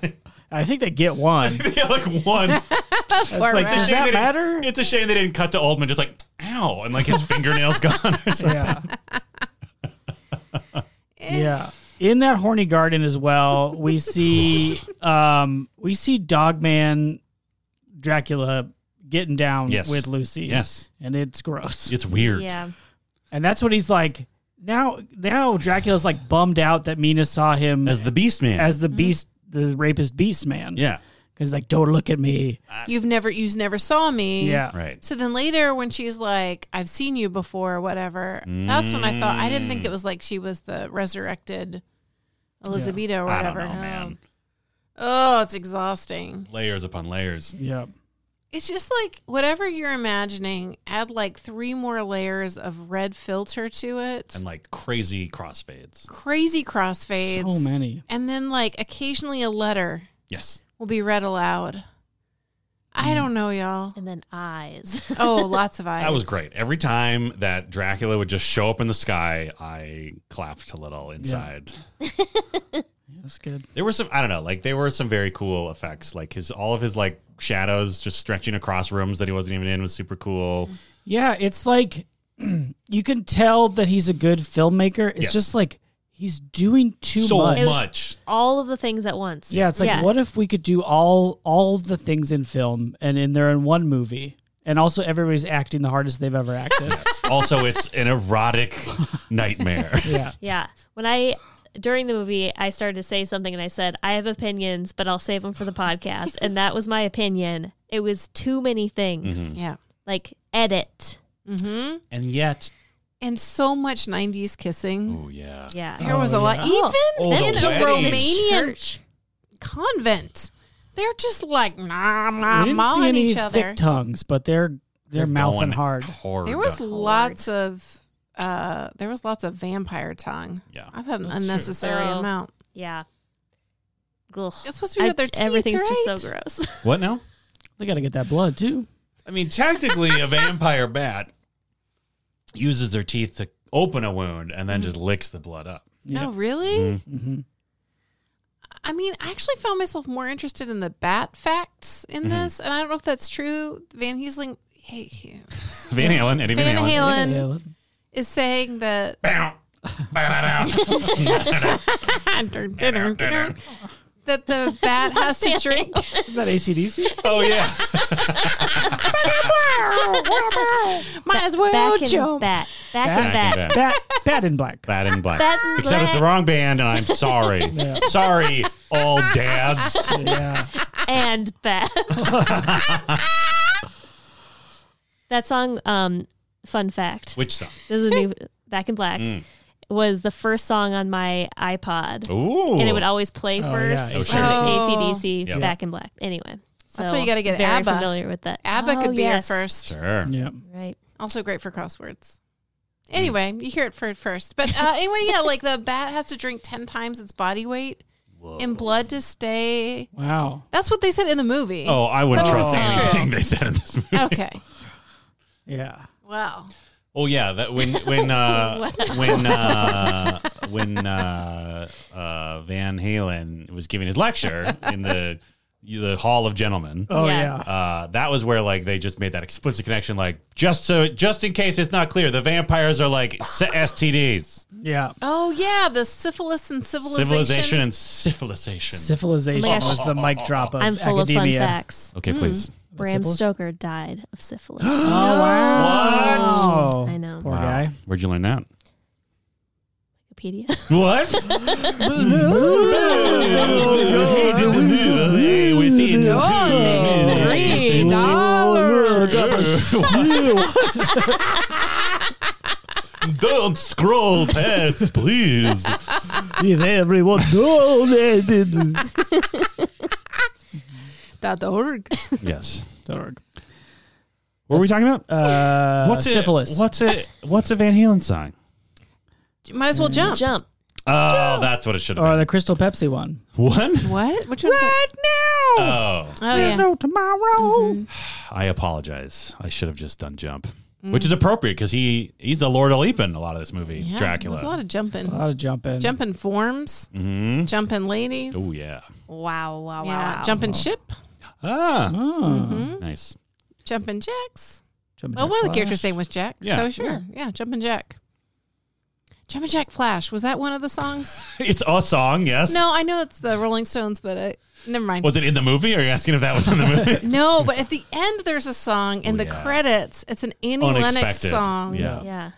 E: I think they get one.
C: *laughs* Yeah. yeah, like one.
E: *laughs*
C: It's
A: Poor
E: like
A: rat.
E: Does
C: a shame
E: that
C: they didn't-
E: matter?
C: It's a shame they didn't cut to Oldman just like, ow, and like his fingernails gone
E: *laughs*
C: or something. *laughs*
E: Yeah. Eh. yeah. In that horny garden as well, we *laughs* see um we see Dogman Dracula getting down
C: Yes.
E: with Lucy.
C: Yes.
E: And it's gross.
C: It's weird.
B: yeah.
E: And that's what he's like now now Dracula's like bummed out that Mina saw him as,
C: As the Beast Man.
E: the beast the rapist beast man.
C: yeah.
E: Cause like, don't look at me.
A: You've never, you never saw me.
E: Yeah.
C: Right.
A: So then later, when she's like, "I've seen you before," or whatever, that's when I thought I didn't
C: Mm.
A: think it was like she was the resurrected Elizabeth or
C: I don't
A: whatever.
C: know, man.
A: Oh, it's exhausting.
C: Layers upon layers.
E: Yeah.
A: It's just like whatever you're imagining, add like three more layers of red filter to it.
C: And like crazy crossfades.
A: Crazy crossfades.
E: So many.
A: And then like occasionally a letter
C: Yes.
A: will be read aloud. I don't know, y'all.
B: And then eyes. *laughs*
C: *laughs*
A: Oh, lots of eyes.
C: Mm. That was great. Every time that Dracula would just show up in the sky, I clapped a
A: *laughs*
C: little inside.
E: That's good.
C: There were some I don't know, like there were some very cool effects. Like his all of his like shadows just stretching across rooms that he wasn't even in was super cool.
E: Yeah, it's like *clears throat* you can tell that he's a good filmmaker. It's
C: Yes.
E: just like he's doing too
C: so
E: much.
C: much.
B: All of the things at once.
E: Yeah, it's like what if we could do all all of the things in film and in there in one movie, and also everybody's acting the hardest they've ever *laughs* acted.
C: also, it's an erotic nightmare.
E: *laughs* yeah,
B: Yeah. When I during the movie, I started to say something and I said, "I have opinions, but I'll save them for the podcast." and that was my opinion. It was too many things.
C: Mm-hmm.
A: Yeah. Mm-hmm.
B: Like edit.
C: And yet,
A: And so much 90s kissing.
C: oh yeah,
B: Yeah.
A: There was a lot.
C: Oh,
A: Even
C: the
A: in a
C: wedding.
A: Romanian convent, they're just like, nah, nah,
E: we didn't see
A: mawing
E: any
A: each
E: thick
A: other.
E: tongues, but they're they're, mouthing
C: going
E: hard.
C: hard.
A: There was lots of uh there was lots of vampire tongue.
C: Yeah.
A: I thought an unnecessary
B: Oh.
A: amount.
B: Yeah. Ugh.
A: It's supposed to be with their teeth,
B: Everything's just so
A: right? *laughs*
B: gross.
C: what now?
E: They got to get that blood too.
C: I mean, technically, a vampire bat uses their teeth to open a wound and then just licks the blood up.
E: Yeah.
A: Oh, really?
E: Mhm.
A: I mean, I actually Mm-hmm. found myself more interested in the bat facts in this, and I don't know if that's true. Van Helsing hey,
C: Van Halen, Eddie Van,
A: Van Halen
E: Yeah,
A: is saying that *laughs* that *laughs* the bat has to drink.
E: is that ACDC?
C: oh yeah,
A: *laughs* Might as well
B: Back in
A: jump.
B: bat. Back in
E: Back
C: in
B: bat.
C: bat.
E: Bat, Bat in Black.
C: Bad in Black.
B: Bad in
C: Except it's the
B: Black.
C: wrong band, and
E: *laughs*
C: I'm sorry. Sorry, all dads.
E: Yeah.
B: *laughs* And bat. *laughs* that song, um, fun fact.
C: Which song?
B: This is a new Back in Black.
C: Mm.
B: Was the first song on my iPod.
C: Ooh.
B: And it would always play
E: Oh,
B: first.
E: yeah. Oh,
B: It
C: sure.
B: was ACDC,
C: Yeah.
B: Back in Black. Anyway. So
A: That's why you gotta get
B: very
A: ABBA.
B: familiar with that.
A: ABBA
B: Oh,
A: could be our
B: yes.
A: first.
C: Sure.
E: Yeah.
B: Right.
A: Also great for crosswords. Anyway, you hear it for first. But uh, anyway, yeah, like the bat has to drink 10 times its body weight in blood to stay.
E: Wow.
A: That's what they said in the movie.
C: Oh, I wouldn't
A: Some of
C: trust
A: this is true.
C: anything they said in this movie.
A: Okay.
E: Yeah.
A: Wow.
C: Oh yeah, that when when uh, when uh, when uh, uh, Van Halen was giving his lecture in the the Hall of Gentlemen.
E: Oh
B: Yeah.
E: yeah.
C: Uh, that was where like they just made that explicit connection, like just so just in case it's not clear, the vampires are like s- STDs,
E: Yeah.
A: Oh, yeah. The syphilis and civilization.
C: civilization and syphilization.
E: Civilization
B: Gosh.
E: was the mic drop of
B: I'm full
E: academia.
B: of fun facts.
C: okay,
E: Hmm.
C: please.
B: Bram
E: syphilis?
B: Stoker died of syphilis.
E: Oh wow.
B: I know.
E: Poor
C: Wow.
E: guy.
C: Where'd you learn that?
B: Wikipedia. *laughs*
C: *laughs* What? Hey, with the-
A: Three
E: *laughs*
A: dollars.
C: *laughs* Don't scroll past, please.
E: If everyone donated.
A: Dot org.
C: Yes.
E: Dorg.
C: What were we talking about?
E: Uh,
C: What's it?
E: syphilis?
C: What's it? What's a Van Halen sign?
A: Might as well jump.
B: Jump.
C: Oh, that's what it should
E: Or
C: have
E: the Crystal Pepsi one?
C: been. Uh, What?
A: What? Which one? Is that?
E: No.
C: Oh,
A: Oh, yeah.
E: No tomorrow.
C: I apologize. I should have just done jump, which is appropriate because he he's the Lord O'Leapin a lot of this movie,
A: yeah.
C: Dracula.
A: There's a lot of
E: A
A: jumping.
E: lot of jumping.
A: Jumping forms,
C: mm-hmm.
A: jumping ladies.
C: Oh yeah.
B: Wow, wow, wow.
A: yeah.
B: wow.
A: Jumping ship,
C: Ah,
E: Oh.
A: Mm-hmm.
C: nice.
A: jumping jacks. Oh,
E: Jumping
A: Well, one of
E: Jack
A: the
E: Flash.
A: characters' name was Jack.
C: Yeah.
A: So sure. Yeah, Jumpin' Jack. Jumpin' Jack Flash. Was that one of the
C: *laughs*
A: songs?
C: It's a song, yes.
A: no, I know it's the Rolling Stones, but I, never mind.
C: Was it in the movie? Or are you asking if that was in the movie?
A: no, but at the end there's a song in
C: Oh,
A: the
C: yeah.
A: credits. It's an Annie *laughs* Lennox
C: Unexpected.
A: song.
C: Yeah.
B: Yeah.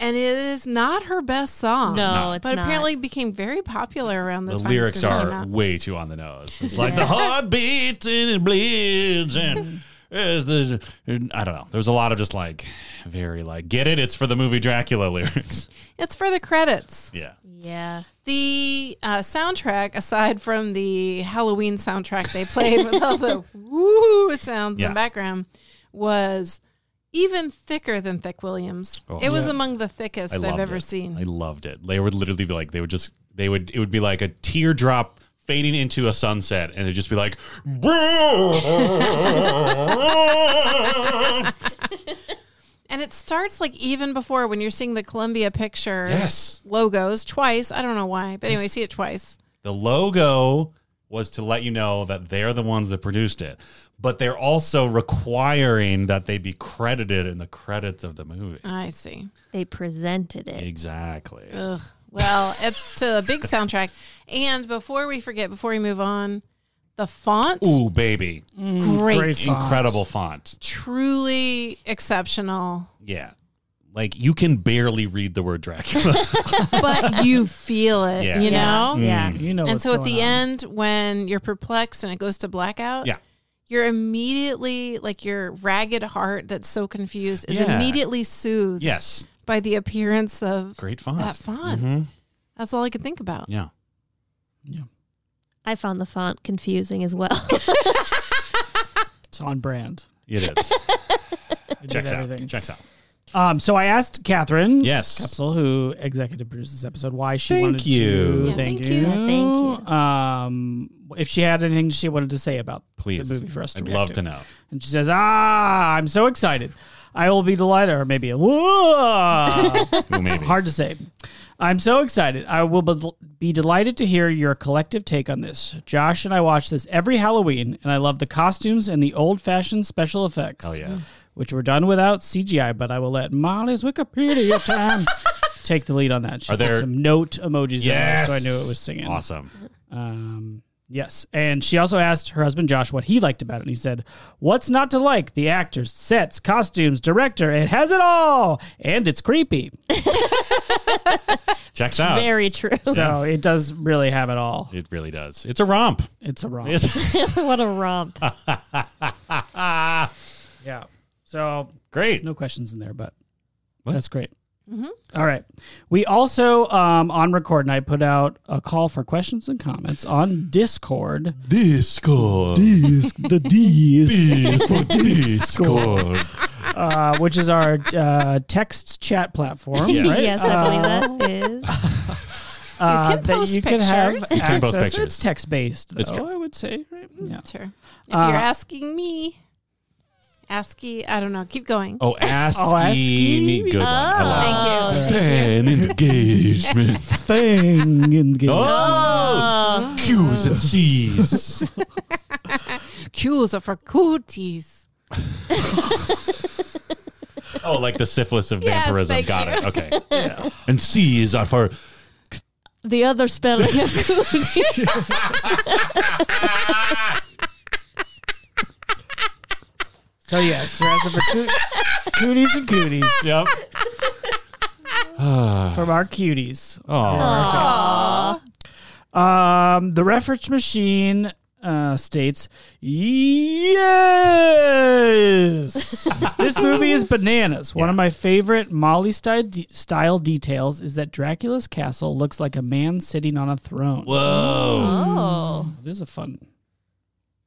A: And it is not her best song.
B: No,
C: not.
B: it's
A: But
B: not.
A: apparently became very popular around the,
C: The
A: time
C: lyrics
A: this movie came
C: are
A: out.
C: way too on the nose. It's like the
A: *laughs*
C: heart beats and it bleeds and is the I don't know. There's a lot of just like very like get it. It's for the movie Dracula *laughs* lyrics.
A: It's for the credits.
C: Yeah.
B: Yeah.
A: The uh, soundtrack, aside from the Halloween soundtrack they played with all
C: *laughs*
A: the woo sounds in
C: Yeah.
A: the background, was even thicker than Thick Williams.
C: Oh.
A: it was
E: Yeah.
A: among the thickest
C: I
A: I've
C: loved
A: ever
C: it. I
A: seen.
C: loved it. They would literally be like they would just they would it would be like a teardrop fading into a sunset and it'd just be like *laughs*
A: And it starts like even before when you're seeing the Columbia Pictures
C: Yes.
A: logos twice. I don't know why, but anyway, see it twice.
C: The logo was to let you know that they're the ones that produced it, but they're also requiring that they be credited in the credits of the movie.
A: I see.
B: They presented it.
C: Exactly.
A: Ugh. Well, *laughs* it's to a big soundtrack. And before we forget, before we move on, the font,
C: Ooh, baby.
A: great.
E: Great. Font.
C: Incredible font.
A: Truly exceptional.
C: Yeah. Like you can barely read the word Dracula.
E: *laughs*
A: but you feel it,
C: Yeah.
A: you
B: Yeah.
A: know?
B: Yeah.
E: You know.
A: And
E: what's
A: so at
E: going
A: the
E: on.
A: end, when you're perplexed and it goes to blackout,
C: yeah.
A: you're immediately like your ragged heart that's so confused is
C: Yeah.
A: immediately soothed
C: Yes.
A: by the appearance of
C: Great font.
A: that font.
C: Mhm.
A: That's all I could think about.
C: Yeah.
B: I found the font confusing as well. *laughs*
E: it's on brand.
C: It is.
E: *laughs* I did
C: Checks out.
E: everything.
C: Checks out.
E: Um, so I asked Catherine
C: Yes.
E: Capsule, who executive produced this episode, why she
C: Thank
E: wanted
C: you.
E: to.
A: Yeah,
E: thank,
A: thank
E: you.
A: you.
B: Yeah, thank
E: you. Um, if she had anything she wanted to say about
C: Please.
E: the movie for us to
C: I'd
E: react
C: love
E: to.
C: to know.
E: And she says, "Ah, I'm so excited. I will be delighted, or maybe a
C: *laughs*
E: whoa. *laughs*
C: Who maybe.
E: hard to say. I'm so excited. I will be- be delighted to hear your collective take on this. Josh and I watch this every Halloween, and I love the costumes and the old-fashioned special effects.
C: Hell yeah.
E: which were done without CGI, but I will let Molly's Wikipedia time take the lead on that. She
C: Are
E: put
C: there-
E: some note emojis in there, so I knew it was singing.
C: Awesome.
E: Um, yes. And she also asked her husband Josh what he liked about it. And he said, What's not to like? The actors, sets, costumes, director, it has it all. And it's creepy.
C: Checks out.
B: Very true.
E: So it does really have it all.
C: it really does. It's a romp.
E: It's a romp.
C: It's *laughs*
B: what a romp.
E: yeah. So
C: great.
E: no questions in there, but
C: What?
E: that's great.
A: Mm-hmm.
E: All right. We also, um, on record night, put out a call for questions and comments on Discord. *laughs*
C: Discord.
E: the D
C: Dis for Discord.
E: uh, which is our uh, text chat platform.
C: Yeah.
E: right?
B: yes, I believe that is.
E: Uh,
A: You can
E: that
A: post
E: you can have
A: pictures. Mm.
C: You can post
E: access-
C: pictures.
E: It's text based, though.
C: It's true.
E: I would say. Right? Yeah.
A: Sure. If
E: Uh,
A: you're asking me, ASCII, I don't know. Keep going.
C: Oh, ASCII.
E: Oh, ASCII.
C: me. Good one. I like
A: Thank you.
B: Oh.
C: it. Fan engagement.
E: Thing and *laughs* game.
C: *laughs* Oh, Q's and C's.
A: Cues are for cooties.
C: oh, like the syphilis of
A: Yes,
C: vampirism.
A: thank
C: Got it.
A: you.
C: Okay. And C's are for
B: The other spelling
C: *laughs*
B: of cootie.
E: So yes, Razza for coo- cooties and cooties
C: *laughs* yep.
E: from our cuties.
C: Oh,
E: Um, the reference machine uh, states, yes, *laughs* this movie is bananas. One of my favorite Molly style, style details is that Dracula's castle looks like a man sitting on a throne.
C: whoa!
B: Oh.
E: This is a fun.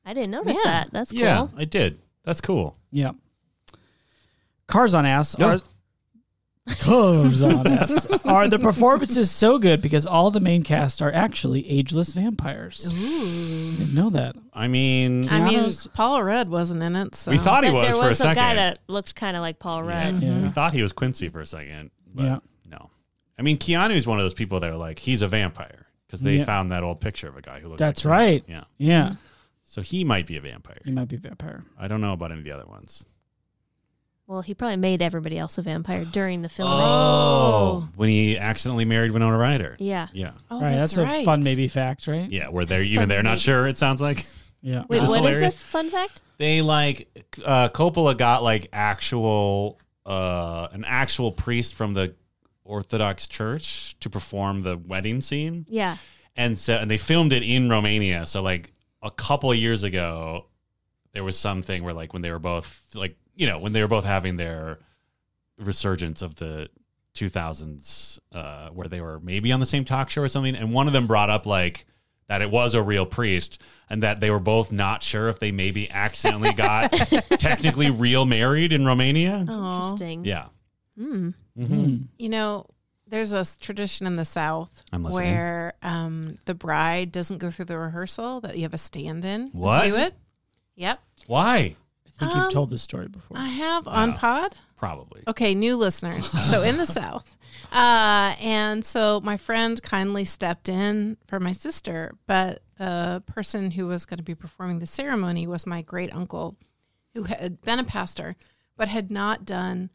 B: I didn't notice
A: Yeah.
B: that. That's cool.
C: Yeah, I did. That's cool.
E: Yeah. Cars on ass
C: Yeah.
E: are cars on *laughs* ass are the performances so good because all the main cast are actually ageless vampires. Didn't know that.
C: I mean,
A: I mean,
E: Keanu's-
A: Paul Rudd wasn't in it, so
C: we thought he
B: But
C: was
B: there
C: for
B: was
C: a second.
B: guy that looked kind of like Paul
C: Yeah.
B: Rudd.
E: Yeah.
C: We thought he was Quincy for a second, but
E: Yeah.
C: no. I mean, Keanu's one of those people that are like, he's a vampire because they
E: Yeah.
C: found that old picture of a guy who looked.
E: That's
C: like Keanu.
E: right.
C: Yeah.
E: Yeah.
C: So he might be a vampire.
E: You might be a vampire.
C: I don't know about any of the other ones.
B: Well, he probably made everybody else a vampire during the filming.
C: Oh, when he accidentally married Winona Ryder.
B: Yeah.
C: Yeah.
A: Oh,
E: right. That's,
A: that's,
E: a
A: right.
E: fun maybe fact, right?
C: Yeah, where they're even they're not sure. It sounds like
E: Yeah.
B: Wait,
C: Which
B: what
C: is
B: is
C: hilarious.
B: the fun fact?
C: they like uh, Coppola got like actual uh, an actual priest from the Orthodox Church to perform the wedding scene,
B: Yeah.
C: and so and they filmed it in Romania. So like a couple years ago, there was something where like when they were both like you know when they were both having their resurgence of the 2000s uh, where they were maybe on the same talk show or something and one of them brought up like that it was a real priest and that they were both not sure if they maybe accidentally got technically real married in Romania.
A: Aw.
B: Interesting.
C: Yeah.
B: Mm.
C: Mhm.
A: You know, there's a s- tradition in the South
C: I'm listening.
A: where um, the bride doesn't go through the rehearsal, that you have a stand in.
C: What?
A: Do it. Yep.
C: Why?
E: I think
A: Um,
E: you've told this story before.
A: I have on
C: Wow.
A: pod.
C: Probably.
A: Okay, new listeners. So
C: *laughs*
A: in the South. Uh, and so my friend kindly stepped in for my sister, but the person who was going to be performing the ceremony was my great uncle who had been a pastor but had not done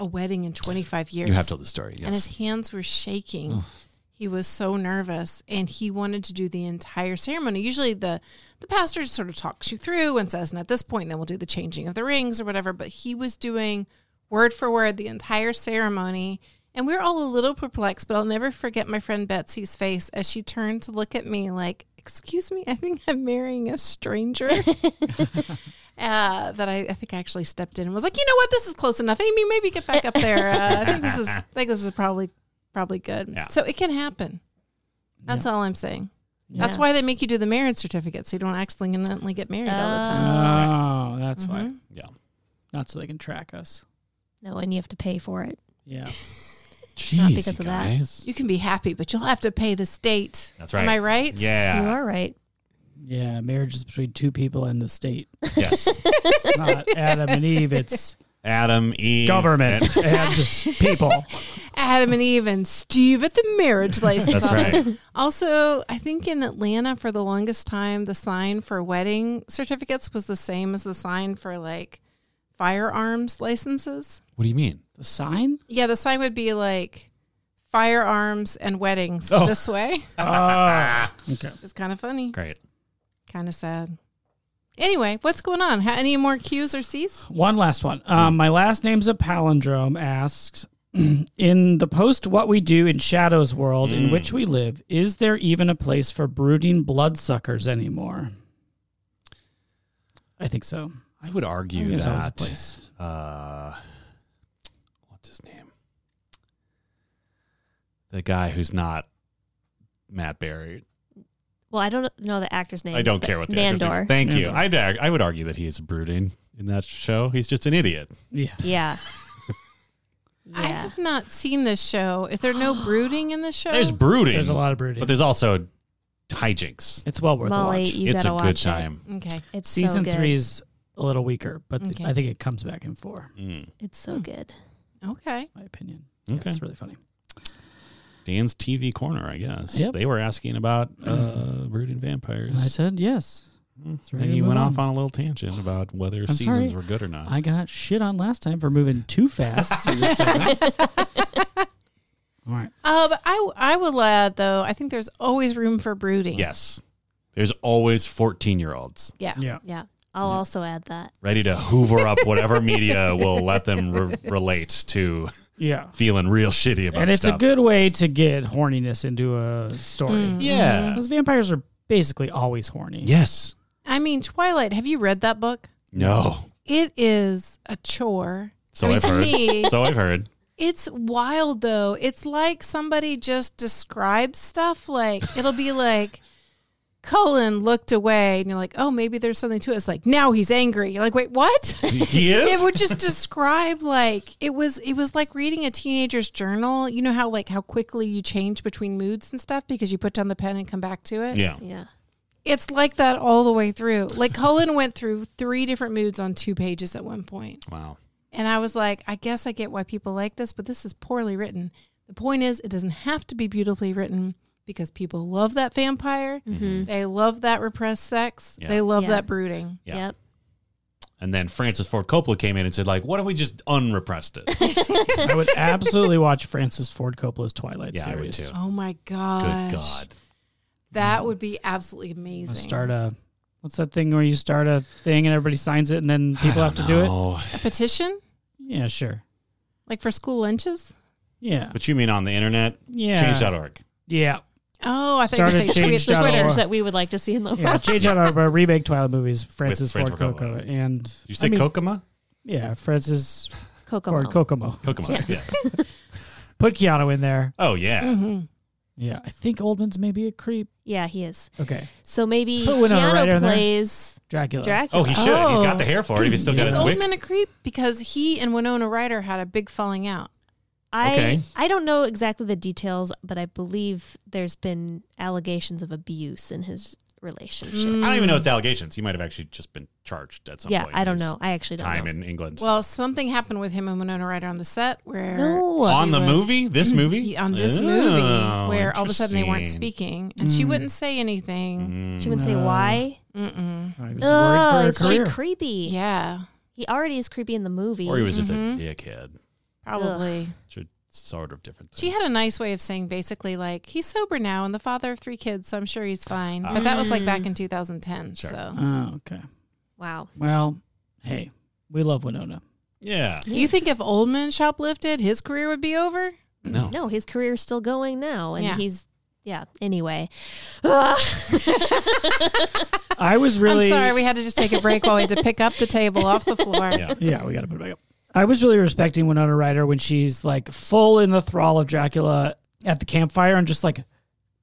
A: a wedding in 25 years.
C: You have told the story.
A: And his
C: Yes. Oh.
A: hands were shaking. He was so nervous and he wanted to do the entire ceremony. Usually the the pastor just sort of talks you through and says, and at this point then we'll do the changing of the rings or whatever. But he was doing word for word the entire ceremony. And we were all a little perplexed, but I'll never forget my friend Betsy's face as she turned to look at me like, excuse me, I think I'm marrying a stranger. uh, that I, I think I actually stepped in and was like, you know what, this is close enough. Amy, maybe get back up there. Uh, I think this is, I think this is probably, probably good.
C: Yeah.
A: So it can happen. That's all I'm saying. That's
B: Yeah.
A: why they make you do the marriage certificate, so you don't accidentally get married all
E: Uh,
A: the time.
E: oh, that's why.
A: Mhm.
C: Yeah.
E: Not so they can track us.
B: No, and you have to pay for it.
E: Yeah.
C: Jeez,
B: Not because
C: you
B: of that.
C: guys.
A: You can be happy, but you'll have to pay the state.
C: That's right.
A: Am I right?
B: You
C: Yeah.
B: are right.
E: Yeah. Marriage is between two people in the state.
C: Yes.
E: It's not Adam and Eve, it's
C: Adam, Eve, and-
E: government and people.
A: Adam and Eve and Steve at the marriage
C: *laughs*
A: license
C: That's
A: office.
C: right.
A: Also, I think in Atlanta for the longest time, the sign for wedding certificates was the same as the sign for like firearms licenses.
C: What do you mean?
E: The sign?
A: Yeah, the sign would be like firearms and weddings
C: Oh. Ah.
A: this way.
C: *laughs*
E: Oh, okay.
A: It's kind of funny,
C: Great.
A: kind of sad. Anyway, what's going on? Ha- Any more Q's or C's?
E: One last one. Um, my last name's a palindrome. Asks *clears throat* in the post what we do in Shadow's world in which we live. Is there even a place for brooding bloodsuckers anymore? I think so.
C: I would
E: I
C: argue
E: think there's always a
C: that.
E: place.
C: Uh, what's his name? The guy who's not Matt Berry.
B: Well, I don't know the actor's name.
C: I don't
B: but
C: care what the actor's name-
B: Mandor.
C: Thank you.
E: Mandor.
C: I'd, ar- I would argue that he is brooding in that show. He's just an idiot.
E: Yeah.
C: *laughs*
B: Yeah.
A: I
B: yeah.
A: have not seen this show. Is there no brooding in the show?
C: There's brooding.
E: There's a lot of brooding.
C: but there's also hijinks.
E: it's well worth
B: Molly,
E: a watch.
B: you
C: it's
B: gotta
C: a
B: watch it.
C: good time.
A: okay.
B: It's
E: Season
B: so good.
E: three is a little weaker, but th-
A: Okay.
E: I think it comes back in four.
C: Mm.
B: It's so good.
A: Okay.
E: My opinion.
C: Okay.
E: Yeah, it's really funny.
C: Dan's TV corner, I guess.
E: Yep.
C: They were asking about uh, brooding vampires.
E: And I said yes. ready
C: and
E: to
C: you went
E: move
C: off on a little tangent about whether
E: I'm
C: seasons
E: sorry.
C: were good or not.
E: I got shit on last time for moving too
C: *laughs*
E: fast. through this *laughs* segment. All right.
A: Uh, but I, I will add, though, I think there's always room for brooding.
C: yes. There's always 14 year olds
A: Yeah.
E: Yeah.
B: Yeah. I'll also add that.
C: ready to hoover up whatever media will let them re- relate to
E: Yeah.
C: feeling real shitty about
E: And it's
C: stuff.
E: a good way to get horniness into a story.
C: Yeah.
E: Because vampires are basically always horny.
C: Yes.
A: I mean, Twilight, have you read that book?
C: No.
A: It is a chore.
C: So
A: I mean,
C: I've
A: to
C: heard. *laughs*
A: me,
C: So I've heard.
A: It's wild though. It's like somebody just describes stuff like it'll be like Colin looked away and you're like, "Oh, maybe there's something to it." It's like, "Now he's angry." You're like, "Wait, what?" *laughs*
C: He
A: it
C: is?
A: would just describe like it was it was like reading a teenager's journal. You know how like how quickly you change between moods and stuff because you put down the pen and come back to it?
C: yeah.
B: Yeah.
A: It's like that all the way through. Like Colin went through 3 different moods on 2 pages at one point.
C: Wow.
A: And I was like, I guess I get why people like this, but this is poorly written. The point is, it doesn't have to be beautifully written because people love that vampire.
C: Mm-hmm.
B: Mm-hmm.
A: They love that repressed sex.
C: Yeah.
A: They love
B: Yeah.
A: that brooding.
C: Yeah.
B: Yep.
C: And then Francis Ford Coppola came in and said, like, what if we just unrepressed it?
E: I
C: *laughs*
E: would absolutely watch Francis Ford Coppola's Twilight
C: Yeah, I would
E: series.
C: too.
A: Oh my
C: Good
A: gosh.
C: God.
A: That would be absolutely amazing.
E: Let's Start a what's that thing where you start a thing and everybody signs it and then people have to do it?
C: Oh.
A: a petition?
E: Yeah, sure.
A: Like for school lunches?
E: Yeah.
C: But you mean on the internet?
E: Yeah.
C: Change.org.
E: Yeah.
A: Oh, I
E: Start
A: thought you
E: a
A: were saying
E: change
A: tweet the
E: dot
A: Twitter.
E: org.
B: That we would like to see in the
E: Yeah.
B: world.
E: Change out our our remake Twilight movies, Francis
C: Francis
E: Ford
C: Ford
E: Coppola.
C: Coppola.
E: And
C: Did you say
E: I mean,
C: Kokomo?
E: Yeah, Francis
B: Kokomo.
E: Ford Kokomo.
C: Kokomo. Yeah.
E: Put Keanu in there.
C: Oh, yeah.
A: Mm-hmm.
E: Yeah. I think Oldman's maybe a creep.
B: Yeah, he is.
E: Okay.
B: So maybe
E: Put Winona
B: Keanu
E: Ryder in there. Uh,
B: plays
E: Dracula.
B: Dracula.
C: Oh, he should. He's got the hair for it. If he's still got
A: Is
C: his
A: Old
C: wig.
A: Man a creep? Because he and Winona Ryder had a big falling out.
B: I
C: Okay.
B: I don't know exactly the details, but I believe there's been allegations of abuse in his relationship.
C: I don't even know it's allegations. He might have actually just been charged at some
B: Yeah,
C: point.
B: I don't
C: His
B: know. I actually don't
C: Hmm. Time
B: know.
C: in England.
A: Well, something happened with him and Winona Ryder on the set where
B: No.
C: on the
A: was- *clears throat*
C: movie? This movie?
A: Yeah, on this
C: Oh,
A: movie where all of a sudden they weren't
C: interesting.
A: speaking and she wouldn't say anything.
B: She wouldn't say why.
C: Mm-hmm.
E: I was
B: Oh,
E: worried
B: it's
E: for her
B: really
E: career.
B: creepy.
A: Yeah,
B: He already is creepy in the movie.
C: Mm. Or he was just
A: Mm-hmm.
C: a dickhead.
A: probably.
C: Which are sort of different things.
A: She had a nice way of saying basically like he's sober now and the father of three kids, so I'm sure he's fine. But that was like back in 2010.
C: Sure.
A: So
E: Oh, okay.
B: wow.
E: Well, hey, we love Winona.
C: yeah.
A: you think if Oldman shoplifted, his career would be over?
C: No.
B: No, his career's still going now, and
A: Yeah.
B: he's yeah. Anyway, Ah,
E: I was really
A: I'm sorry, we had to just take a break while we had to pick up the table off the floor.
C: *laughs* Yeah.
E: Yeah, we got to put it back up. I was really respecting Winona Ryder when she's like full in the thrall of Dracula at the campfire and just like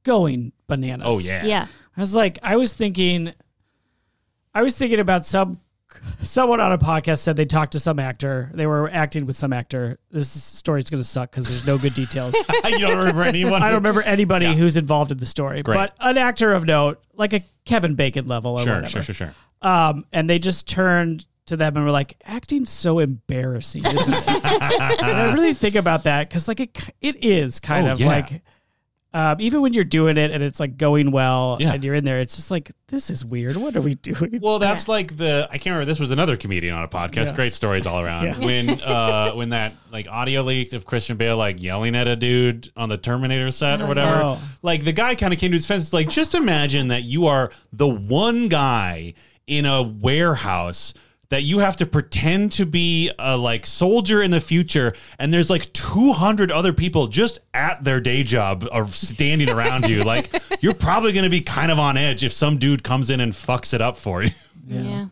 E: going bananas.
C: Oh, yeah.
B: *laughs* yeah.
E: I was like, I was thinking, I was thinking about some someone on a podcast said they talked to some actor. They were acting with some actor. This story's gonna suck because there's no good
C: *laughs*
E: details.
C: you don't remember anyone?
E: *laughs* I don't remember anybody
C: Yeah.
E: who's involved in the story,
C: Great.
E: but an actor of note, like a Kevin Bacon level, or
C: Sure,
E: whatever.
C: sure, sure, sure.
E: Um, and they just turned to them and were like, "Acting's so embarrassing." *laughs* Isn't it? and I really think about that because, like, it it is kind
C: Oh,
E: of
C: yeah.
E: like um, even when you're doing it and it's like going well
C: Yeah.
E: and you're in there, it's just like, this is weird. What are we doing?
C: Well, that's like the I can't remember. This was another comedian on a podcast.
E: Yeah.
C: Great stories all around.
E: Yeah. *laughs*
C: When uh, when that like audio leaked of Christian Bale like yelling at a dude on the Terminator
E: Oh,
C: set or whatever.
E: no.
C: Like the guy kind of came to his fence. Like just imagine that you are the one guy in a warehouse. That you have to pretend to be a like soldier in the future, and there's like 200 other people just at their day job are standing around you. Like you're probably going to be kind of on edge if some dude comes in and fucks it up for you. *laughs*
A: Yeah.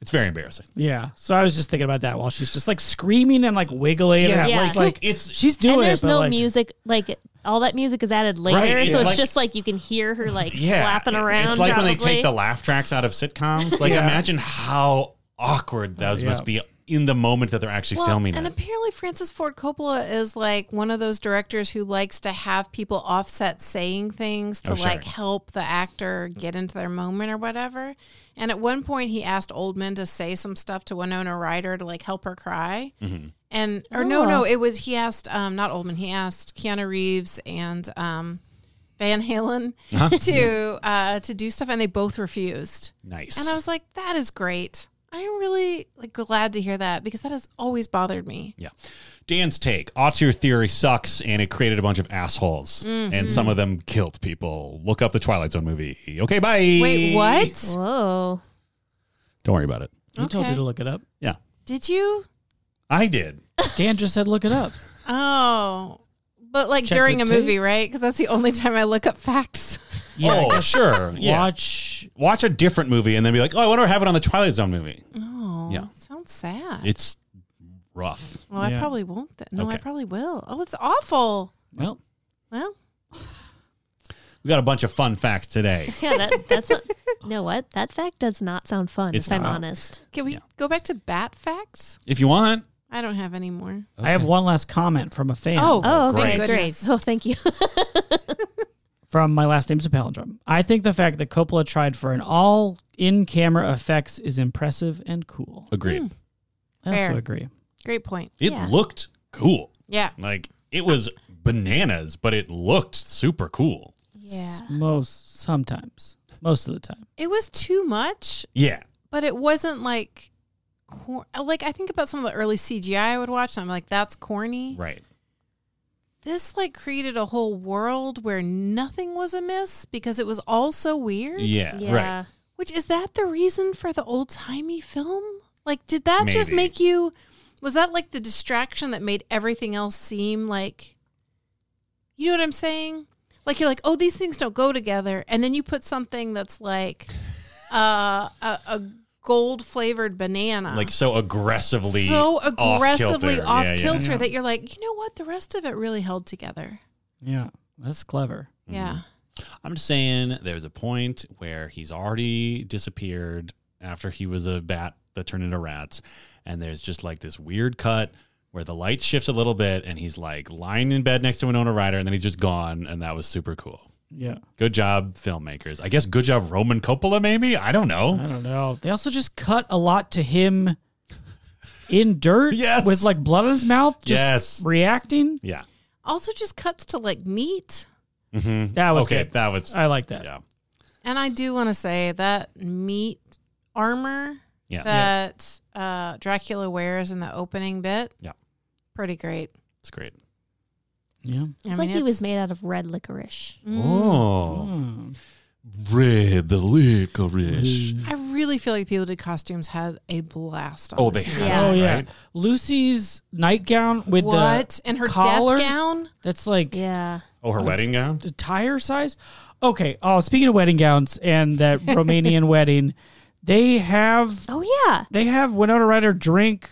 C: It's very embarrassing.
E: yeah. So I was just thinking about that while she's just like screaming and like wiggling.
C: Yeah.
E: And
B: Yeah.
E: Like, like
C: It's
E: she's doing
B: and there's
E: it. but,
B: no
E: like,
B: music like all that music is added later
C: Right,
B: so
C: it's
B: it's
C: like-
B: just like you can hear her like
C: yeah,
B: flapping around
C: It's like
B: probably.
C: when they take the laugh tracks out of sitcoms.
E: *laughs*
C: Like
E: Yeah.
C: imagine how awkward those
E: Yeah.
C: must be in the moment that they're actually
A: Well,
C: filming
A: and
C: it.
A: apparently Francis Ford Coppola is like one of those directors who likes to have people offset saying things to
C: Oh, sure.
A: like help the actor get into their moment or whatever. And at one point, he asked Oldman to say some stuff to Winona Ryder to like help her cry.
C: Mm-hmm.
A: And or no, no, it was he asked um, not Oldman, he asked Keanu Reeves and um, Van Halen *laughs* to uh, to do stuff, and they both refused.
C: nice.
A: And I was like, that is great. I'm really like glad to hear that because that has always bothered me.
C: yeah. Dan's take. Auteur theory sucks and it created a bunch of assholes.
A: Mm-hmm.
C: And some of them killed people. Look up the Twilight Zone movie. Okay, bye.
A: Wait, what?
B: whoa
C: Don't worry about it.
E: You told
A: Okay.
E: you to look it up.
C: Yeah.
A: Did you?
C: I did.
E: Dan just said, look it up.
A: Oh, but like
E: Check
A: during
E: the
A: a movie,
E: tape.
A: right? Because that's the only time I look up
E: *laughs*
A: facts.
E: *laughs* Yeah, I
C: oh,
E: guess *laughs*
C: sure. Yeah. Watch.
E: Watch.
C: a different movie and then be like, oh, I wonder what happened on the Twilight Zone movie.
A: Oh,
C: Yeah.
A: sounds sad.
C: It's rough.
A: well, I
E: Yeah.
A: probably won't. Th- no, I
C: Okay.
A: probably will. Oh, it's awful.
E: Well,
A: Well,
C: We got a bunch of fun facts today.
B: yeah that,
A: *laughs*
B: that's not, you know what that fact does not sound fun
C: It's
B: if i'm
C: not.
B: honest
A: can we go back to bat facts?
C: If you want,
A: I don't have any more.
E: I have one last comment from a fan.
A: Oh,
B: oh
C: great.
B: okay great,
A: Goodness.
B: oh thank you
E: from my last name's a palindrome. I think the fact that Coppola tried for an all in camera effects is impressive and cool.
C: agreed.
E: I also
A: Fair.
E: agree.
A: Great point.
C: It
B: Yeah.
C: looked cool.
A: Yeah.
C: Like it was bananas, but it looked super cool.
A: Yeah.
E: Most sometimes. Most of the time.
A: It was too much,
C: Yeah.
A: but it wasn't like cor- like I think about some of the early CGI I would watch, and I'm like, that's corny.
C: Right.
A: This like created a whole world where nothing was amiss because it was all so weird.
C: Yeah.
B: yeah
C: Right.
A: Which is that the reason for the old timey film? Like, did that just
C: Maybe.
A: make you? Was that like the distraction that made everything else seem like? You know what I'm saying? Like you're like, oh, these things don't go together, and then you put something that's like uh, a, a gold flavored banana,
C: Like so aggressively.
A: so
C: off-kilter.
A: aggressively
C: Yeah,
A: off
C: yeah.
A: kilter that you're like, you know what? The rest of it really held together.
E: Yeah. That's clever.
C: Mm-hmm.
A: Yeah.
C: I'm just saying there's a point where he's already disappeared after he was a bat that turned into rats. And there's just like this weird cut where the light shifts a little bit and he's like lying in bed next to Winona Ryder and then he's just gone. And that was super cool.
E: Yeah.
C: Good job, filmmakers. I guess good job, Roman Coppola, maybe? I don't know.
E: I don't know. They also just cut a lot to him in dirt
C: Yes.
E: with like blood on his mouth. Just
C: Yes.
E: reacting.
C: Yeah.
A: Also, just cuts to like meat.
C: Mm-hmm.
E: That was
C: okay.
E: good. Uh,
C: That was
E: I like that.
C: yeah.
A: And I do want to say that meat armor
C: Yes.
A: that uh, Dracula wears in the opening bit.
C: Yeah.
A: Pretty great.
C: It's great.
E: Yeah.
A: I
B: It's
A: mean,
B: like he
A: it's- mm,
B: was made out of red licorice
E: Mm.
C: Oh.
E: Hmm.
C: Red the licorice.
E: Mm.
A: I really feel like people who did costumes had a blast. On
C: Oh,
A: this
C: they
A: movie.
B: Yeah.
C: had to,
E: Oh yeah.
C: right?
E: Lucy's nightgown with
A: what
E: the
A: and her
E: collar
A: death gown.
E: that's like
B: yeah
C: Oh,
E: Uh,
C: her wedding gown?
E: the tire size. Okay. Oh, speaking of wedding gowns and that Romanian wedding, they have
B: oh yeah
E: they have Winona Ryder drink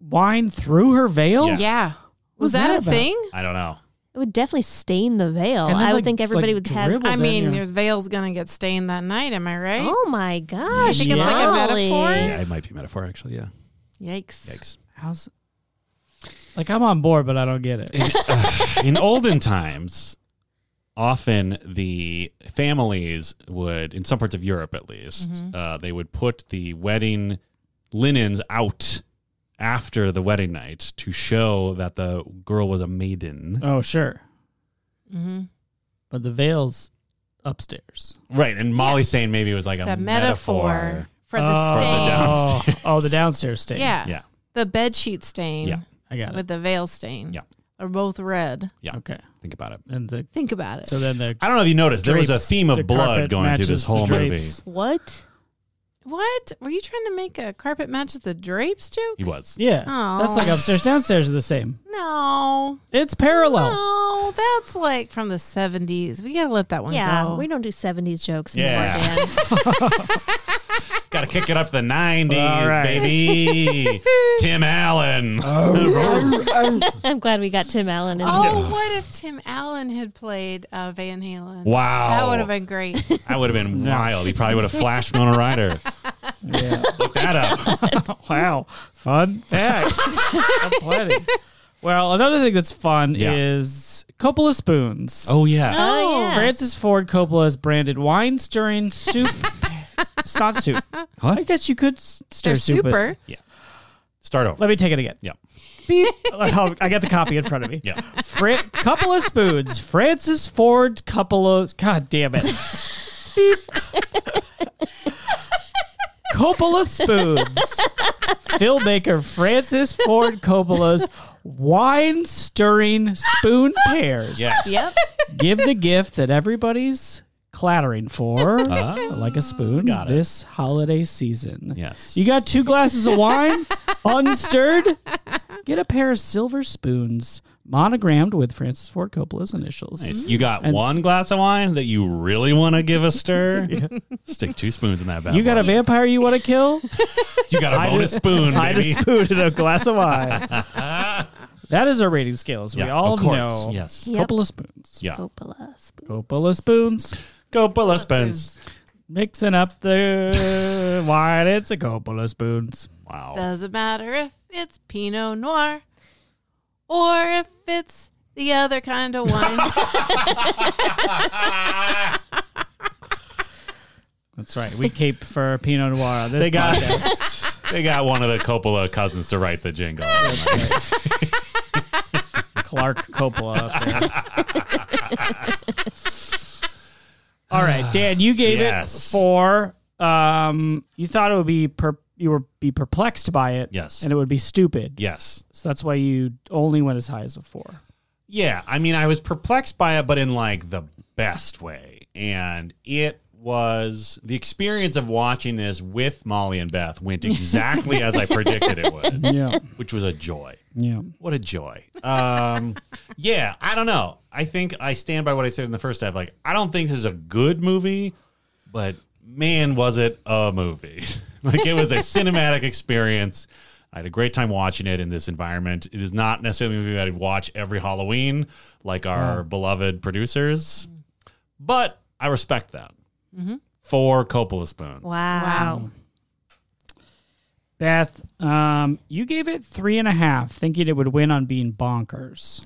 E: wine through her veil.
A: Yeah.
C: Yeah.
A: Was
E: What's
A: that,
E: that
A: a
E: about?
A: thing?
C: I don't know.
B: it would definitely stain the veil
E: And then,
B: i would
E: like-
B: think everybody would
E: like
B: have
E: dribble
A: I
E: down
A: mean,
E: your-
A: your veil's gonna get stained that night. Am I right?
B: Oh my gosh!
A: think it's like a
B: golly.
A: metaphor?
C: Yeah, it might be metaphor actually, yeah.
A: Yikes!
C: Yikes.
E: how's like I'm on board, but I don't get it.
C: In olden times, often the families would in some parts of Europe at least,
E: Mm-hmm.
C: uh, they would put the wedding linens out after the wedding night to show that the girl was a maiden.
E: Oh sure.
A: hmm
E: but the veil's upstairs.
C: Right. And Molly's saying maybe it was like
A: It's
C: a,
A: a metaphor, for
E: oh,
A: the stain.
C: down-
E: Oh, oh, the downstairs stain.
A: Yeah.
C: Yeah.
A: The bed sheet stain
C: Yeah.
E: I got it.
A: with the veil stain.
C: Yeah.
A: Are both red.
E: Okay,
C: Think about it.
E: and the
A: Think about it.
E: so then the
C: I don't know if you noticed, there was a
E: drapes,
C: theme
E: the
C: of blood
E: carpet
C: going through
E: matches
C: this
E: the
C: whole movie.
E: drapes.
B: What?
A: what? Were you trying to make a carpet match the drapes joke?
C: He was.
E: yeah,
A: Aw.
E: that's like upstairs, downstairs are the same.
A: No.
E: It's parallel.
A: No, that's like from the 70s. We got to let that one
B: yeah,
A: go.
B: we don't do 70s jokes
C: Yeah.
B: anymore,
C: *laughs*
B: Dan.
C: Got to kick it up to the 90s,
E: All right. Uh,
C: baby.
E: *laughs*
C: Tim Allen.
B: I'm glad we got Tim Allen in here.
A: Oh, what if Tim Allen had played uh, Van Halen?
C: Wow.
A: That would have been great.
C: That would have been wild. He probably would have flashed Mona Ryder.
E: *laughs* Yeah.
C: Look that
E: *laughs*
C: up.
E: wow,
A: *laughs*
E: fun fact. I'm planning. Well, another thing that's fun
C: Yeah.
E: is Coppola spoons.
C: Oh, yeah.
B: Oh, yeah.
E: Francis Ford Coppola's branded wine stirring soup.
A: *laughs*
E: it's not soup. I guess you could s- stir
A: They're
E: soup. but-
A: super.
C: Start over.
E: Let me take it again. *laughs*
C: Yeah.
E: Beep. Oh, I got the copy in front of me.
C: Yeah.
A: *laughs*
E: Fra- couple of spoons. Francis Ford couple of. God damn it. Beep. Coppola spoons. Filmmaker Francis Ford Coppola's wine stirring spoon pairs
C: Yes.
A: Yep.
E: give the gift that everybody's clattering for,
C: Ah.
E: like a spoon,
C: Got it.
E: this holiday season.
C: Yes.
E: You got two glasses of wine unstirred? Get a pair of silver spoons monogrammed with Francis Ford Coppola's initials.
C: Nice. You got
E: And
C: one
E: s-
C: glass of wine that you really want to give
E: *laughs*
C: a stir. Stick two spoons in that bad
E: You got a
C: boy.
E: vampire you want to
C: *laughs*
E: kill?
C: you got a
E: hide
C: bonus
E: a-
C: spoon,
E: Hide
C: baby.
E: a spoon in a glass of
C: *laughs*
E: wine. that is our rating scale, as we
C: Yeah,
E: all
C: of course.
E: know.
C: Yes.
B: Yep.
E: Couple of spoons.
C: Yeah.
B: Coppola spoon.
E: Coppola spoons.
C: Coppola spoons.
E: Mixing up
C: *laughs*
E: the wine. It's a Coppola spoons.
C: Wow.
A: Doesn't matter if it's Pinot Noir or if it's the other kind of wine.
C: *laughs*
E: That's right. We cape for Pinot Noir. This
C: They got-
E: podcast.
C: *laughs* They got one of the Coppola cousins to write the jingle.
E: Clark Coppola up there.
C: *laughs*
E: All right, Dan, you gave
C: Yes.
E: it four. Um, you thought it would be per- you were be perplexed by it.
C: Yes.
E: and it would be stupid.
C: yes.
E: So that's why you only went as high as a four.
C: Yeah, I mean, I was perplexed by it, but in like the best way. And it was the experience of watching this with Molly and
E: *laughs*
C: Beth went exactly as I predicted it would,
E: Yeah,
C: which was a joy.
E: yeah.
C: What a joy. Um, *laughs* yeah, I don't know. I think I stand by what I said in the first half. Like, I don't think this is a good movie, but man, was it a movie. *laughs* like, it was a cinematic experience. I had a great time watching it in this environment. It is not necessarily a movie I'd watch every Halloween, like our beloved producers, but I respect that. Four Coppola spoons.
B: Mm-hmm. Wow.
E: Beth, um, you gave it three and a half, thinking it would win on being bonkers.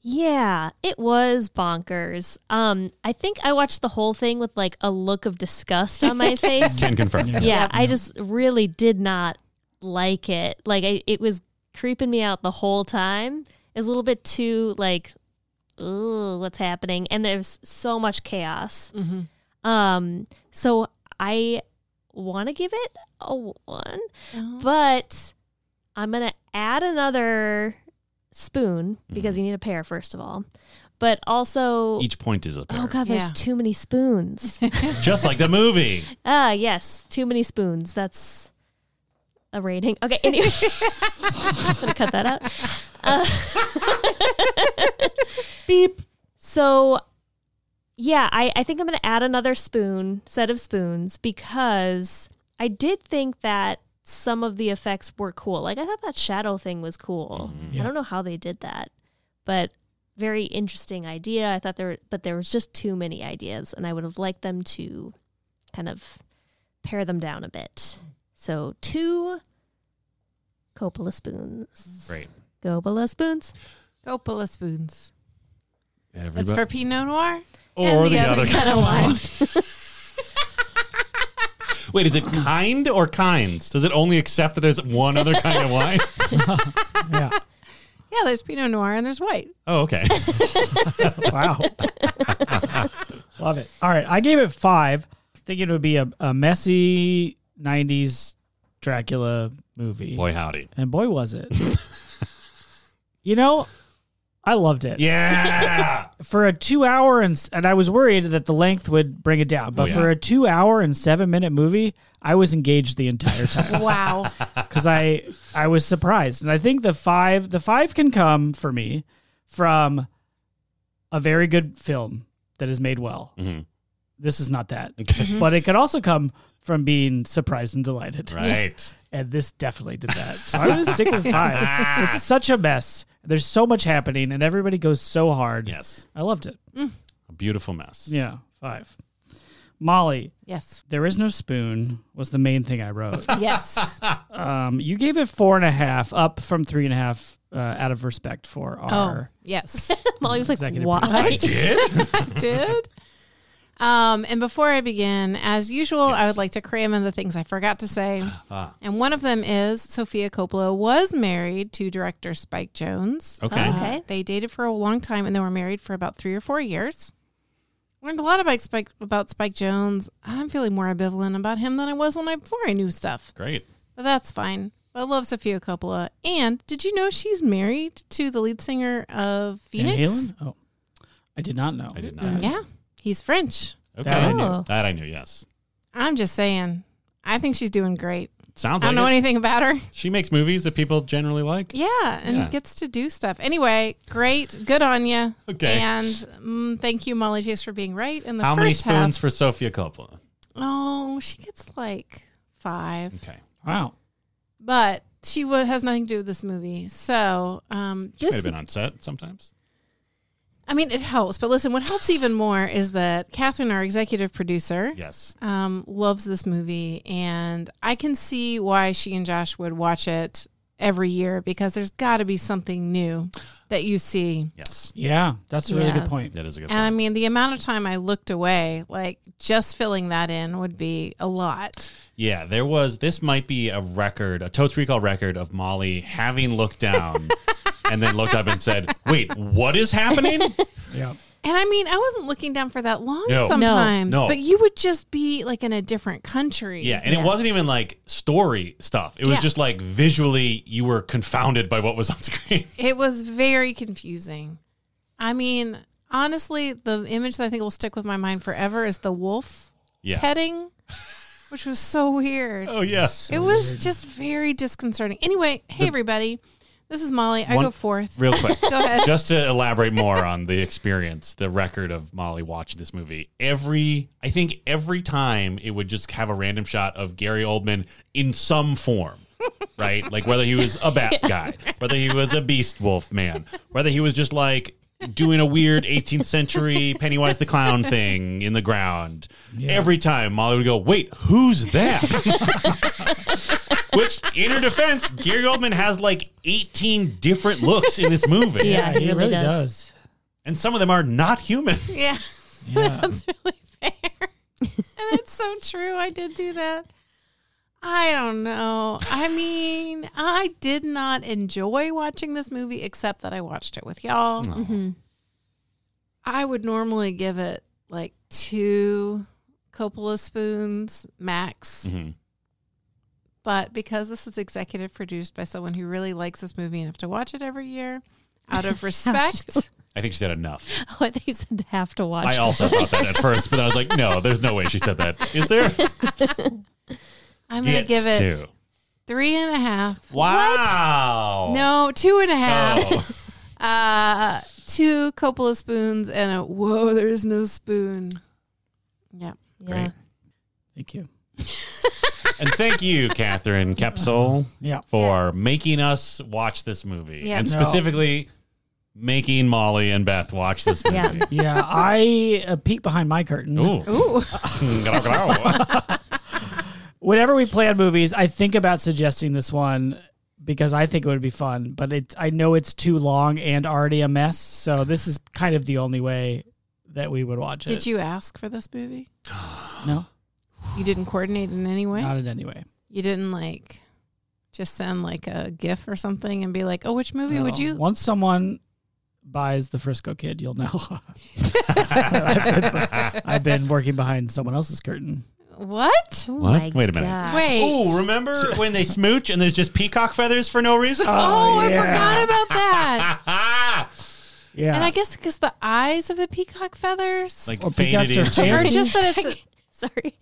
B: Yeah, it was bonkers. Um, I think I watched the whole thing with like a look of disgust on *laughs* my face.
C: Can confirm.
B: yeah, I just really did not like it. Like I, it was creeping me out the whole time. It was a little bit too like, ooh, what's happening? And there's so much chaos. Um, so I want to give it a one, but I'm gonna add another spoon because
C: Mm-hmm.
B: you need a pair first of all, but also.
C: Each point is a pair.
B: Oh god, there's
A: Yeah.
B: too many spoons.
C: Just like the
B: *laughs*
C: movie.
B: Ah, yes. Too many spoons. That's a rating. Okay, *laughs* anyway. I'm going to cut that out. *laughs* Uh,
E: Beep.
B: so, yeah, I, I think I'm going to add another spoon, set of spoons, because I did think that some of the effects were cool. Like, I thought that shadow thing was cool. I don't know how they did that, but very interesting idea. I thought there, but there was just too many ideas, and I would have liked them to kind of pare them down a bit. So, two Coppola spoons.
C: Great.
B: Coppola spoons. *laughs*
A: Coppola spoons.
C: Everybody.
A: It's for Pinot Noir.
C: or the, other, kind *laughs* of
A: wine.
C: Wait, is it kind or kinds? Does it only accept that there's one other kind of wine?
E: Yeah.
A: *laughs* Yeah, there's Pinot Noir and there's white.
C: Oh, okay.
E: Wow. *laughs* Love it. All right. I gave it five, thinking it would be a, a messy 90s Dracula movie.
C: *laughs* Boy, howdy.
E: And boy, was
C: *laughs*
E: it. you know, I loved it.
C: Yeah.
E: For a two hour and, s- and I was worried that the length would bring it down, but
C: Oh, yeah.
E: for a two hour and seven minute movie, I was engaged the entire
C: *laughs*
E: time
A: Wow.
E: because I I was surprised, and I think the five the five can come for me from a very good film that is made well.
C: Mhm.
E: This is not that,
C: Okay.
E: but it could also come from being surprised and delighted,
C: Right.
E: and this definitely did that. So I'm gonna stick with five.
C: *laughs*
E: It's such a mess. There's so much happening, and everybody goes so hard.
C: Yes.
E: I loved it.
C: A beautiful mess.
E: Yeah, five. Molly,
A: yes.
E: there is no spoon was the main thing I
C: *laughs*
E: wrote.
A: Yes.
E: Um, you gave it four and a half, up from three and a half, uh, out of respect for
A: Oh,
E: our.
A: yes. *laughs*
B: Molly was like,
E: Executive
B: why? *laughs*
C: did?
A: I did. Um, and before I begin, as usual, I
C: Yes.
A: would like to cram in the things I forgot to say.
C: *gasps* Ah.
A: And one of them is Sophia Coppola was married to director Spike Jones.
C: *laughs* Okay.
B: Oh, okay.
A: They dated for a long time and they were married for about three or four years. Learned a lot about Spike about Spike Jones. I'm feeling more ambivalent about him than I was when I before I knew stuff.
C: Great.
A: But that's fine. But I love Sophia Coppola. And did you know she's married to the lead singer of
E: Van
A: Phoenix?
E: Halen? Oh, I did not know.
C: I did not.
A: Yeah. He's French.
C: Okay.
E: That I
B: knew.
C: That I knew, yes.
A: I'm just saying. I think she's doing great.
C: Sounds
A: I don't know
C: like it.
A: anything about
C: *laughs*
A: her.
C: She makes movies that people generally like.
A: Yeah, and
C: Yeah.
A: gets to do stuff. Anyway, great. Good on you.
C: Okay.
A: And mm, thank you, Molly Chase, for being right in the
C: How
A: first
C: many spoons
A: half.
C: for Sophia Coppola?
A: Oh, she gets like five,
C: Okay.
E: Wow.
A: but she wa has nothing to do with this movie. So um,
C: She might
A: this
C: have been on set sometimes.
A: I mean, it helps, but listen, what helps even more is that Catherine, our executive producer,
C: Yes.
A: um, loves this movie, and I can see why she and Josh would watch it every year because there's got to be something new that you see.
C: Yes.
E: Yeah, that's a really
B: Yeah.
E: good point.
C: That is a good
A: And I
C: point.
A: mean, the amount of time I looked away, like just filling that in would be a lot.
C: Yeah, there was. This might be a record, a totes recall record of Molly having looked down and then looked up and said, "Wait, what is happening?"
E: Yeah.
A: And I mean, I wasn't looking down for that long
C: No. No.
A: sometimes,
C: No.
A: but you would just be like in a different country.
C: Yeah, and it wasn't even like story stuff. It was
A: Yeah.
C: just like visually, you were confounded by what was on screen. *laughs*
A: It was very confusing. I mean, honestly, the image that I think will stick with my mind forever is the wolf
C: Yeah.
A: petting, which was so weird.
C: Oh yes.
A: it was just very disconcerting. Anyway, hey everybody, this is Molly. I
C: One-
A: go fourth.
C: Real quick.
A: go ahead.
C: just to elaborate more on the experience, the record of Molly watching this movie, every I think every time it would just have a random shot of Gary Oldman in some form. Right? Like whether he was a bat guy, whether he was a beast wolf man, whether he was just like doing a weird 18th century Pennywise the clown thing in the ground. Every time Molly would go, "Wait, who's that?" Which, in her defense, Gary Oldman has like 18 different looks in this movie.
B: Yeah, he really
E: does.
B: does.
C: And some of them are
A: *laughs*
C: not human.
A: Yeah,
E: Yeah.
A: that's really fair. *laughs* and it's so true. I did do that. I don't know. I mean, I did not enjoy watching this movie, except that I watched it with y'all.
E: Mm-hmm.
B: *laughs*
A: I would normally give it like two Coppola spoons max.
C: Mhm.
A: But because this is executive produced by someone who really likes this movie enough to watch it every year, out of respect,
C: I think she said enough.
B: Oh, they said have to watch.
C: I also thought that at first, but I was like, no, there's no way she said that. Is there?
A: *laughs* I'm going to
C: Gets
A: give it
C: to.
A: three and a half.
C: Wow.
A: No, two and a half.
C: Oh.
A: Uh, two Coppola spoons and a whoa, there's no spoon. Yeah.
B: yeah.
C: Great.
E: Thank you.
C: And thank
A: *laughs*
C: you, Catherine Kepsel,
E: Yeah.
C: for making us watch this movie.
A: Yeah.
C: And
E: No.
C: specifically, making Molly and Beth watch this
A: *laughs*
C: movie.
B: Yeah.
E: Yeah. I uh, peek behind my curtain.
C: Ooh. *laughs*
A: Ooh.
E: Whenever we plan movies, I think about suggesting this one because I think it would be fun, but it, I know it's too long and already a mess. So this is kind of the only way that we would watch it.
A: Did you ask for this movie?
C: *gasps*
E: No,
A: You didn't coordinate in any way?
E: not in any way.
A: You didn't like Just send like a GIF or something and be like, "Oh, which movie would
E: No.
A: you?"
E: Once someone buys the Frisco Kid, you'll know. *laughs*
A: *laughs*
E: I've been working behind someone else's curtain.
A: What?
B: Oh
C: What?
B: my
C: Wait a minute.
B: gosh.
A: Wait.
C: Oh, remember when they smooch and there's just peacock feathers for no reason?
E: Uh,
A: Oh, I forgot about that.
E: Yeah.
A: And I guess because the eyes of the peacock feathers,
C: *laughs* like
E: Or
C: faded
E: peacocks are
C: into.
A: or
E: fairy.
A: just that
C: *laughs*
A: it's
B: *laughs* Sorry.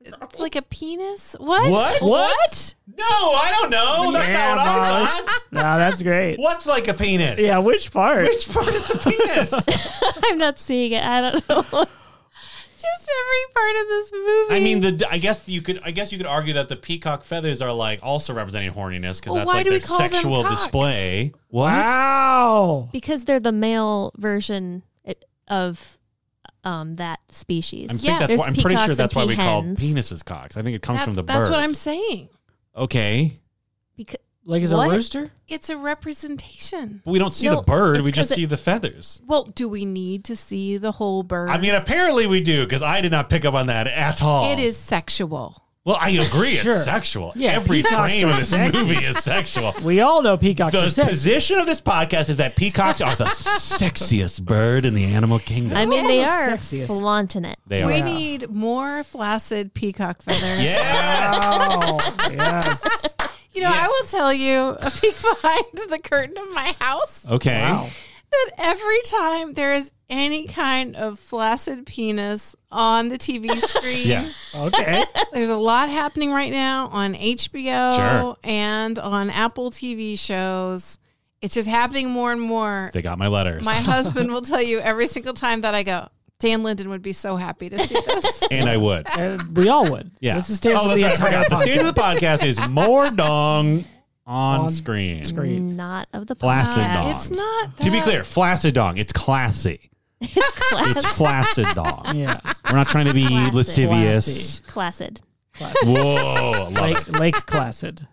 A: it's like a penis. What?
C: What?
A: What?
C: No, I don't know. That's not what I
E: Marge.
C: thought.
E: no,
A: *laughs*
E: that's great.
C: What's like a penis?
E: Yeah, which part?
C: Which part is
E: *laughs*
C: the penis?
B: I'm not seeing it. I don't *laughs* know.
A: Just every part of this movie.
C: I mean, the I guess you could I guess you could argue that the peacock feathers are like also representing horniness because
A: Well,
C: that's
A: why
C: like
A: do
C: their
A: we call them
C: sexual
A: cocks?
C: display. What?
E: Wow.
B: because they're the male version it- of um that species.
C: I'm, think
A: Yeah,
C: that's
B: there's
C: why, I'm pretty
B: peacocks
C: sure
B: and
C: that's why we call
B: peahens.
C: penises cocks. I think it comes
A: that's,
C: from the bird.
A: that's what I'm saying.
C: Okay,
B: Because,
E: Like is
B: What?
E: a rooster?
A: It's a representation.
C: but we don't see
B: No,
C: the bird.
B: it's
C: We just
B: 'cause it-
C: see the feathers.
A: Well, do we need to see the whole bird?
C: I mean, apparently we do because I did not pick up on that at all.
A: it is sexual.
C: Well, I agree.
E: Sure.
C: It's sexual.
E: Yeah,
C: Every
E: peacocks
C: frame
E: are
C: of this
E: sexy.
C: movie is sexual.
E: *laughs* We all know peacocks
C: the
E: are sex.
C: position of this podcast is that peacocks are the sexiest bird in the animal kingdom.
B: I mean, they
E: Oh, the
B: are
E: sexiest.
B: flaunting it.
C: they
A: We
C: are.
A: need more flaccid peacock feathers.
C: Yeah.
E: Wow. yes.
A: You know, I will tell you a peek *laughs* behind the curtain of my house
C: Okay.
E: Wow.
A: that every time there is any kind of flaccid penis on the TV
C: *laughs*
A: screen,
C: Yeah.
E: Okay.
A: there's a lot happening right now on HBO
C: Sure.
A: and on Apple TV shows. It's just happening more and more.
C: They got my letters.
A: *laughs* My husband will tell you every single time that I go, Dan Linden would be so happy to see this.
C: and I would.
E: And Uh, we we all would.
C: Yeah.
E: It's the stance
C: oh,
E: of
C: that's
E: the
C: right. I
E: entire
C: forgot. The stage of the podcast is more dong on,
E: On
C: screen.
E: screen.
B: Not of the
C: Flaccid
B: podcast.
A: *laughs*
C: dog.
A: it's not. That.
C: To be clear, flaccid dong. It's classy. It's flaccid dong.
E: Yeah.
C: We're not trying to be
B: Classy.
C: lascivious.
E: *laughs*
B: Classed.
C: Whoa. I love it.
E: Lake, Lake Placid.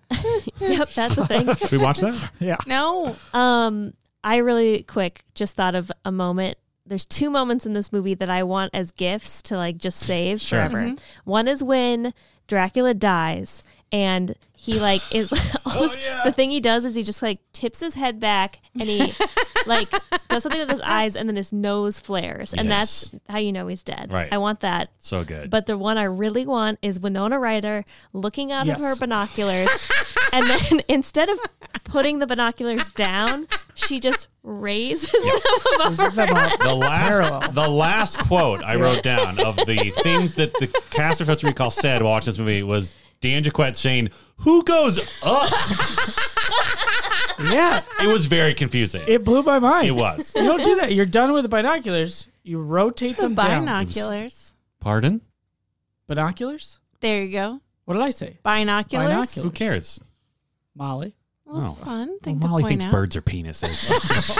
B: Yep, that's a thing.
C: Should we watch that?
E: Yeah.
A: No.
B: Um, I really quick just thought of a moment. There's two moments in this movie that I want as gifts to like just save
C: Sure.
B: forever. One is when Dracula dies and he like
C: *laughs*
B: is *laughs*
C: Oh,
B: the thing he does is he just like tips his head back and he like does something with his eyes and then his nose flares and that's how you know he's dead.
C: Right.
B: I want that.
C: So good.
B: But the one I really want is Winona Ryder looking out
E: Yes.
B: of her binoculars. and then instead of putting the binoculars down, she just raises them above.
E: Is that the mo-
C: *laughs* the
E: Parallel.
C: last, the last quote I wrote down of the *laughs* things that the cast of Total Recall said while watching this movie was Dan Jaquette saying, Who goes up?
E: yeah.
C: It was very confusing. It,
E: It blew my mind.
C: was.
E: You don't do that. You're done with the binoculars. You rotate
A: The
E: them down.
A: binoculars.
C: *laughs* Pardon?
E: Binoculars?
A: There you go.
E: What did I say?
A: Binoculars.
E: Binoculars.
C: Who cares?
E: Molly.
A: Well, it's
C: Oh.
A: fun
C: Well,
A: thing
C: Molly
A: to point
C: thinks
A: out.
C: birds are *laughs* penises.